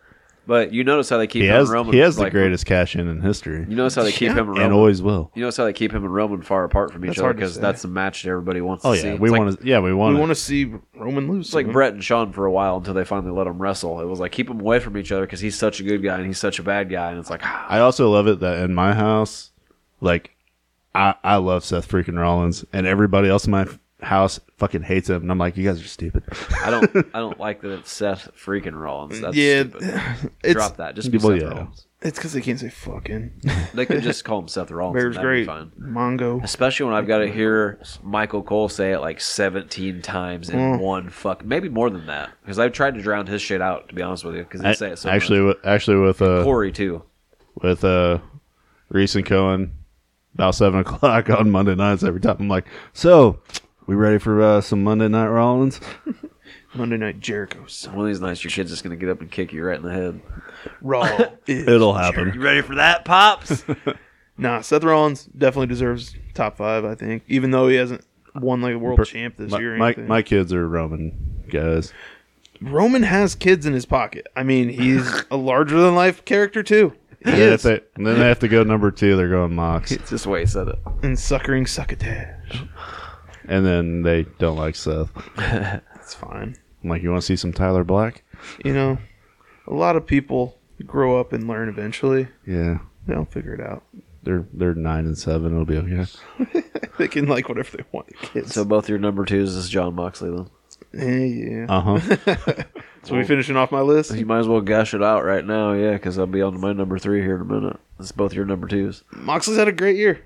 but you notice how they keep
He
him
has
and Roman.
he has the
like,
greatest cash in in history,
You notice how they keep
Yeah.
him and Roman.
and always will.
you notice how they keep him and Roman far apart from each
That's
other
hard to
because
say.
that's the match that everybody wants.
Oh
to
yeah,
see.
we
It's like-
want to. Yeah, we want.
we want to see Roman lose.
It's
Mm-hmm.
like Brett and Sean for a while until they finally let him wrestle. It was like keep them away from each other because he's such a good guy and he's such a bad guy, and it's like ah,
I also love it that in my house, like, I I love Seth freaking Rollins, and everybody else in my f- house fucking hates him, and I'm like, you guys are stupid.
I don't, I don't like that it's Seth freaking Rollins. That's
yeah,
stupid.
it's
drop that. Just be
Well,
Seth
yeah.
Rollins.
it's because they can't say fucking.
They could just call him Seth Rollins. and
Bear's
that'd be
great.
fine.
Mongo.
Especially when I've got to hear Michael Cole say it like 17 times in
Mm.
one fuck, maybe more than that. Because I've tried to drown his shit out, to be honest with you. Because
I,
he say it so
actually,
much.
wi- actually with uh
Corey too.
with uh Reese and Cohen about seven o'clock on Monday nights every time. I'm like, so we ready for uh, some Monday Night Rollins?
Monday Night Jericho. son.
One of these nights, your kid's just gonna get up and kick you right in the head.
Raw. is
It'll happen.
You ready for that, pops?
Nah, Seth Rollins definitely deserves top five. I think, even though he hasn't won like a world
Per-
champ this
My,
year. Or
my,
anything.
my kids are Roman guys.
Roman has kids in his pocket. I mean, he's a larger than life character too. He
And if
is.
they, and then they have to go number two. They're going Mox,
it's just the way he said it.
And suckering succotash.
and then they don't like Seth.
That's fine.
I'm like, you want to see some Tyler Black?
You know, a lot of people grow up and learn eventually.
Yeah,
They'll figure it out.
they're they're nine and seven. It'll be okay.
They can like whatever they want. Kids.
So both your number twos is John Moxley. Then
Eh, yeah.
Uh huh.
so we finishing off my list.
you might as well gush it out right now, yeah. Because I'll be on to my number three here in a minute. It's both your number twos.
Moxley's had a great year.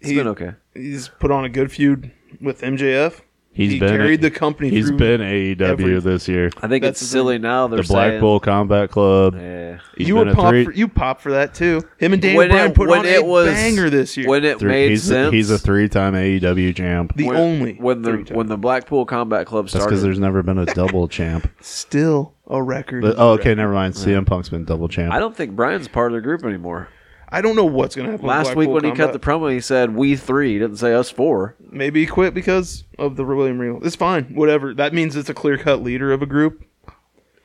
It's
He-
been okay.
He's put on a good feud with MJF.
He's
he
been
carried the company.
He's
through.
been AEW
every-
this year.
I think
That's
it's
the
silly now. They're
The Black
saying-
Bull Combat Club.
Yeah.
He's
you
been
would
a
pop
three-
for you pop for that too. Him and Daniel Bryan put on a banger this year.
When it
Three-
made
he's
sense.
A, he's a three-time AEW champ.
the
when,
only
when the
three-time.
when the Blackpool Combat Club
That's because
started.
there's never been a double champ.
still a record.
uh, But- oh, okay, never mind. CM Punk's been double champ.
I don't think Brian's part of the group anymore.
I don't know what's gonna happen. with
Last week
Blackpool
when he cut the
Combat.
promo, he said we three. He didn't say us four.
maybe he quit because of the William Regal. It's fine, whatever. That means it's a clear cut leader of a group.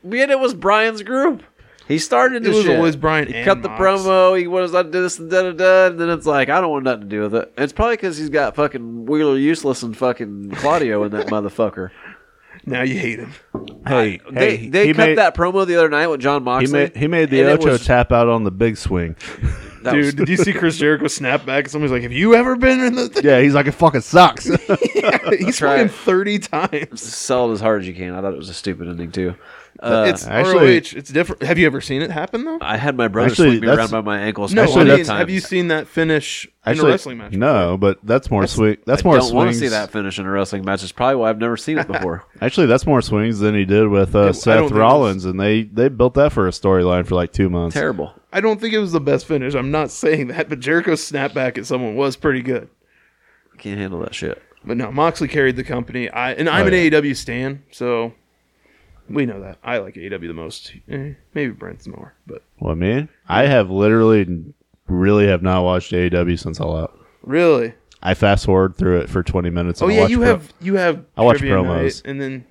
Yet it was Brian's group. He started
It
the
was
shit.
always Brian
He
and
cut the
Mox.
promo. He was like this and da da da. And then it's like I don't want nothing to do with it. It's probably because he's got fucking Wheeler useless and fucking Claudio in that motherfucker.
Now you hate him.
Hey,
they they
he
cut
made,
that promo the other night with John
He
Moxley.
made, he made the
and it
Ocho
was-
tap out on the big swing.
that was-
Dude, did you see Chris Jericho snap back? And somebody's like, "Have you ever been in the?" Thing?
Yeah, he's like it fucking sucks.
He's
Try
fucking
it.
thirty times.
sell it as hard as you can. I thought it was a stupid ending too. Uh,
it's
actually-
ROH. It's different. Have you ever seen it happen though?
I had my brother
Actually,
sweep me
that's-
around by my ankles.
No,
Actually,
Actually,
I mean,
that's-
have you seen that finish in a wrestling match?
No, but that's more swing. That's
I
more
don't want to
swings.
see that finish in a wrestling match. It's probably why I've never seen it before.
Actually, that's more swings than he did with uh,
don't think
Seth
it's-
Rollins, and they they built that for a storyline for like two months.
Terrible.
I don't think it was the best finish. I'm not saying that, but Jericho's snapback at someone was pretty good.
Can't handle that shit.
But no, Moxley carried the company. I and I'm
Oh,
an
yeah.
AEW stan, so we know that. I like AEW the most. Eh, maybe Brent's more, but
Well, man, I have literally, really have not watched AEW since All Out.
really.
I fast forward through it for twenty minutes.
Oh
and I
yeah,
watch
you
pro-
have you have.
I watch
trivia night,
promos.
and then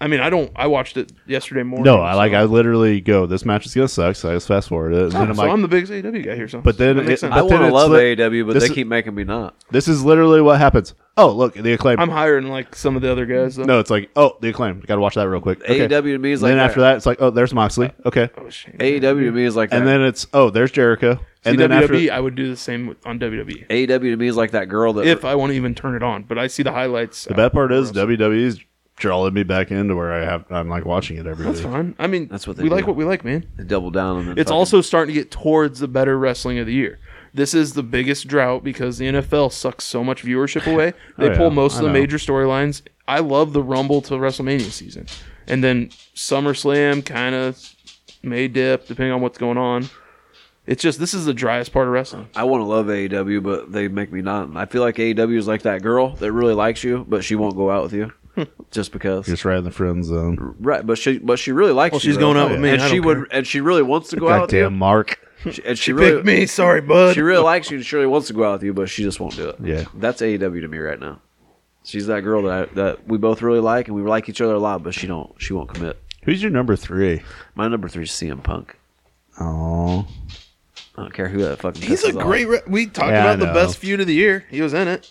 I mean I don't. I watched it yesterday morning.
No, I like
so-
I literally go. This match is gonna suck, so I just fast forward it, and then
Oh,
I'm
so
like,
I'm the biggest AEW guy here. So
But then
That makes
it-
sense.
but
I
then
want to
it's
love
li-
AEW, but
this
they
is-
keep making me not.
this is literally what happens. Oh, look, the acclaim.
I'm higher than like some of the other guys. Though.
no, it's like oh, the acclaim. Got to watch that real quick. Okay.
AEW E to me is
And then
like
after that, it's like oh, there's Moxley. Okay,
Oh, shame.
AEW to me is like that.
and then it's oh, there's Jericho.
See,
And then after
WWE, I would do the same with- on WWE
AEW E to me is like that girl that
if I want to even turn it on. But I see the highlights.
the bad part is WWE's drawing me back into where I have I'm like watching it every
That's
week.
fine. I mean,
That's what they
we like.
do.
What we like, man.
double down on. the
It's
fucking-
also starting to get towards the better wrestling of the year. This is the biggest drought because the NFL sucks so much viewership away. They
Oh,
pull
yeah.
most
I
of the
know.
major storylines. I love the Rumble to WrestleMania season, and then SummerSlam kind of may dip depending on what's going on. It's just this is the driest part of wrestling.
I want to love AEW, but they make me not. I feel like AEW is like that girl that really likes you, but she won't go out with you, just because.
Just right in the friend zone.
Right, but she but she really likes
Well,
you.
she's
though.
going out with me,
and
I
she
don't
would, and she really wants to go out with
Goddamn Mark.
you. She, and she,
Pick
really,
me, sorry, bud.
she really likes you, and she really wants to go out with you, but she just won't do it.
Yeah.
that's AEW to me right now. She's that girl that I, that we both really like, and we like each other a lot, but she don't. She won't commit.
Who's your number three?
My number three is CM Punk.
Oh,
I don't care who that fucking.
He's a
pisses off.
great. Re- we talked
Yeah, I
about the
know.
best feud of the year. He was in it.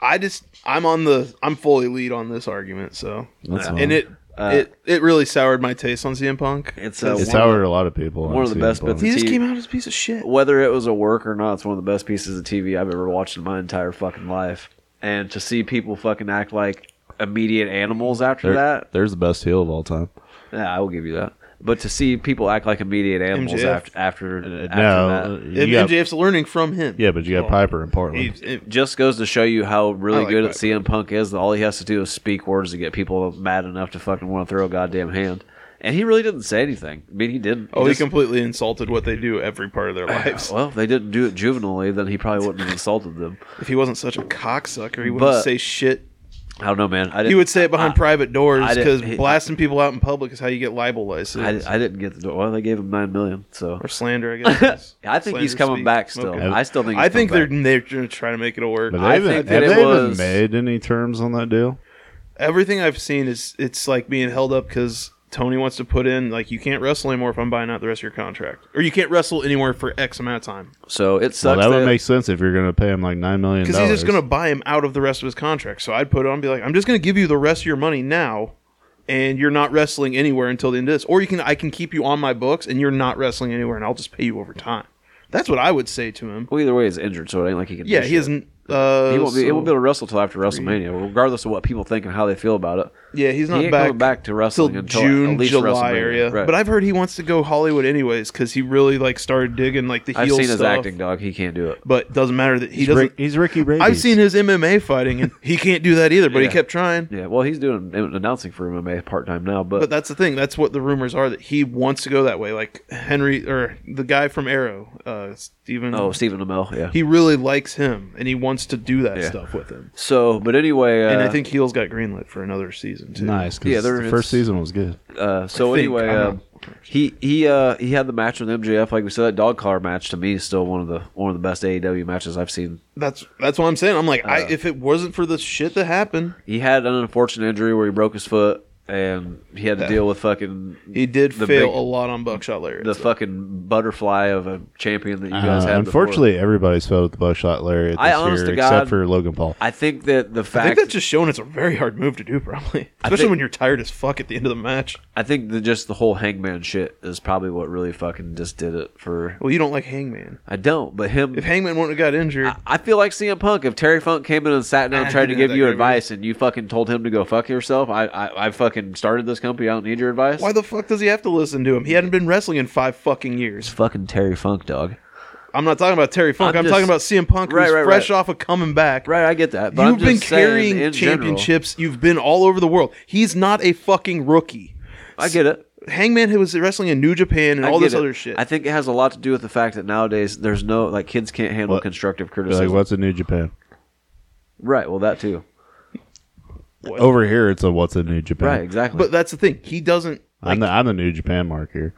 I just, I'm on the, I'm fully lead on this argument. So,
That's fine.
and it, it, it really soured my taste on CM Punk.
Uh, It's a
it's
one-
how a lot of people.
one of the
honestly,
best
but-
bits
He just
T-
came out as a piece of shit.
whether it was a work or not, it's one of the best pieces of TV I've ever watched in my entire fucking life. And to see people fucking act like immediate animals after
There-
that,
There's the best heel of all time.
yeah, I will give you that. But to see people act like immediate animals
MJF.
after after, after
no,
that,
you
If
got-
MJF's learning from him.
yeah, but you got
Well,
Piper in Portland.
he's- it-
just goes to show you how
I
really
like
good
Piper.
at CM Punk is. All he has to do is speak words to get people mad enough to fucking want to throw a goddamn hand. And he really didn't say anything. I mean, he didn't.
oh, he
just-
completely insulted what they do every part of their lives.
Well, if they didn't do it juvenilely, then he probably wouldn't have insulted them.
If he wasn't such a cocksucker, he wouldn't
But-
say shit.
I don't know, man. I didn't,
He would say it behind private doors
I
because
didn't- he-
blasting people out in public is how you get libel
I,
license
I didn't get the door. Well, they gave him nine million. So
or slander. I guess.
I think he's
Slander
coming
speak.
back still.
Okay.
I still think. He's
I think they're
coming back.
they're gonna try to make it work.
But
I
they haven't,
think that
have
it
they
was-
even made any terms on that deal?
Everything I've seen is it's like being held up because Tony wants to put in like you can't wrestle anymore if I'm buying out the rest of your contract, or you can't wrestle anywhere for X amount of time
So it
Well,
sucks.
that
that
would make sense if you're going to pay him like nine million.
because he's just gonna buy him out of the rest of his contract. So I'd put it on and be like, I'm just gonna give you the rest of your money now, and you're not wrestling anywhere until the end of this, or you can I can keep you on my books and you're not wrestling anywhere, and I'll just pay you over time. That's what I would say to him.
well, either way, he's injured, so it ain't like he can.
Yeah,
do
he
shit.
isn't. Uh,
He won't be. he
so-
won't be able to wrestle till after WrestleMania, regardless of what people think and how they feel about it.
yeah, he's not
he ain't
back.
coming back to
Till
wrestling until at
June,
least
July
WrestleMania.
area,
Right.
but I've heard he wants to go Hollywood anyways because he really like started digging like the heel
I've seen
stuff.
his acting, dog. He can't do it.
but doesn't matter that he doesn't.
he's Ricky Rabies.
I've seen his MMA fighting, and he can't do that either. But he
Yeah.
kept trying.
Yeah, well, he's doing announcing for MMA part time now,
But that's the thing. That's what the rumors are that he wants to go that way. Like Henry or the guy from Arrow, uh, Steven.
oh, Stephen Amell. Yeah.
he really likes him, and he wants to do that
Yeah.
stuff with him.
so, but anyway, uh,
And I think heels got greenlit for another season too.
nice. 'cause
Yeah, they're-
the first
it's-
season was good.
Uh, so
think,
anyway,
I
uh,
don't
He he uh he had the match with MJF. Like we said, that dog collar match to me is still one of the one of the best AEW matches I've seen.
That's that's what I'm saying. I'm like, I,
Uh,
if it wasn't for the shit that happened,
He had an unfortunate injury where he broke his foot and he had to
Yeah.
deal with fucking
he did
The
fail
big-
a lot on Buckshot Larry.
the fucking butterfly of a champion that you guys
Uh,
had. before.
unfortunately, everybody's failed at the buckshot lariat this
I honest
year,
to
except
God-
for Logan Paul.
I think that the
I
fact
think that's just showing it's a very hard move to do, probably.
I
Especially
think-
when you're tired as fuck at the end of the match.
I think that just the whole hangman shit is probably what really fucking just did it for.
Well, you don't like Hangman.
I don't, but him.
If Hangman wouldn't have got injured,
I- I feel like CM Punk. If Terry Funk came in and sat down
Ah,
and tried to
he did
give
that
you
great
advice, and you fucking told him to go fuck yourself, I, I, I fucking started this company. I don't need your advice.
why the fuck does he have to listen to him? He hadn't been wrestling in five fucking years.
fucking Terry Funk, dog?
I'm not talking about Terry Funk. I'm,
I'm just-
talking about CM Punk, who's
Right, right,
fresh
right.
off of coming back.
Right, I get that. But
You've
I'm
been
just saying
carrying
in general-
championships. You've been all over the world. He's not a fucking rookie.
I get it.
Hangman who was wrestling in New Japan and
I
all
get
this
it.
other shit.
I think it has a lot to do with the fact that nowadays there's no like kids can't handle
What?
constructive
They're
criticism.
like, what's in New Japan?
Right. Well, that too.
Over here, it's a what's in New Japan.
Right. Exactly.
but that's the thing. He doesn't.
I'm the I'm the New Japan mark here.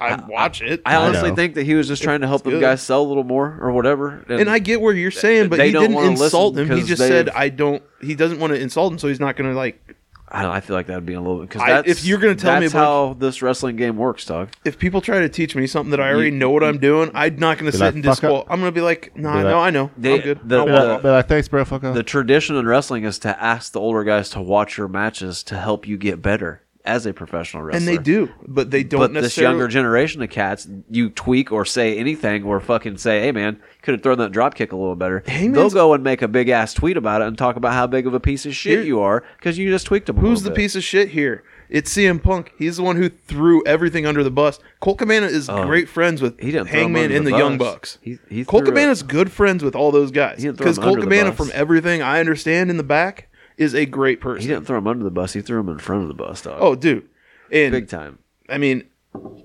I watch it.
I honestly
know.
think that he was just trying to help
good.
them guys sell a little more or whatever.
and I get where you're saying, but
they
he
don't
didn't
wanna listen
insult him. He
'cause
just
they've-
said, "I don't." He doesn't want to insult him, so he's not going to like.
I, don't, I feel like that'd be a little because
I-
if you're gonna tell me
about-
how this wrestling game works, dog.
If people try to teach me something that I already know what I'm doing, I'm not going to sit
like,
and
"Fuck
disqual.
up."
I'm going to be like, "No, nah,
Be
no,
like-
I know.
They-
I'm good."
the-
I'll
Be
walk
like,
off."
be like, thanks, bro. Fuck off.
The tradition in wrestling is to ask the older guys to watch your matches to help you get better as a professional wrestler.
and they do, but they don't
But this
necessarily.
younger generation of cats, you tweak or say anything or fucking say, "Hey man, could have thrown that drop kick a little better."
Hangman's-
They'll go and make a big ass tweet about it and talk about how big of a piece of shit
Here-
you are because you just tweaked them. a
Who's the
little bit.
piece of shit here? It's CM Punk. He's the one who threw everything under the bus. Cole Cabana is great friends with
Oh. he didn't throw him
Hangman
under
and the
the
Young
bus.
Bucks.
He- he
Cole
threw it-
Cabana's good friends with all those guys
He didn't throw
because
him
Cole
under the
Cabana,
bus.
from everything I understand in the back, is a great
He
person.
didn't throw him under the bus. He threw him in front of the bus, dog.
Oh, dude, and
big time.
I mean,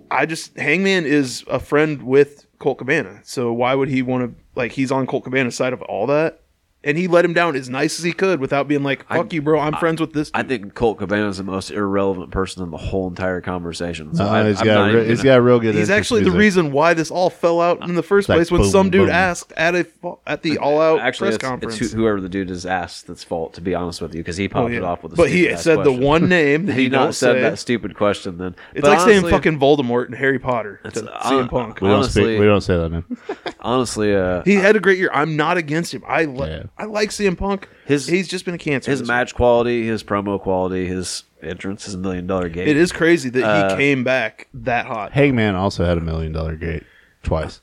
I just Hangman is a friend with Colt Cabana, so why would he want to like he's on Colt Cabana's side of all that? And he let him down as nice as he could without being like, "Fuck you, bro. I'm friends with this."
I
dude."
think Colt Cabana is the most irrelevant person in the whole entire conversation. So
Uh,
I,
he's
I'm
got
not
re-
even
he's
gonna-
got real good.
He's
entrance
actually the
music.
reason why this all fell out in the first
like,
place when
boom,
some dude
boom.
asked at a fu- at the all out
Actually, it's,
press
it's
conference.
who- whoever the dude is asked that's fault. To be honest with you, because he popped
Oh, yeah.
it off with. A
but he
stupid-ass
said
question.
the one name that
He
he
not
don't
said
say.
that stupid question. Then
It's
But
like
honestly-
saying fucking Voldemort and Harry Potter to
It's-
CM
uh,
Punk.
We don't
Honestly-
speak. We don't say that name.
Honestly, uh,
He had a great year. I'm not against him. I li-
Yeah.
I like CM Punk.
His-
he's just been a cancer.
his
this
match quality, his promo quality, his entrance, his million dollar
year.
gate.
It is crazy that
uh,
he came back that hot.
Hangman also had a million dollar gate twice.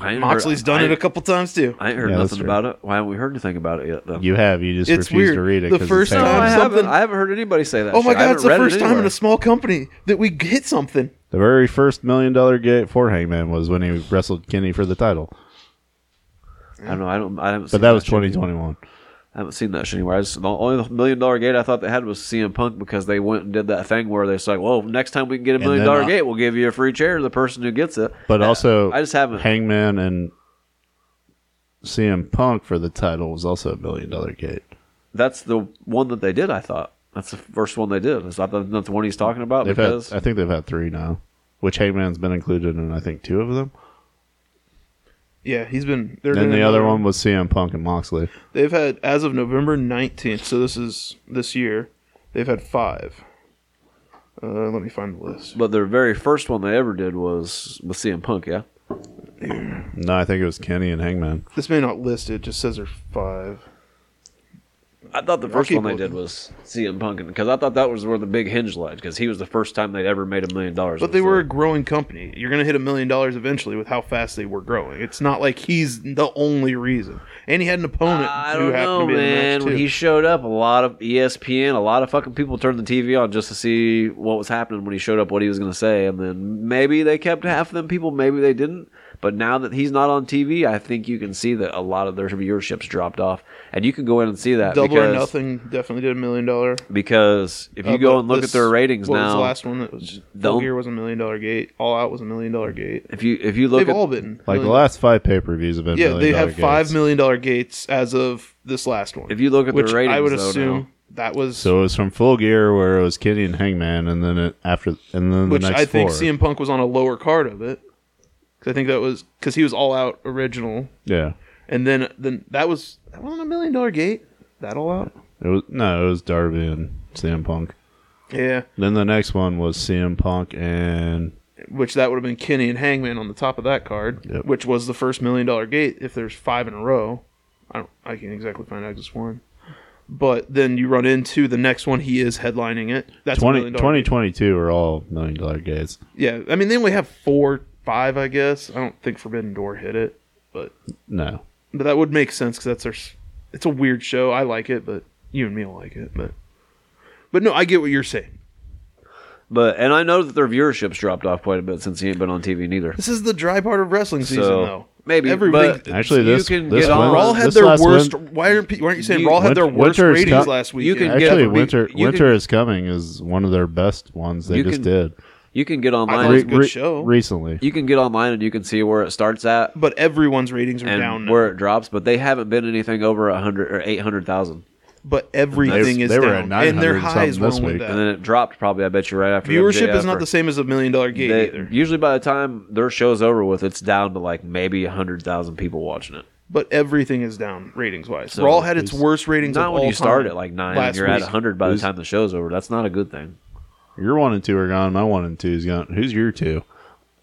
I ain't
Moxley's
heard,
done
I,
it a couple times too.
I ain't heard
Yeah, that's
nothing
true.
about it. Why haven't we heard anything about it yet? Then
You have. You just
It's
refuse
weird.
to read it.
The
'cause it's
first
no,
Hangman.
time-
I haven't.
something-
I haven't heard anybody say that.
oh my
shit. I
god, it's the
haven't read it
first time in
anywhere.
a small company that we hit something.
the very first million dollar gate for Hangman was when he wrestled Kenny for the title.
I don't know. I don't. I haven't.
But
seen
that was
shit anywhere.
2021.
I haven't seen that shit anywhere. I just, the only million dollar gate I thought they had was CM Punk because they went and did that thing where they're just like, "Well, next time we can get a million
then,
dollar
uh,
gate, we'll give you a free chair to the person who gets it."
But
Uh,
also,
I just haven't.
Hangman and CM Punk for the title was also a million dollar gate.
That's the one that they did. I thought that's the first one they did. Is that the, not the one he's talking about?
They've had,
because
I think they've had three now, which Hangman's been included in. I think two of them.
Yeah, he's been. they're
And
doing
the other
another
one was CM Punk and Moxley.
They've had as of November nineteenth, so this is this year. They've had five. Uh, let me find the list.
but their very first one they ever did was with CM Punk. Yeah,
No, I think it was Kenny and Hangman.
This may not list it; it just says there's five.
I thought the
I'll
first
keep
one they
looking.
did was CM Punk because I thought that was where the big hinge led because he was the first time they'd ever made a million dollars.
But they were a growing company. You're gonna hit a million dollars eventually with how fast they were growing. It's not like he's the only reason. And he had an opponent
I
who
don't
happened
know,
to be in
man.
the
When
match too.
he showed up, a lot of E ESPN, a lot of fucking people turned the TV on just to see what was happening when he showed up, what he was going to say, and then maybe they kept half of them people, maybe they didn't. But now that he's not on TV, I think you can see that a lot of their viewership's dropped off, and you can go in and see that
Double
because
or nothing definitely did a million dollar.
because if you
Uh,
go
but
and look
this-
at their ratings
what was
now,
the last one that was
the
Full
on-
Gear was a million dollar gate. All Out was a million dollar gate.
if you if you look
They've
at
all been
Like the
million-
last five pay per views have been.
Yeah, they have
five
five million dollar gates as of this last one.
If you look at the
which I
ratings,
would
though,
assume
now-
That was
So it was from Full Gear where it was Kenny and Hangman, and then it, after and then
which
the next
I think
four.
CM Punk was on a lower card of it. 'Cause I think that was because he was all out original,
yeah,
and then then that was that wasn't a million dollar gate. That all out.
it was no, it was Darby and CM Punk.
Yeah,
Then the next one was CM Punk and
which that would have been Kenny and Hangman on the top of that card,
Yep.
which was the first million dollar gate. If there's five in a row, I don't, I can't exactly find out just one. But then you run into the next one. He is headlining it. That's
20,
twenty twenty.
2022 are all million dollar gates.
Yeah, I mean they only have four, five, I guess. I don't think Forbidden Door hit it, but
No,
but that would make sense because that's their. s- It's a weird show. I like it, but you and me will like it, but but no, I get what you're saying.
But and I know that their viewership's dropped off quite a bit since he ain't been on TV neither.
This is the dry part of wrestling season,
So,
though.
maybe,
everything.
but-
actually,
You
this
can
this
get on-
win-
Raw had
this
their
last
worst.
win-
Why aren't pe- why aren't you saying
You-
Raw had their
Win-
worst
Winter's
ratings
co-
last week?
You can get
actually,
up-
winter
you
winter
can-
is coming is one of their best ones they
You
just
can-
did
You can get
thought it was
online.
a good show.
recently.
You can get online and you can see where it starts at
but everyone's ratings are
and
down. now.
where it drops. But they haven't been anything over a hundred or eight hundred thousand.
But everything
They-
is
they were
down,
at
and
900
their
and
highs
something
were
this
only
week.
And
that.
then it dropped probably. I bet you right after
Viewership is not
the
the same as a million dollar gate
They-
either.
usually by the time their show's over with, it's down to like maybe hundred thousand people watching it.
But everything is down ratings wise. Raw had its worst ratings.
Not
of
when
all
you start
time
at like nine,
last
and you're
week.
at hundred by the
Who's-
time the show's over. That's not a good thing.
Your one and two are gone. My one and two is gone. Who's your two?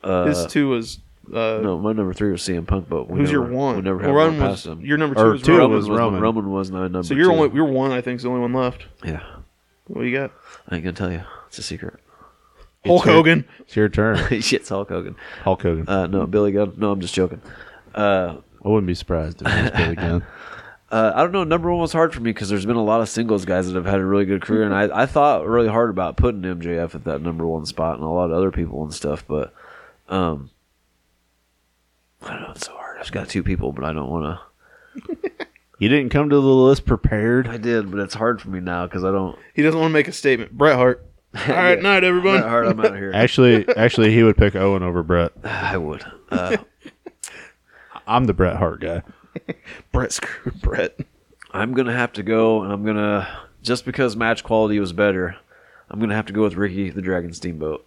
His two was. Uh,
No, my number three was CM Punk, but we
who's
never,
your one?
We never had
Well,
one
Roman
past
was
him.
your number two.
Or
was
two
Roman.
Roman
was
was
Roman.
Roman was my number.
So
two.
your only your one, I think, is the only one left.
yeah.
What do you got?
I ain't gonna tell you. It's a secret.
Hulk
your-
Hogan.
It's your turn,
Shit's Hulk Hogan.
Hulk Hogan.
Uh, no, Billy Gunn. No, I'm just joking. Uh,
I wouldn't be surprised if it was Billy Gunn.
uh, I don't know. Number one was hard for me because there's been a lot of singles guys that have had a really good career, and I, I thought really hard about putting MJF at that number one spot and a lot of other people and stuff, but um, I don't know. It's so hard. I've got two people, but I don't want to.
You didn't come to the list prepared.
I did, but it's hard for me now because I don't.
He doesn't want to make a statement. Bret Hart. All right, night everyone.
Bret Hart, I'm out of here.
Actually, actually, he would pick Owen over Brett.
I would. Uh,
I'm the Bret Hart guy.
Brett screwed Brett.
I'm gonna have to go, and I'm gonna just because match quality was better. I'm gonna have to go with Ricky the Dragon Steamboat.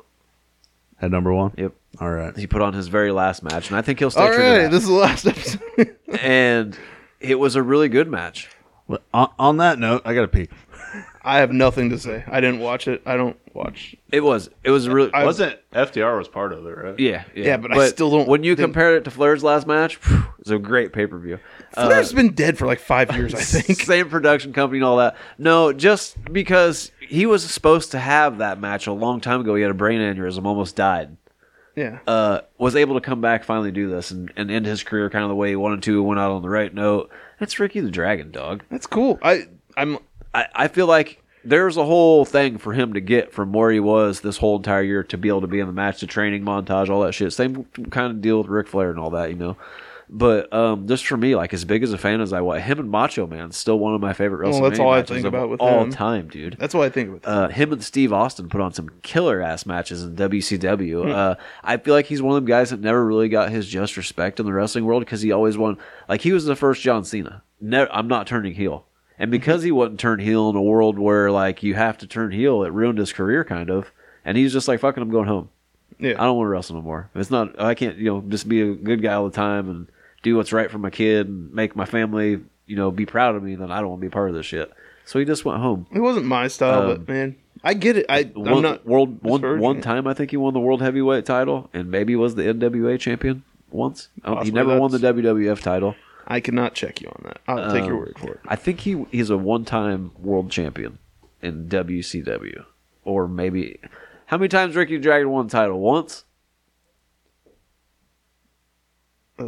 At number one.
Yep.
All right.
He put on his very last match, and I think he'll stay
All
true
right,
to
this is the last episode.
that. And it was a really good match.
Well, On, on that note, I gotta pee.
I have nothing to say. I didn't watch it. I don't watch.
It was. It was a really.
I-
Wasn't FDR was part of it, right?
yeah, yeah,
Yeah, but I still don't
When you
think-
compare it to Flair's last match, phew, it was a great pay per view.
Flair's been dead for like five years, I think.
Same production company and all that. No, just because he was supposed to have that match a long time ago. He had a brain aneurysm, almost died.
Yeah.
uh, was able to come back finally do this and, and end his career kind of the way he wanted to. Went out on the right note. That's Ricky the Dragon Dog.
That's cool. I I'm
I, I feel like there's a whole thing for him to get from where he was this whole entire year to be able to be in the match, the training montage, all that shit. Same kind of deal with Ric Flair and all that, you know. But um, just for me, like as big as a fan as I was, him and Macho Man still one of my favorite WrestleMania
Well, that's all I
matches
think
of
about with
all
him.
time, dude
that's what I think about that.
uh, him and Steve Austin put on some killer ass matches in WCW. Uh, I feel like he's one of them guys that never really got his just respect in the wrestling world because he always won. Like he was the first John Cena. Never, I'm not turning heel, and because he wasn't turned heel in a world where like you have to turn heel, it ruined his career kind of. And he's just like, "Fucking, I'm going home. I
Yeah.
don't want to wrestle no more. It's not. I can't. You know, just be a good guy all the time and do what's right for my kid and make my family, you know, be proud of me. Then I don't want to be part of this shit." So he just went home.
It wasn't my style, but man, I get it. I I'm
Um, One,
not
world one,
disparaging
one
it.
time I think he won the world heavyweight title and maybe was the NWA champion once. I don't- He
Possibly
never won the
that's-
WWF title.
I cannot check you on that. I'll take your
Um,
word for it.
I think he he's a one time world champion in WCW or maybe how many times Ricky Dragon won the title? Once.
Uh,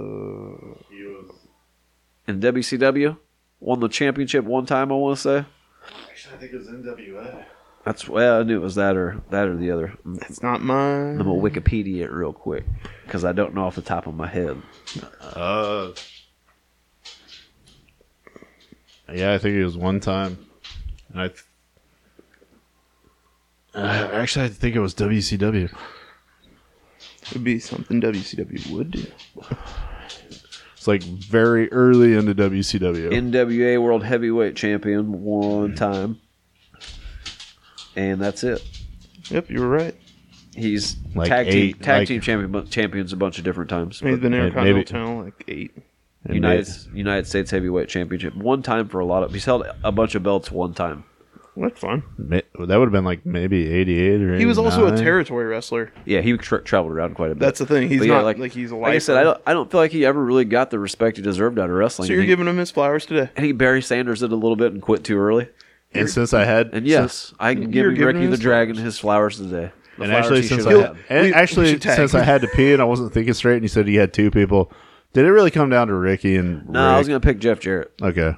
In WCW, won the championship one time. I want to say
Actually, I think it was NWA.
that's well, I knew it was that or that or the other.
It's not mine.
I'm gonna Wikipedia it real quick because I don't know off the top of my head.
Uh, yeah, I think it was one time, and I. Th- uh, actually, I think it was WCW.
It would be something WCW would do.
It's like very early into WCW. Mm-hmm.
NWA World Heavyweight Champion one time. and that's it.
Yep, you were right.
He's
Like
tag
eight,
team tag
like-
team champion, champions a bunch of different times.
I mean, he's been
Maybe-
Intercontinental like eight.
And
United
they-
United States Heavyweight Championship one time for a lot of. He's held a bunch of belts one time.
Well, that's fun.
ma- that would have been like maybe 88 or
He was also a
89.
territory wrestler.
Yeah, he tra- traveled around quite a bit.
That's the thing. He's
But yeah,
not like, he's a
Like I said, I don't I don't feel like he ever really got the respect he deserved out of wrestling.
So you're
And he-
giving him his flowers today.
I think Barry Sanders did a little bit and quit too early.
And since I had
And yes, I can give
you're giving
Ricky
him
the
his
Dragon his flowers today. The
and
flowers
actually
he
since I
should
had,
have had.
and
We- we
actually
should tag.
since I had to pee and I wasn't thinking straight and you said you had two people, did it really come down to Ricky and
no, I was
Rick?
gonna pick Jeff Jarrett.
okay.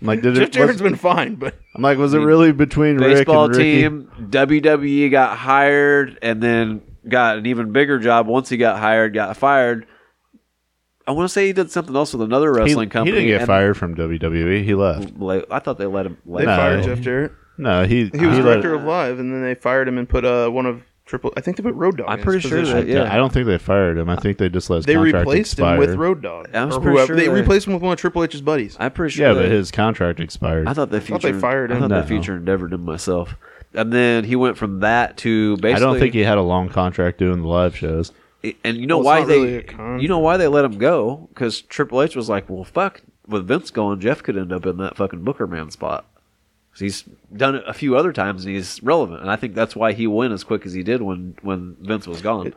I'm like did
Jeff
it?
Jarrett's
Was,
been fine, but
I'm like, was it really between
Baseball
Rick and Ricky?
team, WWE got hired and then got an even bigger job once he got hired, got fired. I want to say he did something else with another
He,
wrestling
he
company.
didn't get
and-
fired from WWE. He left.
la- I thought they let him.
they
Let
No.
fired Jeff Jarrett.
No, he
He was
he let-
director of live, and then they fired him and put uh, one of triple. I think they put Road Dog.
I'm
in
pretty
his
sure
position.
that- yeah.
I don't think they fired him. I think they just let his
they
contract
replaced
expire.
him with Road Dog.
I was
or
pretty
whoever-
sure
they
they-
replaced him with one of Triple H's buddies.
I'm pretty sure.
Yeah,
they-
but his contract expired.
I thought they
thought
featured.
they fired
I
him.
thought
No.
they featured endeavored him myself, and then he went from that to basically.
I don't think he had a long contract doing the live shows.
and you know
Well, it's
why
not
they
really a con-
you know why they let him go because Triple H was like, well, fuck, with Vince gone, Jeff could end up in that fucking Booker man spot. 'Cause He's done it a few other times and he's relevant, and I think that's why he went as quick as he did when when Vince was gone.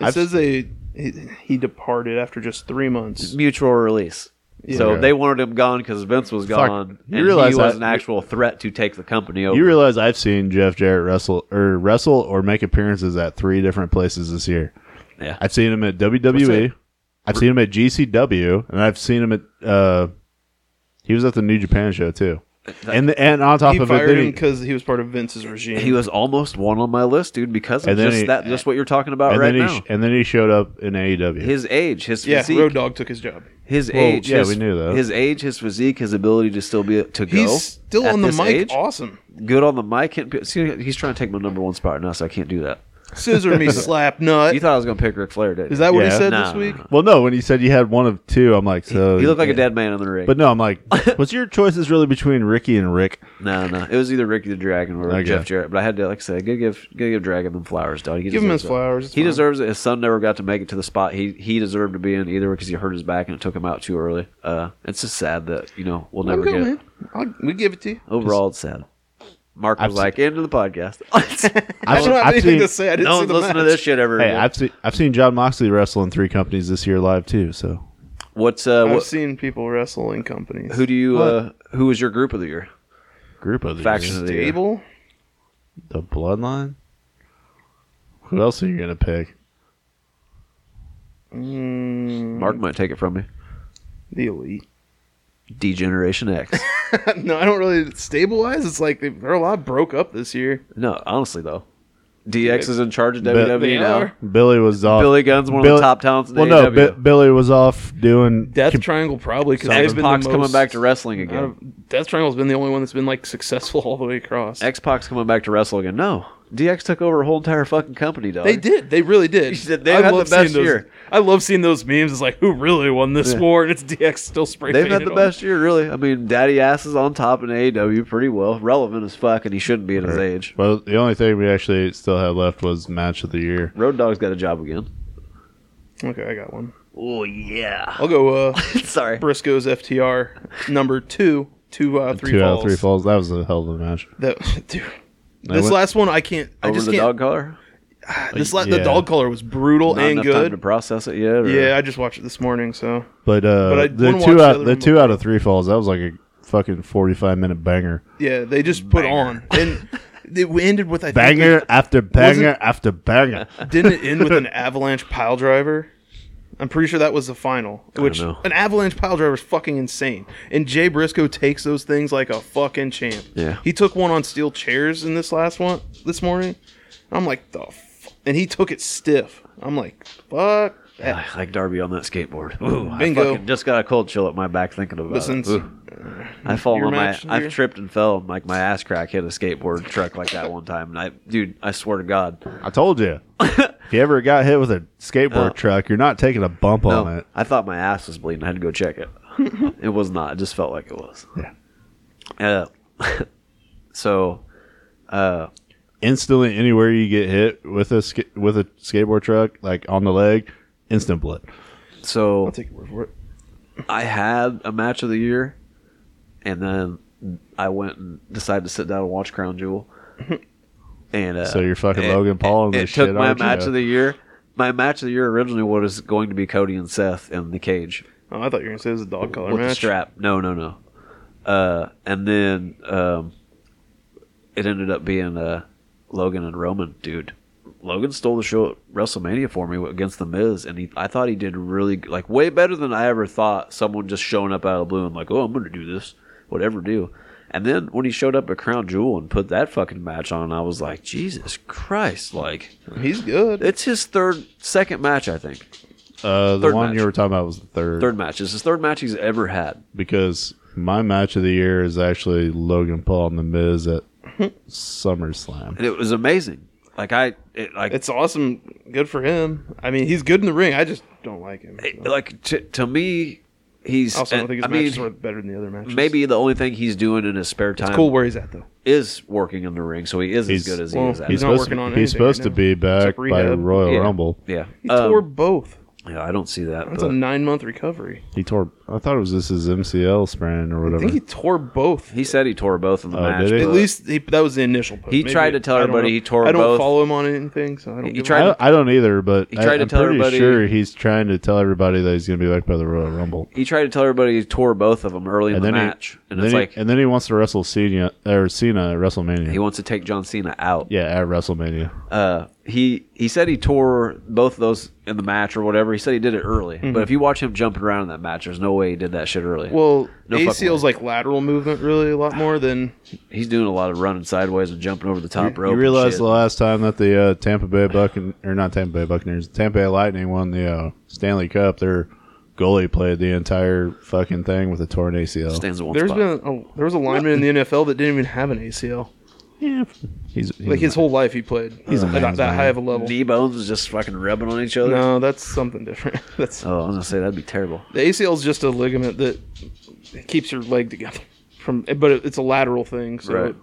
It says they he, he departed after just three months.
Mutual release. So
Yeah.
they wanted him gone because Vince was
Fuck,
gone,
you
and
realize
he was
that-
an actual threat to take the company over.
You realize I've seen Jeff Jarrett wrestle or wrestle or make appearances at three different places this year.
yeah,
I've seen him at WWE. I've seen him at GCW, and I've seen him at. Uh, he was at the New Japan show too, and the, and on top
He
of it,
fired
then
him
he,
because he was part of Vince's regime.
he was almost one on my list, dude, because of
And then
just
he-
that, just what you're talking about
and
right
then he
now.
sh- and then he showed up in E AEW.
his age, his
yeah,
physique,
Road Dog took his job.
His
Well,
age,
yeah,
his,
we knew that.
His age, his physique, his ability to still be to go.
He's still
at
on the
this
mic.
age,
Awesome.
good on the mic. Can't, be- see, he's trying to take my number one spot now, so I can't do that.
Scissor me, slap nut.
You thought I was going to pick Ric Flair, did
Is that what he
Yeah.
said
Nah,
this
nah,
week?
well, no, when he said you had one of two, I'm like, so
He looked like a dead man in the ring.
But no, I'm like, was your choices really between Ricky and Rick?
no, no, it was either Ricky the Dragon or
Okay.
Jeff Jarrett. But I had to, like I said, gotta give, gotta give Dragon them flowers, dog. He
Give him
deserves
his
it.
flowers, it's
He
fine.
deserves it. His son never got to make it to the spot he he deserved to be in either because he hurt his back and it took him out too early. Uh, it's just sad that you know we'll never
Okay,
get.
man. I'll, we give it to you.
Overall, it's sad. Mark was
I've
like, end of the podcast.
I don't have
I've
anything
seen-
to say. I didn't
no
see
one's
the
listening to
match.
this shit ever.
Hey,
again.
I've seen I've seen John Moxley wrestle in three companies this year live too. So
What's uh?
I've
What,
seen people wrestle in companies.
who do you? Uh, who was your group of the year?
group of the
Faction
year.
of the year.
Stable?
the Bloodline. Who else are you gonna pick?
Mm,
Mark might take it from me.
the elite.
Degeneration X.
no, I don't really stabilize. It's like they, they're a lot broke up this year.
no, honestly though, DX is in charge of WWE
They
now.
are.
Billy was off.
Billy Gunn's one of
Billy-
the top talents in E
Well, no,
the AEW.
Bi- Billy was off doing.
Death Triangle probably because
X
they've been the
Pac's
most,
coming back to wrestling again.
out of- Death Triangle's been the only one that's been like successful all the way across.
X Pac's coming back to wrestle again. No, DX took over a whole entire fucking company, dog.
They did. They really did.
They had the
seeing
best
those,
year.
I love seeing those memes. It's like who really won this war, and it's DX still spray.
They've had
painted
the
on.
best year, really. I mean, Daddy Ass is on top in AEW pretty well. Relevant as fuck, and he shouldn't be at his age.
Well, the only thing we actually still had left was match of the year.
Road Dog's got a job again.
Okay, I got one.
Oh, yeah.
I'll go. uh
Sorry.
Briscoe's FTR number two, two out of three
Two
falls.
out of three falls. That was a hell of a match.
That, dude,
I
this
went-
last one I can't. I
Over
just
the
can't.
dog collar?
this la-
yeah.
the dog color was brutal
Not
and
enough time to
good.
process it yet? or-
Yeah, I just watched it this morning. So
But, uh,
But I
the
wanna watch
two
the
out
other
the
one
two out of three falls. That was like a fucking forty five minute banger,
yeah, they just put on and. It ended with I think
banger after banger after banger.
Didn't it end with an avalanche pile driver? I'm pretty sure that was the final. Which
know.
an avalanche pile driver is fucking insane. And Jay Briscoe takes those things like a fucking champ.
Yeah.
He took one on steel chairs in this last one this morning. I'm like the, f-? and he took it stiff. I'm like fuck. That.
I like Darby on that skateboard. Ooh, I
Bingo.
fucking just got a cold chill up my back thinking about
But
it.
since
Uh, Ooh. I fall
your
on my,
match here?
I've tripped and fell, and like my ass crack hit a skateboard truck like that one time. And I, dude, I swear to God,
I told you. if you ever got hit with a skateboard truck, you're not taking a bump on
no,
it.
I thought my ass was bleeding. I had to go check it. it was not. It just felt like it was.
Yeah.
Uh, so Uh,
Instantly, anywhere you get hit with a sk- with a skateboard truck, like on the leg, instant blood.
so
I'll take your word for it.
I had a match of the year, and then I went and decided to sit down and watch Crown Jewel. And uh,
So you're fucking
it-
Logan Paul and
It,
this
took
shit,
my
aren't you?
match of the year. My match of the year originally was going to be Cody and Seth in the cage
Oh, I thought you were gonna say it was a dog collar
with the
match.
strap. No, no, no. Uh, and then um, it ended up being uh, Logan and Roman, dude. Logan stole the show at WrestleMania for me against the Miz, and he, I thought he did really like way better than I ever thought. Someone just showing up out of the blue and like, oh, I'm gonna do this, whatever, do. And then when he showed up at Crown Jewel and put that fucking match on, I was like, Jesus Christ! Like,
He's good.
it's his third, second match, I think.
Uh, the
Third
one
match.
you were talking about was the third,
Third match. It's his third match he's ever had.
because my match of the year is actually Logan Paul and the Miz at SummerSlam.
and it was amazing. Like I, it, like
it's awesome. Good for him. I mean, he's good in the ring. I just don't like him.
it- like to, to me, he's.
I also don't think his
uh, I
matches were
mean,
better than the other matches.
maybe the only thing he's doing in his spare time
cool where he's at though.
is working in the ring, so he is
He's-
as good as
well,
he is. At
He's
it.
not
supposed
working
to,
on
he's
anything right
supposed
now,
to be back
except
by
rehab.
Royal
Yeah.
Rumble.
yeah.
He
Um, uh,
tore both.
yeah, I don't see that.
That's
But
a nine month recovery.
He tore. I thought it was this his MCL sprain or
I
whatever.
think he tore both.
he said he tore both in the
Oh, did
match.
he?
but
Uh,
At least he, that was the initial. Post.
he tried to tell
I don't
everybody
know.
he tore
I don't
both.
follow him on anything, so I don't.
He
give a-
I,
tried-
don't, I don't either, but
He tried
I,
to
am
tell
pretty
everybody-
sure he's trying to tell everybody that he's going to be back by the Royal Rumble.
He tried to tell everybody he tore both of them early in
And
the
then
match,
he,
and
then
it's
he,
like
and then he wants to wrestle Cena or Cena at WrestleMania.
he wants to take John Cena out.
yeah, at WrestleMania.
uh, he he said he tore both of those in the match or whatever. He said he did it early,
Mm-hmm.
but if you watch him jumping around in that match, there's no way he did that shit early.
Well,
No fucking Ah,
ACL's like lateral movement really a lot more than
he's doing a lot of running sideways and jumping over the top rope.
You
and
realize
shit.
the last time that the uh, Tampa Bay Buccaneers, or not Tampa Bay Buccaneers, Tampa Bay Lightning won the uh, Stanley Cup. Their goalie played the entire fucking thing with a torn ACL.
stands at one
there's
spot.
been a, there was a lineman in the NFL that didn't even have an ACL.
yeah, he's, he's
Like his whole life he played he's
a
at
man's
that, that
man.
high of a level.
Knee bones is just fucking rubbing on each other.
No, that's something different. That's
Oh, I was gonna say that'd be terrible.
the ACL is just a ligament that keeps your leg together from, but it, it's a lateral thing, so
Right.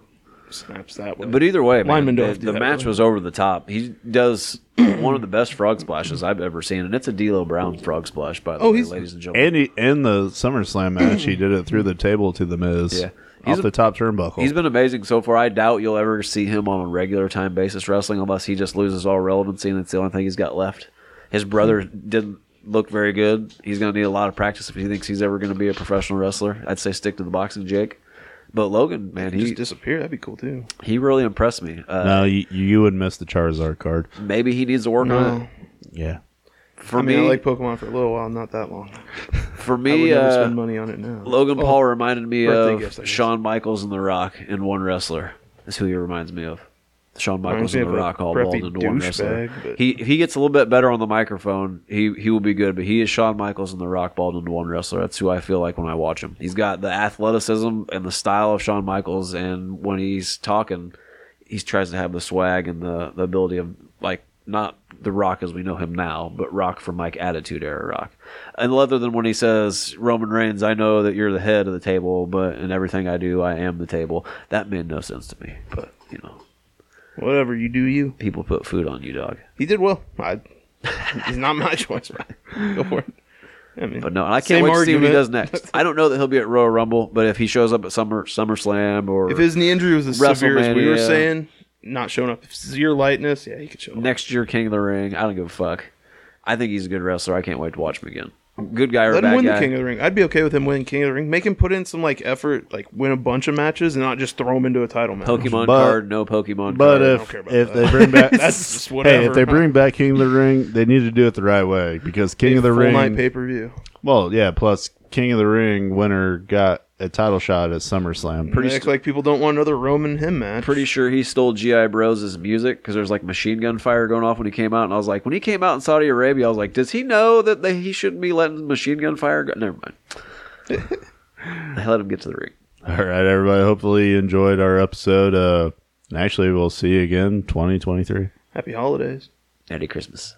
it snaps that way.
But either way, man,
Linemen don't
the,
have to do
the
that,
match
really.
was over the top. He does one of the best frog splashes I've ever seen, and it's a D'Lo Brown frog splash, by the
Oh,
way,
he's-
ladies and gentlemen.
and he, in the SummerSlam match, he did it through the table to the Miz.
Yeah. He's
Off
a-
the top turnbuckle.
He's been amazing so far. I doubt you'll ever see him on a regular time basis wrestling unless he just loses all relevancy and it's the only thing he's got left. His brother didn't look very good. He's going to need a lot of practice if he thinks he's ever going to be a professional wrestler. I'd say stick to the boxing, Jake. But Logan, man,
He
he
just disappear. That'd be cool too.
he really impressed me. Uh,
no, you, you would miss the Charizard card.
Maybe he needs to work on it.
Yeah.
For
I mean,
me,
I like Pokemon for a little while, not that long.
for
I would
me,
never
uh,
spend money on it now.
Logan
Oh,
Paul reminded me
birthday gifts, I
of
guess.
Shawn Michaels and The Rock in one wrestler. That's who he reminds me of. Shawn Michaels
me
and The
of a
Rock all
preppy
rolled into one wrestler.
douchebag, but-
He if he gets a little bit better on the microphone, he he will be good. But he is Shawn Michaels and The Rock balled into one wrestler. That's who I feel like when I watch him. He's got the athleticism and the style of Shawn Michaels, and when he's talking, he tries to have the swag and the the ability of like not the Rock as we know him now, but Rock from like Attitude Era Rock. And other than when he says Roman Reigns, I know that you're the head of the table, but in everything I do, I am the table. That made no sense to me, but you know.
Whatever you do, you.
People put food on you, dog.
He did well. I, he's not my choice, man. Go for it. I mean,
But no, and I can't
same
wait to see what he
argument.
does next. I don't know that he'll be at Royal Rumble, but if he shows up at Summer SummerSlam or
If his knee injury was as severe as we were
WrestleMania.
saying, not showing up, if severe lightness, yeah, he could show up.
next year King of the Ring, I don't give a fuck. I think he's a good wrestler. I can't wait to watch him again. Good guy or
Let him
bad
win
guy.
the King of the Ring. I'd be okay with him winning King of the Ring. Make him put in some like effort, like win a bunch of matches, and not just throw him into a title match.
Pokemon
But-
card, no Pokemon
But
card.
if
care about
if
that.
they bring back
That's just
hey,
whatever.
if they bring back King of the Ring, they need to do it the right way because King of the
full
Ring
night pay per view.
Well, yeah. Plus, King of the Ring winner got a title shot at SummerSlam.
Pretty act like people don't want another Roman him match.
pretty sure he stole GI Bros' music because there's like machine gun fire going off when he came out, and I was like, when he came out in Saudi Arabia, I was like, does he know that they, he shouldn't be letting machine gun fire go? Never mind. I let him get to the ring.
All right, everybody. Hopefully, you enjoyed our episode. Uh, and actually, we'll see you again, twenty twenty three.
Happy holidays.
Merry Christmas.